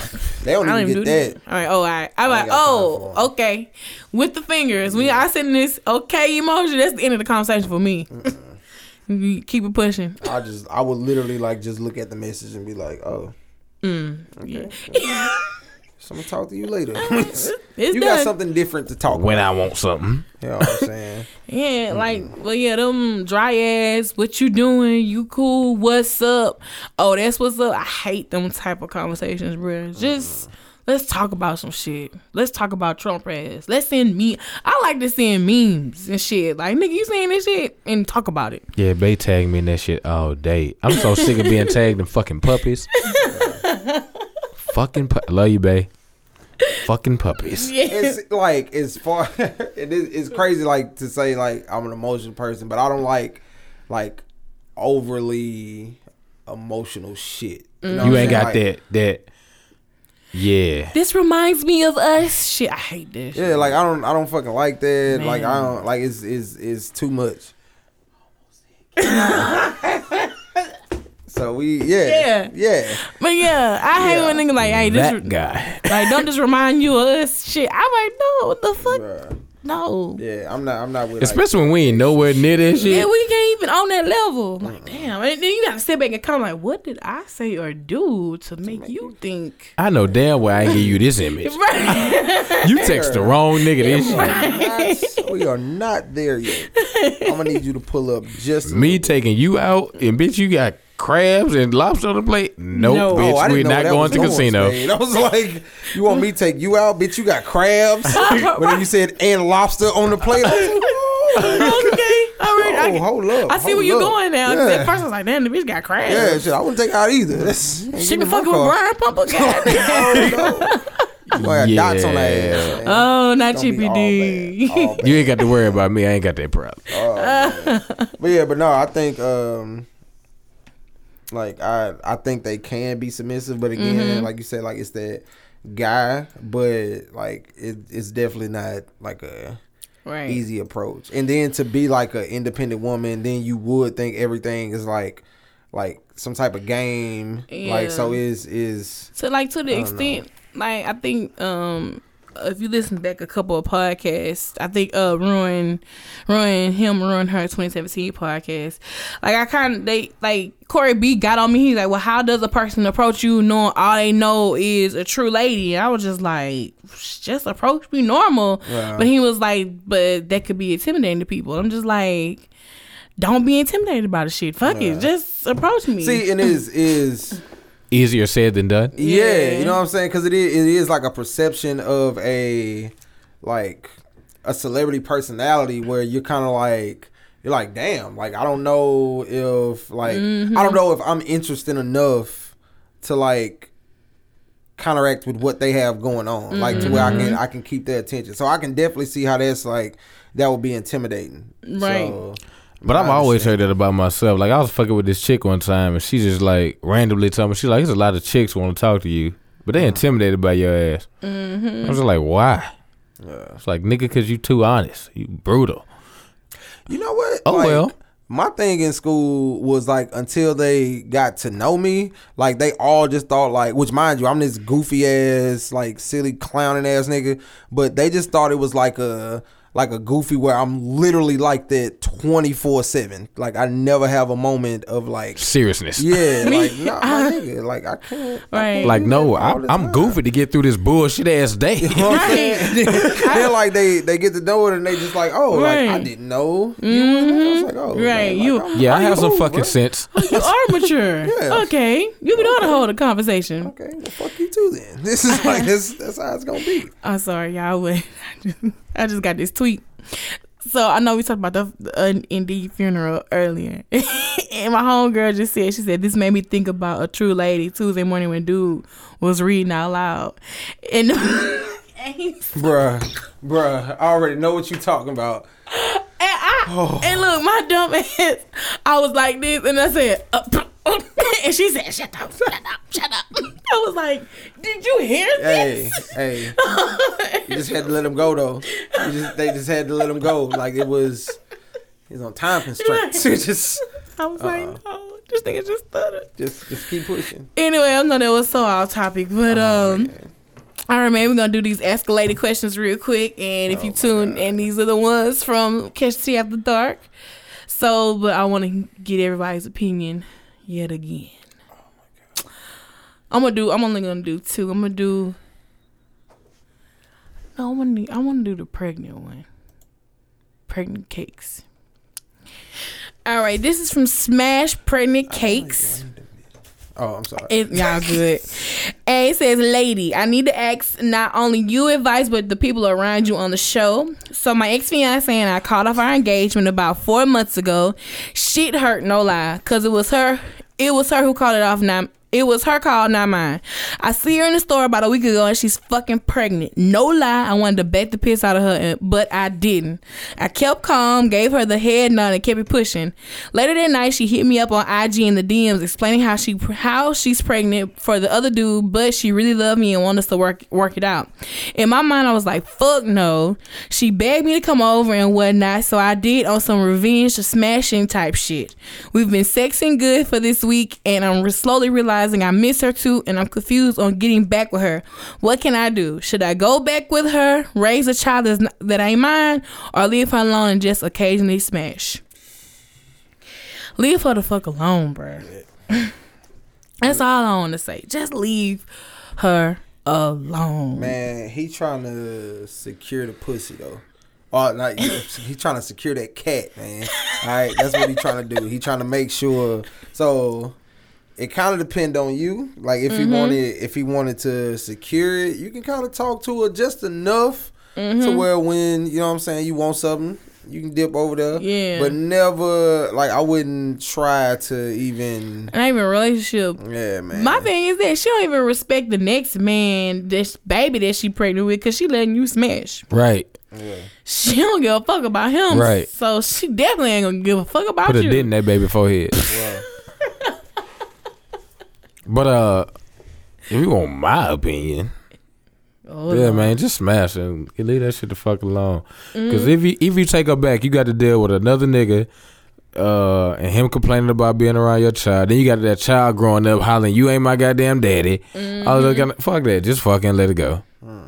Speaker 3: they don't,
Speaker 1: I don't
Speaker 3: even,
Speaker 1: even do
Speaker 3: get
Speaker 1: that.
Speaker 3: that.
Speaker 1: All right. Oh, all right. I'm like,
Speaker 3: got time
Speaker 1: oh,
Speaker 3: for 'em.
Speaker 1: okay. With the fingers, when I send this okay emoji, that's the end of the conversation for me. You Keep it pushing.
Speaker 3: I just, I would literally like just look at the message and be like, oh, so I'm gonna talk to you later.
Speaker 1: It's
Speaker 3: you
Speaker 1: done.
Speaker 3: got something different to talk
Speaker 2: When
Speaker 3: about.
Speaker 2: I want something.
Speaker 3: You know what I'm saying? Mm-hmm.
Speaker 1: Yeah, like, well, yeah, them dry ass. What you doing? You cool? What's up? Oh, that's what's up. I hate them type of conversations,
Speaker 3: Mm-hmm.
Speaker 1: bruh. Just let's talk about some shit. Let's talk about Trump ass. Let's send me. I like to send memes and shit. Like, nigga, you saying this shit and talk about it.
Speaker 2: Yeah, they tag me in that shit all day. I'm so sick of being tagged in fucking puppies. fucking pu- love you, bae. Fucking puppies.
Speaker 3: it's like as far it is it's crazy like to say like I'm an emotional person, but I don't like like overly emotional shit. You, know
Speaker 2: You
Speaker 3: what
Speaker 2: ain't
Speaker 3: I'm saying?
Speaker 2: got
Speaker 3: Like,
Speaker 2: that that Yeah.
Speaker 1: This reminds me of us. Shit, I hate this.
Speaker 3: Yeah, like I don't, I don't fucking like that. Like I
Speaker 1: Man.
Speaker 3: don't, like it's, it's, it's too much. so we, yeah,
Speaker 1: Yeah.
Speaker 3: yeah,
Speaker 1: But yeah, I hate when niggas like, hey, this
Speaker 2: That guy.
Speaker 1: like don't just remind you of us. Shit, I'm like, no, what the fuck?
Speaker 3: Bruh.
Speaker 1: No.
Speaker 3: yeah. I'm not, I'm not with. Like,
Speaker 2: Especially when we ain't nowhere near that shit.
Speaker 1: Yeah, we can't even on that level. I'm like, damn. And then you gotta sit back and come like, what did I say or do to make you think?
Speaker 2: I know damn well I ain't give you this image.
Speaker 1: Right.
Speaker 2: You text the wrong nigga this shit.
Speaker 3: we are not there yet. I'm gonna need you to pull up just.
Speaker 2: Me taking you out and bitch, you got crabs and lobster on the plate. Nope,
Speaker 1: No.
Speaker 3: Oh, I
Speaker 2: bitch,
Speaker 3: didn't
Speaker 2: we're
Speaker 3: know
Speaker 2: not
Speaker 3: that
Speaker 2: going
Speaker 3: was
Speaker 2: to
Speaker 3: yours,
Speaker 2: casino.
Speaker 3: man. I was like, you want me to take you out, bitch? You got crabs. but then you said and lobster on the plate. I was like,
Speaker 1: okay.
Speaker 3: "Ooh."
Speaker 1: All right. I,
Speaker 3: Oh, hold up.
Speaker 1: I see
Speaker 3: hold
Speaker 1: where you're
Speaker 3: up.
Speaker 1: going now. 'Cause
Speaker 3: Yeah.
Speaker 1: At first I was like, damn, the bitch got crashed.
Speaker 3: Yeah, Mm-hmm. shit, I wouldn't take out either. That's,
Speaker 1: She been fucking with Brian Pumper. God.
Speaker 3: Boy, yeah. dots on that ass. man.
Speaker 1: oh, not
Speaker 3: Gonna be all
Speaker 1: GPD.
Speaker 3: bad, all bad.
Speaker 2: You ain't got to worry about me. I ain't got that problem.
Speaker 3: But yeah, but no, I think um like I I think they can be submissive, but again,
Speaker 1: Mm-hmm.
Speaker 3: like you said, like it's that guy, but like it, it's definitely not like a
Speaker 1: Right.
Speaker 3: easy approach. And then to be like an independent woman, then you would think everything is like like some type of game. Like so is is
Speaker 1: So like to the extent, like I think um if you listen back a couple of podcasts, I think uh ruin ruin him ruin her 2017 podcast. Like I kind of they like Corey B got on me. He's like, well, how does a person approach you knowing all they know is a true lady? And I was just like, just approach me normal.
Speaker 3: Yeah.
Speaker 1: But he was like, but that could be intimidating to people. I'm just like. Don't be intimidated by the shit. Fuck it. Just approach me.
Speaker 3: See, and is is
Speaker 2: Easier said than done.
Speaker 3: Yeah,
Speaker 1: Yeah.
Speaker 3: you know what I'm saying? Because it is, it is like a perception of a like a celebrity personality where you're kind of like you're like, damn, like I don't know if like I
Speaker 1: Mm-hmm.
Speaker 3: don't know if I'm interested enough to like counteract with what they have going on, like to where I
Speaker 1: Mm-hmm.
Speaker 3: can I can keep their attention. So I can definitely see how that's like that would be intimidating,
Speaker 1: Right.
Speaker 3: So,
Speaker 2: But I've always heard that about myself. Like I was fucking with this chick one time, and she just like randomly told me she's like, "There's a lot of chicks want to talk to you, but
Speaker 3: Mm-hmm.
Speaker 2: they intimidated by your ass." I was just like, "Why?" It's like nigga, cause you too honest, you brutal.
Speaker 3: You know what?
Speaker 2: Oh,
Speaker 3: Like,
Speaker 2: well.
Speaker 3: My thing in school was like until they got to know me, like they all just thought like, which mind you, I'm this goofy ass, like silly clowning ass nigga, but they just thought it was like a like a goofy where I'm literally like that 24 seven. Like I never have a moment of like,
Speaker 2: Seriousness.
Speaker 3: yeah, like nah, my nigga, like I can't.
Speaker 1: Right.
Speaker 2: Like no, I,
Speaker 3: All the
Speaker 2: I'm
Speaker 3: time.
Speaker 2: goofy to get through this bullshit ass day.
Speaker 3: You know what I'm saying? They're like they they get to know it and they just like, oh, like
Speaker 1: Right.
Speaker 3: I didn't know. You was there. I was like, oh,
Speaker 1: Right,
Speaker 3: man, like,
Speaker 1: you-
Speaker 3: I'm-
Speaker 2: yeah, I
Speaker 3: I'm
Speaker 2: have some
Speaker 3: cool,
Speaker 2: fucking
Speaker 3: bro.
Speaker 2: sense.
Speaker 1: You are mature.
Speaker 3: Yes.
Speaker 1: Okay. You can ought to hold a conversation.
Speaker 3: Okay, well, fuck you too then. This is like this. That's how it's gonna be.
Speaker 1: I'm sorry, y'all. But I just got this tweet. So I know we talked about the uh, Indeed funeral earlier, and my homegirl just said she said this made me think about a true lady Tuesday morning when dude was reading out loud, and and, he- and
Speaker 3: Bruh, bruh. I already know what you talking about.
Speaker 1: I
Speaker 3: Oh.
Speaker 1: and look my dumb ass, I was like this, and I said, uh, and she said, shut up, shut up, shut up. I was like, did you hear
Speaker 3: Hey,
Speaker 1: this?
Speaker 3: hey. You just had to let him go though. You just, they just had to let him go. Like it was, he's on time constraints.
Speaker 1: Right.
Speaker 3: just,
Speaker 1: I was like, no, this nigga just stuttered.
Speaker 3: just, just keep pushing.
Speaker 1: Anyway, I know that was so off topic, but
Speaker 3: Oh,
Speaker 1: um, all right, man, we're gonna do these escalated questions real quick, and if you tune, and these are the ones from Catch the Tea After Dark. So, but I want to get everybody's opinion yet again. I'm gonna do. I'm only gonna do two. I'm gonna do. No, I'm gonna. do- I want to do the pregnant one. Pregnant cakes. All right, this is from Smash Pregnant Cakes.
Speaker 3: Oh, I'm sorry.
Speaker 1: It, y'all good. A says, Lady, I need to ask not only you advice, but the people around you on the show. So, my ex fiance and I called off our engagement about four months ago. Shit hurt, no lie, because it was her. It was her who called it off, not it was her call, not mine. I see her in the store about a week ago and she's fucking pregnant. No lie, I wanted to bet the piss out of her, and- but I didn't. I kept calm, gave her the head nod, and kept it pushing. Later that night, she hit me up on IG in the DMs explaining how she how she's pregnant for the other dude, but she really loved me and wanted us to work work it out. In my mind, I was like, fuck no. She begged me to come over and whatnot, so I did on some revenge smashing type shit. We've been sexing good for this week, and I'm re- slowly realizing I miss her too, and I'm confused on getting back with her. What can I do? Should I go back with her, raise a child that's not, that ain't mine, or leave her alone and just occasionally smash? Leave her the fuck alone, bruh. That's all I want to say. Just leave her alone.
Speaker 3: Man, he trying to secure the pussy though. Oh, not you. he trying to secure that cat, man. All right, that's what he trying to do. He trying to make sure. So it kind of depend on you. Like if he wanted, if he wanted to secure it, you can kind of talk to her just enough to where when you know what I'm saying, you want something, you can dip over there.
Speaker 1: Yeah.
Speaker 3: but never like I wouldn't try to even.
Speaker 1: Not even a relationship.
Speaker 3: Yeah, man.
Speaker 1: My thing is that she don't even respect the next man, this baby that she pregnant with, cause she letting you smash.
Speaker 2: right.
Speaker 1: She don't give a fuck about him.
Speaker 2: Right.
Speaker 1: So she definitely ain't gonna give a fuck about
Speaker 2: Put a
Speaker 1: you.
Speaker 2: dent in that baby forehead. but uh, if you want my opinion,
Speaker 1: Oh,
Speaker 2: yeah,
Speaker 1: Lord.
Speaker 2: man, just smash and leave that shit the fuck alone. Because if you if you take her back, you got to deal with another nigga. Uh, and him complaining about being around your child. Then you got that child growing up hollering, "You ain't my goddamn daddy." I was like, fuck that. Just fucking let it go.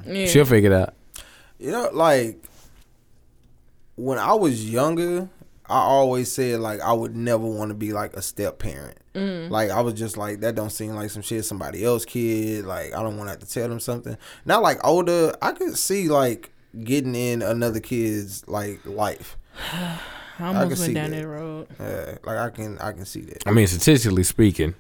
Speaker 1: Yeah.
Speaker 2: She'll figure it out.
Speaker 3: You know, like when I was younger, I always said like I would never want to be like a step parent.
Speaker 1: Mm.
Speaker 3: Like I was just like that don't seem like some shit somebody else kid. Like I don't want to have to tell them something. Now like older, I could see like getting in another kid's like life.
Speaker 1: I
Speaker 3: can
Speaker 1: almost went
Speaker 3: see
Speaker 1: down
Speaker 3: that.
Speaker 1: that road.
Speaker 3: Uh, like I can I can see that.
Speaker 2: I mean, statistically speaking,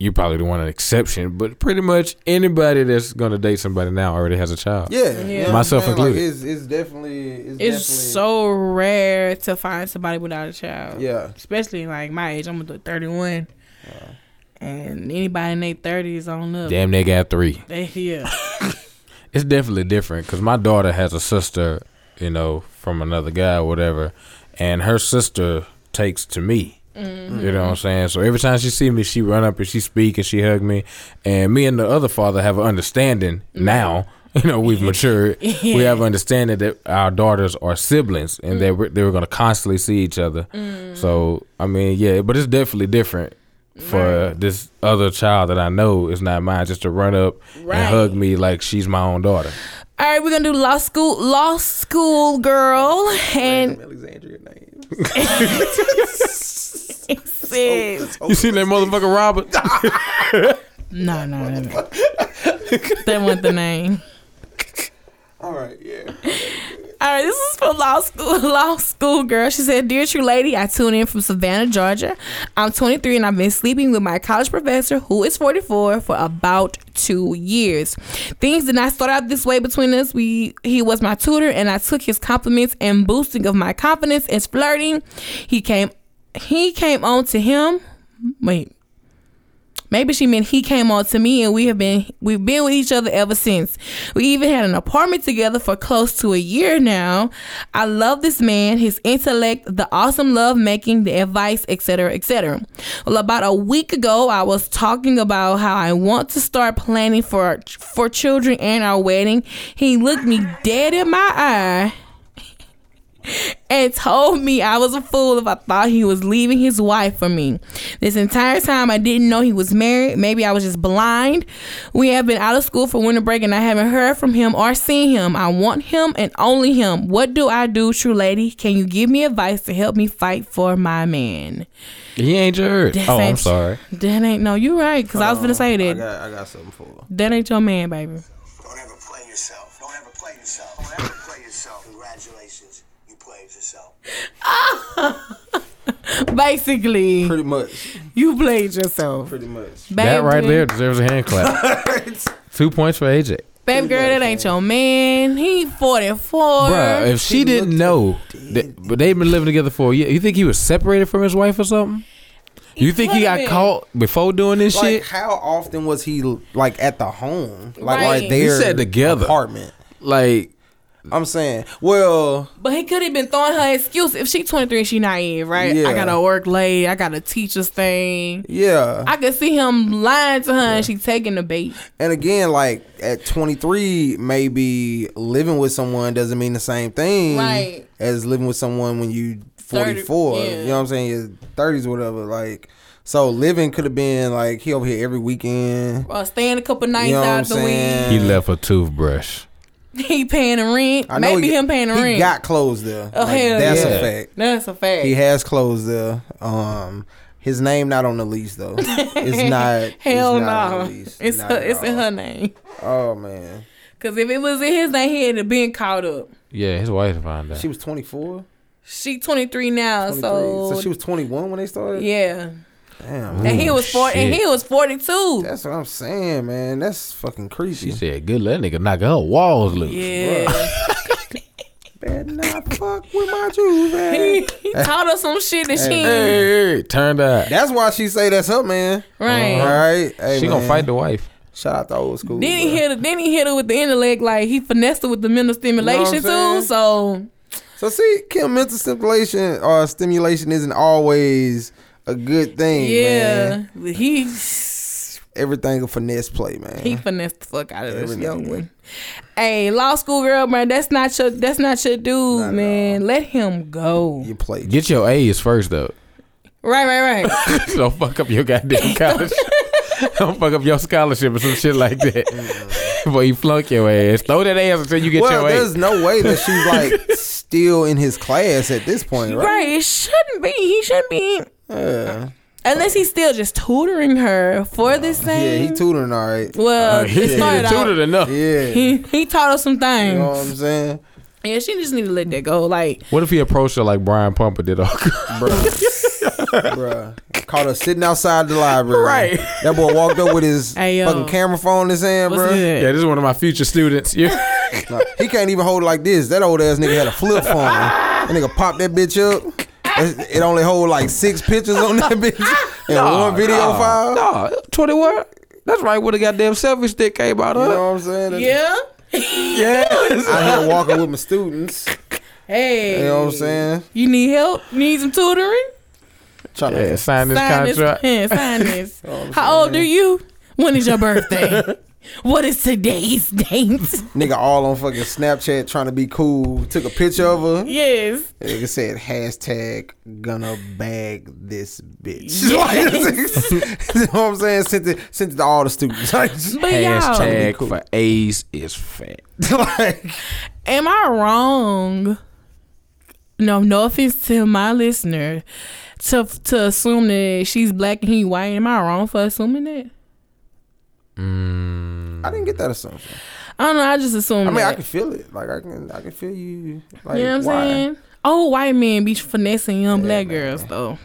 Speaker 2: you probably the one an exception, but pretty much anybody that's gonna date somebody now already has a child.
Speaker 3: Yeah, you know what I'm
Speaker 2: Myself
Speaker 3: saying? Like,
Speaker 2: included.
Speaker 3: it's it's definitely it's,
Speaker 1: It's
Speaker 3: definitely
Speaker 1: so rare to find somebody without a child.
Speaker 3: yeah.
Speaker 1: Especially like my age. I'm gonna 31. And anybody in their 30s on up.
Speaker 2: Damn, they got three.
Speaker 1: They, yeah.
Speaker 2: It's definitely different because my daughter has a sister, you know, from another guy or whatever, and her sister takes to me. You know what I'm saying? So every time she see me, she run up and she speak and she hug me, and me and the other father have an understanding now. You know, we've matured. We have understanding that our daughters are siblings and that we're, they were going to constantly see each other. So I mean, yeah, but it's definitely different. For this other child that I know is not mine, just to run up
Speaker 1: Right.
Speaker 2: and hug me like she's my own daughter.
Speaker 1: All right, we're gonna do law school, law school girl, and
Speaker 3: Alexandria name. Oh.
Speaker 1: said,
Speaker 2: You seen that motherfucker Robert?
Speaker 1: no, no, no, no. that wasn't the name.
Speaker 3: All right, yeah.
Speaker 1: All right, this is for law school, law school girl. She said, "Dear true lady, I tune in from Savannah, Georgia. I'm 23 and I've been sleeping with my college professor, who is 44, for about two years. Things did not start out this way between us. We he was my tutor, and I took his compliments and boosting of my confidence as flirting. He came, he came on to him. Wait, Maybe she meant he came on to me and we have been we've been with each other ever since. We even had an apartment together for close to a year now. I love this man, his intellect, the awesome love making, the advice, etc., etc. Well, about a week ago, I was talking about how I want to start planning for for children and our wedding. He looked me dead in my eye and told me I was a fool if I thought he was leaving his wife for me. This entire time, I didn't know he was married. Maybe I was just blind. We have been out of school for winter break and I haven't heard from him or seen him. I want him and only him. What do I do, true lady? Can you give me advice to help me fight for my man?
Speaker 2: He ain't yours.
Speaker 1: That's
Speaker 2: Oh, I'm
Speaker 1: ain't-
Speaker 2: sorry.
Speaker 1: That ain't, no, you're right, because I was gonna say
Speaker 3: I
Speaker 1: that.
Speaker 3: got I got something for. her.
Speaker 1: That ain't your man, baby.
Speaker 11: Don't ever play yourself. Don't ever play yourself. Don't ever play yourself. Congratulations, you played yourself.
Speaker 1: Basically,
Speaker 3: Pretty much,
Speaker 1: you played yourself.
Speaker 3: pretty much.
Speaker 2: That
Speaker 1: Baby.
Speaker 2: right there deserves a hand clap. Two points for AJ.
Speaker 1: Baby girl, that ain't your man. He 44.
Speaker 2: Bruh, if she didn't know, that, but they've been living together for a year. You think he was separated from his wife or something? You think he
Speaker 1: could've
Speaker 2: got
Speaker 1: been.
Speaker 2: caught before doing this
Speaker 3: Like,
Speaker 2: shit?
Speaker 3: how often was he like at the home, like
Speaker 1: Right.
Speaker 3: right.
Speaker 1: He
Speaker 3: there,
Speaker 2: said together.
Speaker 3: apartment?
Speaker 2: Like,
Speaker 3: I'm saying, well,
Speaker 1: But he could have been throwing her excuse if she 23 she naive, right? I
Speaker 3: Yeah.
Speaker 1: gotta work late. I got a teacher's thing.
Speaker 3: yeah.
Speaker 1: I could see him lying to her and she taking the bait.
Speaker 3: and again, like at 23, maybe living with someone doesn't mean the same thing
Speaker 1: Right.
Speaker 3: as living with someone when you
Speaker 1: 30,
Speaker 3: 44.
Speaker 1: yeah.
Speaker 3: You know what I'm saying? Your 30s, or whatever. Like, so living could have been like he over here every weekend.
Speaker 1: Or staying a couple nights
Speaker 3: You know what I'm
Speaker 1: out the
Speaker 3: saying?
Speaker 2: he left a toothbrush.
Speaker 1: week. He paying the rent.
Speaker 3: I know
Speaker 1: Maybe
Speaker 3: he-
Speaker 1: him paying the
Speaker 3: he
Speaker 1: rent.
Speaker 3: got clothes there.
Speaker 1: Oh,
Speaker 3: Like,
Speaker 1: hell
Speaker 3: that's
Speaker 2: yeah.
Speaker 3: a fact.
Speaker 1: That's a fact.
Speaker 3: He has clothes there. Um, his name not on the lease though. It's not.
Speaker 1: Hell
Speaker 3: it's not on
Speaker 1: no.
Speaker 3: the lease.
Speaker 1: It's
Speaker 3: Not
Speaker 1: her,
Speaker 3: at
Speaker 1: it's in
Speaker 3: all.
Speaker 1: her name.
Speaker 3: Oh man,
Speaker 1: Cause if it was in his name, he'd have been caught up.
Speaker 2: Yeah, his wife found out.
Speaker 3: she was 24,
Speaker 1: She 23 now,
Speaker 3: 23.
Speaker 1: so,
Speaker 3: So, she Mm. was 21 when they started.
Speaker 1: yeah.
Speaker 3: Damn,
Speaker 1: And he was 40 and
Speaker 2: shit.
Speaker 1: he was 42.
Speaker 3: that's what I'm saying, man. That's fucking
Speaker 2: she
Speaker 3: creepy.
Speaker 2: said, "Good, let that nigga knock her walls loose."
Speaker 1: yeah.
Speaker 3: Better not fuck with my Jews, man.
Speaker 1: he taught her some shit that she ain't-
Speaker 2: Hey, hey, turned out.
Speaker 3: That's why she say that's her man.
Speaker 1: right.
Speaker 3: All right, hey,
Speaker 2: she gonna
Speaker 3: man.
Speaker 2: fight the wife.
Speaker 3: Shout out to old school.
Speaker 1: Then he
Speaker 3: bro.
Speaker 1: hit her. Then he hit her with the intellect. Like he finessed her with the mental stimulation
Speaker 3: You know what I'm
Speaker 1: too. So
Speaker 3: So see, Kim, mental stimulation or stimulation isn't always a good thing. man.
Speaker 1: yeah, he
Speaker 3: everything a finesse play, man.
Speaker 1: he finessed the fuck out of this
Speaker 3: Everything.
Speaker 1: young one. Hey, law school girl, man, that's not your that's not your dude,
Speaker 3: at
Speaker 1: man. Let him go.
Speaker 3: you play.
Speaker 2: Get your A's first though.
Speaker 1: Right, right, right.
Speaker 2: Don't fuck up your goddamn college. Don't fuck up your scholarship or some shit like that. Boy, you flunk your ass. Throw that ass until you get
Speaker 3: well,
Speaker 2: your
Speaker 3: there's
Speaker 2: ass.
Speaker 3: no way that she's like still in his class at this point, right?
Speaker 1: Right, it shouldn't be. He shouldn't be.
Speaker 3: Yeah.
Speaker 1: Unless he's still just tutoring her for this
Speaker 3: yeah,
Speaker 1: thing.
Speaker 3: he Uh, tutoring all right.
Speaker 1: well,
Speaker 2: Uh, He
Speaker 1: it started out-
Speaker 2: tutored enough.
Speaker 3: Yeah, you
Speaker 1: he, he taught her some things.
Speaker 3: know what I'm saying,
Speaker 1: Yeah, she just need to let that go. Like,
Speaker 2: What if he approached her like Brian Pumper did?
Speaker 3: Bruh. Caught her sitting outside the library.
Speaker 2: Right.
Speaker 3: That boy walked up with his
Speaker 1: Hey, yo.
Speaker 3: fucking camera phone in his hand,
Speaker 1: what's
Speaker 3: bro.
Speaker 1: good?
Speaker 2: yeah, this is one of my future students. Yeah.
Speaker 3: he can't even hold it like this. That old ass nigga had a flip phone. that nigga popped that bitch up. It it only hold like six pictures on that bitch and one video file.
Speaker 2: Nah, 21. That's right where the goddamn selfie stick came out
Speaker 3: You know what I'm saying? That-
Speaker 1: Yeah.
Speaker 2: Yeah.
Speaker 3: I here walking with my students.
Speaker 1: Hey.
Speaker 3: You know what I'm saying?
Speaker 1: You need help? Need some tutoring?
Speaker 3: Trying
Speaker 2: yeah,
Speaker 3: to
Speaker 2: sign this
Speaker 1: sign
Speaker 2: contract.
Speaker 1: This, yeah, sign this. How old are you? When is your birthday? what is today's date?
Speaker 3: nigga all on fucking Snapchat trying to be cool. Took a picture of her.
Speaker 1: yes.
Speaker 3: Nigga said hashtag gonna bag this bitch. Like, you know what I'm saying? Sent it, sent it to all the students. Like,
Speaker 1: But y'all,
Speaker 2: Hashtag for A's is fat.
Speaker 3: like,
Speaker 1: am I wrong? No, no offense to my listener. To to assume that she's black and he white. Am I wrong for assuming that?
Speaker 3: I didn't get that assumption.
Speaker 1: I don't know. I just assumed.
Speaker 3: I mean, I
Speaker 1: that.
Speaker 3: can feel it. Like I can, I can feel you. Like,
Speaker 1: you know what I'm
Speaker 3: why?
Speaker 1: saying? Oh, white men be finessing young black girls though.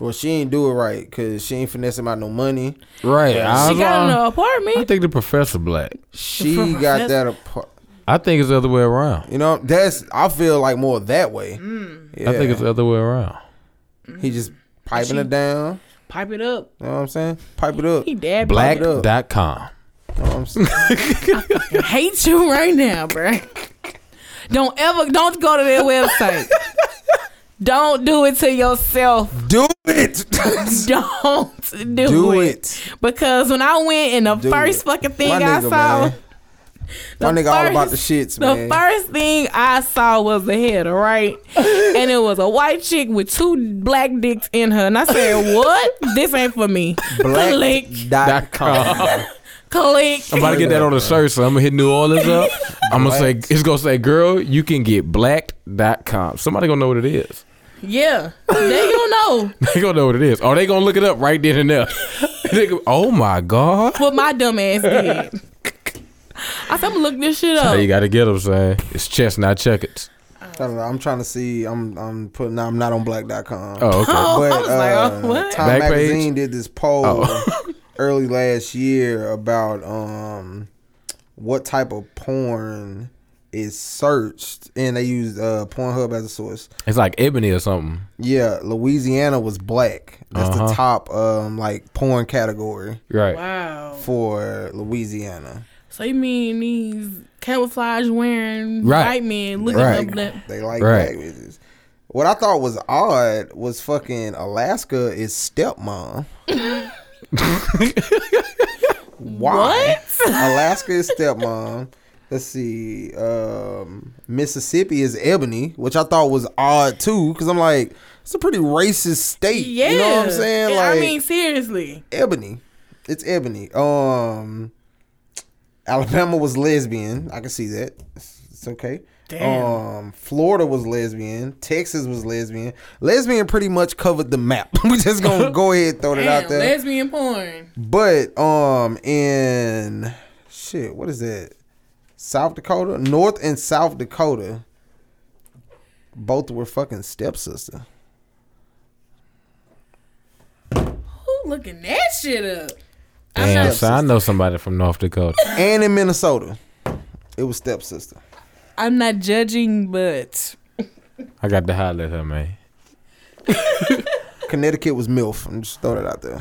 Speaker 3: Well, she ain't do it right because she ain't finessing about no money.
Speaker 2: Right. I,
Speaker 1: She
Speaker 2: was
Speaker 3: uh,
Speaker 1: got in an
Speaker 2: wrong. I
Speaker 1: apartment.
Speaker 2: think the professor black.
Speaker 3: She got that apart.
Speaker 2: I think it's the other way around.
Speaker 3: You know, that's I feel like more that way.
Speaker 1: Mm.
Speaker 3: Yeah.
Speaker 2: I think it's the other way around.
Speaker 3: he just piping it down.
Speaker 1: Pipe it up.
Speaker 3: You know what I'm saying? Pipe it up.
Speaker 1: He dad
Speaker 2: Black
Speaker 3: it up.
Speaker 2: dot com.
Speaker 3: You know what I'm saying?
Speaker 1: hate you right now, bruh. Don't ever, don't go to their website. don't do it to yourself.
Speaker 3: do it.
Speaker 1: Don't do,
Speaker 3: do
Speaker 1: it.
Speaker 3: it.
Speaker 1: Because when I went and the
Speaker 3: Do
Speaker 1: first
Speaker 3: it.
Speaker 1: fucking thing
Speaker 3: My
Speaker 1: I
Speaker 3: nigga,
Speaker 1: saw,
Speaker 3: man. My
Speaker 1: the
Speaker 3: nigga all about the
Speaker 1: first-
Speaker 3: shits,
Speaker 1: the
Speaker 3: man.
Speaker 1: first thing I saw was the header, right? and it was a white chick with two black dicks in her. And I said, what? This ain't for me. Click,
Speaker 3: dot com.
Speaker 1: click.
Speaker 2: I'm
Speaker 3: Um.
Speaker 2: about to get that on a shirt, so I'm gonna hit New Orleans up. I'm gonna say it's gonna say, "Girl, you can get blacked.com." Somebody gonna know what it is.
Speaker 1: Yeah. There you know.
Speaker 2: They gonna know what it is. Or they gonna look it up right then and there. They go, oh my god!
Speaker 1: what my dumb ass did. I said, I'm gonna look this shit
Speaker 2: Hey, you
Speaker 1: up.
Speaker 2: gotta get them saying it's chestnut checkers.
Speaker 3: I don't know. I'm trying to see. I'm I'm putting. I'm not on black.com.
Speaker 2: Oh, okay.
Speaker 3: but
Speaker 1: I was like,
Speaker 3: uh,
Speaker 1: oh, what?
Speaker 3: Time
Speaker 2: Back page?
Speaker 3: magazine did this poll Oh. early last year about um what type of porn is searched, and they used uh, Pornhub as a source.
Speaker 2: It's like ebony or something.
Speaker 3: Yeah, Louisiana was black. That's the top um like porn category
Speaker 2: Right.
Speaker 1: Wow.
Speaker 3: for Louisiana.
Speaker 1: So you mean these camouflage wearing
Speaker 2: Right.
Speaker 1: white men looking
Speaker 2: Right.
Speaker 1: up that?
Speaker 3: They like
Speaker 2: Right.
Speaker 3: black bitches. What I thought was odd was fucking Alaska is stepmom. Why? Alaska is stepmom. Let's see. Um, Mississippi is ebony, which I thought was odd too, because I'm like, it's a pretty racist state.
Speaker 1: Yeah.
Speaker 3: You know what I'm saying?
Speaker 1: Yeah,
Speaker 3: Like
Speaker 1: I mean, seriously.
Speaker 3: ebony. It's ebony. Um, Alabama was lesbian. I can see that. It's it's okay.
Speaker 1: Damn.
Speaker 3: Um, Florida was lesbian. Texas was lesbian. Lesbian pretty much covered the map. we just gonna go ahead and throw that
Speaker 1: Damn,
Speaker 3: out there.
Speaker 1: lesbian porn.
Speaker 3: But um in shit, what is that? South Dakota, North and South Dakota, both were fucking stepsister.
Speaker 1: Who looking that shit up?
Speaker 2: Damn, so I know somebody from North Dakota.
Speaker 3: And in Minnesota, it was stepsister.
Speaker 1: I'm not judging, but
Speaker 2: I got to holler at her, man.
Speaker 3: Connecticut was MILF. I'm just throwing it out there.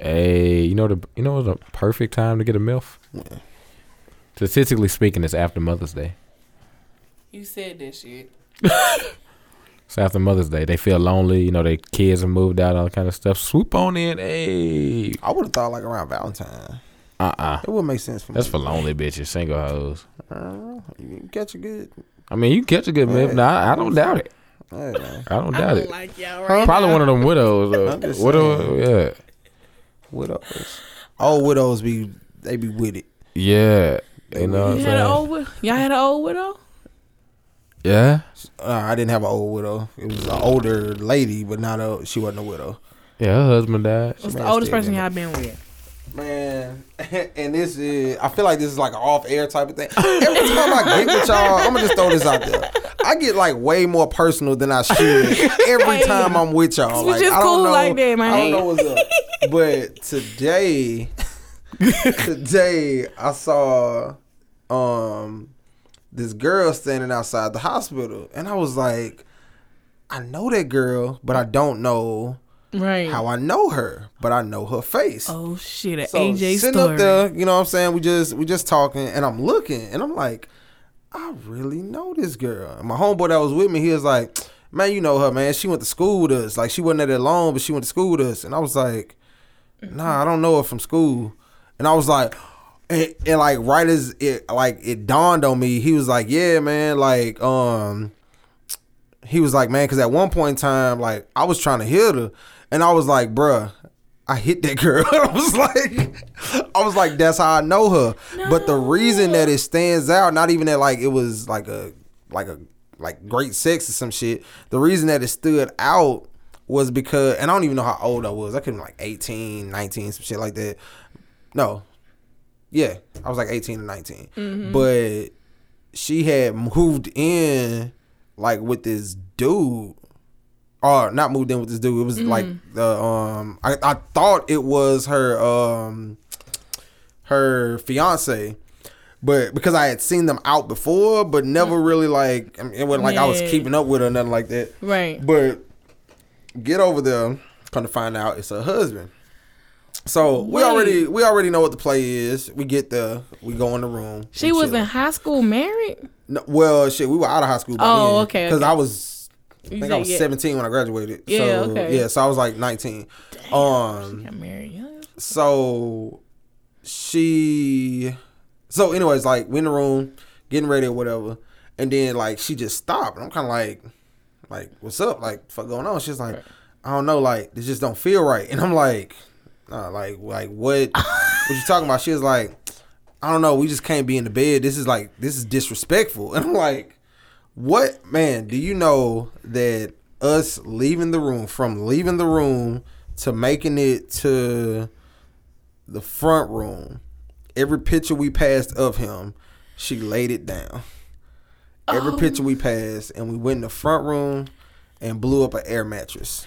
Speaker 2: Hey, you know the you know the perfect time to get a milf. Statistically speaking, it's after Mother's Day.
Speaker 1: you said that shit.
Speaker 2: So after Mother's Day, they feel lonely. You know, their kids have moved out, all that kind of stuff. Swoop on in, hey.
Speaker 3: I would have thought like around Valentine.
Speaker 2: Uh uh
Speaker 3: It would make sense for
Speaker 2: That's
Speaker 3: me.
Speaker 2: for lonely bitches, single hoes.
Speaker 3: You can catch a good.
Speaker 2: I mean, you catch a good man. Nah, I don't doubt it.
Speaker 3: Hey, man.
Speaker 2: I don't
Speaker 1: I
Speaker 2: doubt
Speaker 1: don't
Speaker 2: it.
Speaker 1: like y'all right
Speaker 2: Probably one of them
Speaker 3: I'm
Speaker 2: widows.
Speaker 3: just
Speaker 2: Though. Widow, yeah.
Speaker 3: Widows. All widows be they be with it.
Speaker 2: Yeah. You know what
Speaker 1: You had an
Speaker 2: I'm saying?
Speaker 1: old widow. Y'all had an old widow.
Speaker 2: Yeah.
Speaker 3: Uh, I didn't have an old widow. It was an older lady, but not a. She wasn't a widow.
Speaker 2: Yeah, her husband died.
Speaker 1: What's
Speaker 3: Man,
Speaker 1: the oldest
Speaker 3: still
Speaker 1: person
Speaker 3: in
Speaker 1: y'all been with?
Speaker 3: Man, and this is. I feel like this is like an off air type of thing. Every time I get with y'all, I'm gonna just throw this out there. I get like way more personal than I should every time I'm with y'all.
Speaker 1: We
Speaker 3: Like,
Speaker 1: just
Speaker 3: I don't
Speaker 1: cool
Speaker 3: know,
Speaker 1: like that, man.
Speaker 3: I don't know what's up. But today, today I saw um this girl standing outside the hospital, and I was like, I know that girl, but I don't know
Speaker 1: Right.
Speaker 3: how I know her, but I know her face.
Speaker 1: oh shit, an
Speaker 3: So
Speaker 1: AJ
Speaker 3: sitting
Speaker 1: story.
Speaker 3: up there, you know what I'm saying? We just we just talking and I'm looking and I'm like, I really know this girl. And my homeboy that was with me, he was like, Man, you know her, man. She went to school with us. Like she wasn't there that long, but she went to school with us. And I was like, Nah, I don't know her from school. And I was like, and, and like right as it like it dawned on me, he was like, Yeah, man, like, um, he was like, man, because at one point in time, like I was trying to hit her, and I was like, bruh, I hit that girl. I was like, I was like, that's how I know her. But the reason that it stands out, not even that like it was like a like a like great sex or some shit. The reason that it stood out was because, and I don't even know how old I was. I could have been like 18, 19, some shit like that. No, yeah, I was like 18 or 19. But she had moved in like with this dude. Or not moved in with this dude. It was like the um I, I thought it was her um her fiance. But because I had seen them out before, but never really like I mean, it wasn't like I was
Speaker 1: Yeah.
Speaker 3: keeping up with her or nothing like that.
Speaker 1: Right.
Speaker 3: But get over there, come to find out it's her husband. So we
Speaker 1: Wait.
Speaker 3: already we already know what the play is. We get there, we go in the room.
Speaker 1: She
Speaker 3: we
Speaker 1: was
Speaker 3: chill.
Speaker 1: in high school married.
Speaker 3: No, well, shit, we were out of high school. By
Speaker 1: Oh,
Speaker 3: then,
Speaker 1: okay,
Speaker 3: Because
Speaker 1: okay.
Speaker 3: I was, I
Speaker 1: You
Speaker 3: think I
Speaker 1: said,
Speaker 3: was
Speaker 1: yeah.
Speaker 3: seventeen when I graduated.
Speaker 1: Yeah,
Speaker 3: so,
Speaker 1: okay.
Speaker 3: Yeah, so I was like nineteen. um,
Speaker 1: Got married. young.
Speaker 3: so she so anyways like we in the room getting ready or whatever and then like she just stopped and i'm kind of like like what's up like fuck going on she's like i don't know like this just don't feel right and i'm like nah, like like what what you talking about she was like i don't know we just can't be in the bed this is like this is disrespectful and i'm like what man do you know that us leaving the room from leaving the room to making it to the front room, every picture we passed of him, she laid it down. Every picture we passed, and we went in the front room and blew up an air mattress.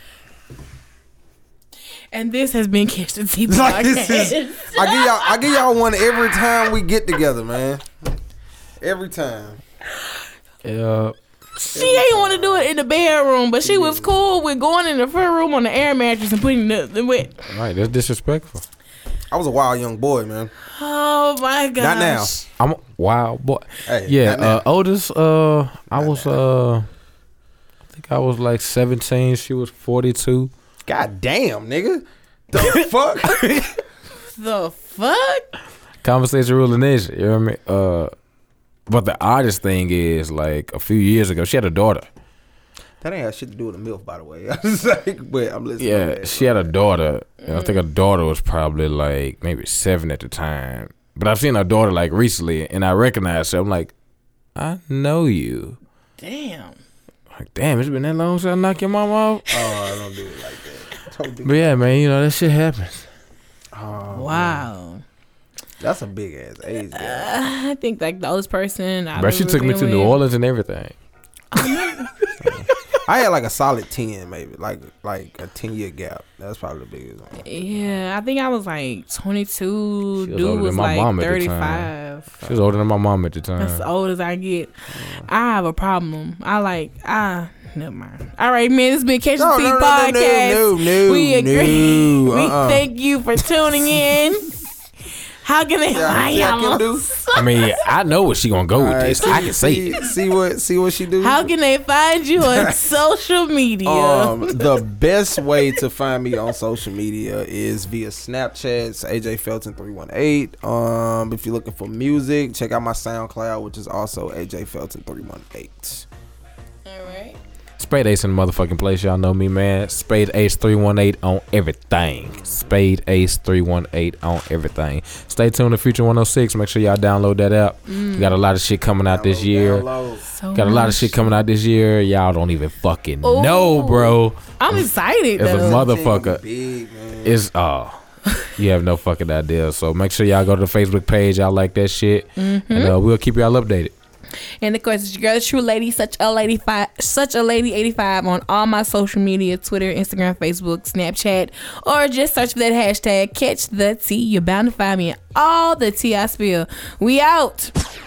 Speaker 1: And this has been Catch the Tea
Speaker 3: Like this
Speaker 1: podcast.
Speaker 3: is, I give y'all, I give y'all one every time we get together, man. Every time.
Speaker 2: Yeah.
Speaker 1: she ain't want to do it in the bedroom, but she was cool with going in the front room on the air mattress and putting the, the wet.
Speaker 2: Right. That's disrespectful.
Speaker 3: I was a wild young boy, man.
Speaker 1: Oh my gosh.
Speaker 3: Not now.
Speaker 2: I'm a wild boy.
Speaker 3: Hey,
Speaker 2: yeah.
Speaker 3: not now.
Speaker 2: Uh, oldest. Uh, I was. Uh, I think I was like 17. She was 42.
Speaker 3: God damn, nigga. The fuck?
Speaker 1: The fuck?
Speaker 2: Conversation ruling is. You know what I mean? Uh, but the oddest thing is, like a few years ago, she had a daughter.
Speaker 3: that ain't have shit to do with the milk, by the way. I was like, but I'm listening.
Speaker 2: Yeah, Mm-hmm.
Speaker 3: man.
Speaker 2: she had a daughter, and I think her daughter was probably like maybe seven at the time. But I've seen her daughter like recently, and I recognized her. I'm like, I know you.
Speaker 1: Damn.
Speaker 2: Like, damn, it's been that long since I knocked your mom off.
Speaker 3: Oh, I don't do it like that. Don't do-
Speaker 2: But yeah, man, you know that shit happens. Oh,
Speaker 1: Wow.
Speaker 3: That's a big ass age. gap.
Speaker 1: I think like the oldest person. I
Speaker 2: But she took me to New Orleans and everything.
Speaker 3: I had like a solid ten, maybe like like a ten year gap. That's probably the biggest one.
Speaker 1: Yeah, I think I was like 22.
Speaker 2: She was
Speaker 1: Dude
Speaker 2: older
Speaker 1: was,
Speaker 2: than my
Speaker 1: like
Speaker 2: mom at the time.
Speaker 1: 35.
Speaker 2: She was older than my mom at the
Speaker 1: That's
Speaker 3: Uh.
Speaker 1: as
Speaker 2: time.
Speaker 1: old as I get. I have a problem. I like I never mind. All right, man. It's been Catch the
Speaker 3: No,
Speaker 1: Tea
Speaker 3: no, no, no,
Speaker 1: podcast.
Speaker 3: no, no, no,
Speaker 1: we agree.
Speaker 3: no,
Speaker 1: we
Speaker 3: uh-uh.
Speaker 1: thank you for tuning in. How can they lie,
Speaker 3: see, I
Speaker 1: y'all?
Speaker 3: can do.
Speaker 2: I mean, I know what she gonna go with
Speaker 3: All right,
Speaker 2: this. I can say
Speaker 3: see,
Speaker 2: it.
Speaker 3: see what see what she do.
Speaker 1: How can they find you on social media?
Speaker 3: um, the best way to find me on social media is via Snapchat. It's AJ Felton three one eight. Um, if you're looking for music, check out my SoundCloud, which is also AJ Felton three one eight.
Speaker 1: All right.
Speaker 2: Spade Ace in the motherfucking place. Y'all know me, man. Spade Ace 318 on everything. Spade Ace 318 on everything. Stay tuned to Future 106. Make sure y'all download that app. We got a lot of shit coming out
Speaker 3: Oh,
Speaker 2: this year.
Speaker 1: So
Speaker 2: Got a lot of
Speaker 1: much.
Speaker 2: shit coming out this year. Y'all don't even fucking
Speaker 1: Ooh.
Speaker 2: know, bro.
Speaker 1: I'm excited
Speaker 2: As a
Speaker 1: though.
Speaker 2: motherfucker.
Speaker 3: Big man.
Speaker 2: It's oh, you have no fucking idea. So make sure y'all go to the Facebook page. Y'all like that shit, and uh, we'll keep y'all updated.
Speaker 1: And of course, it's your girl, True Lady, such a lady five, such a lady eighty five on all my social media: Twitter, Instagram, Facebook, Snapchat, or just search for that hashtag. Catch the tea. You're bound to find me in all the tea I spill. We out.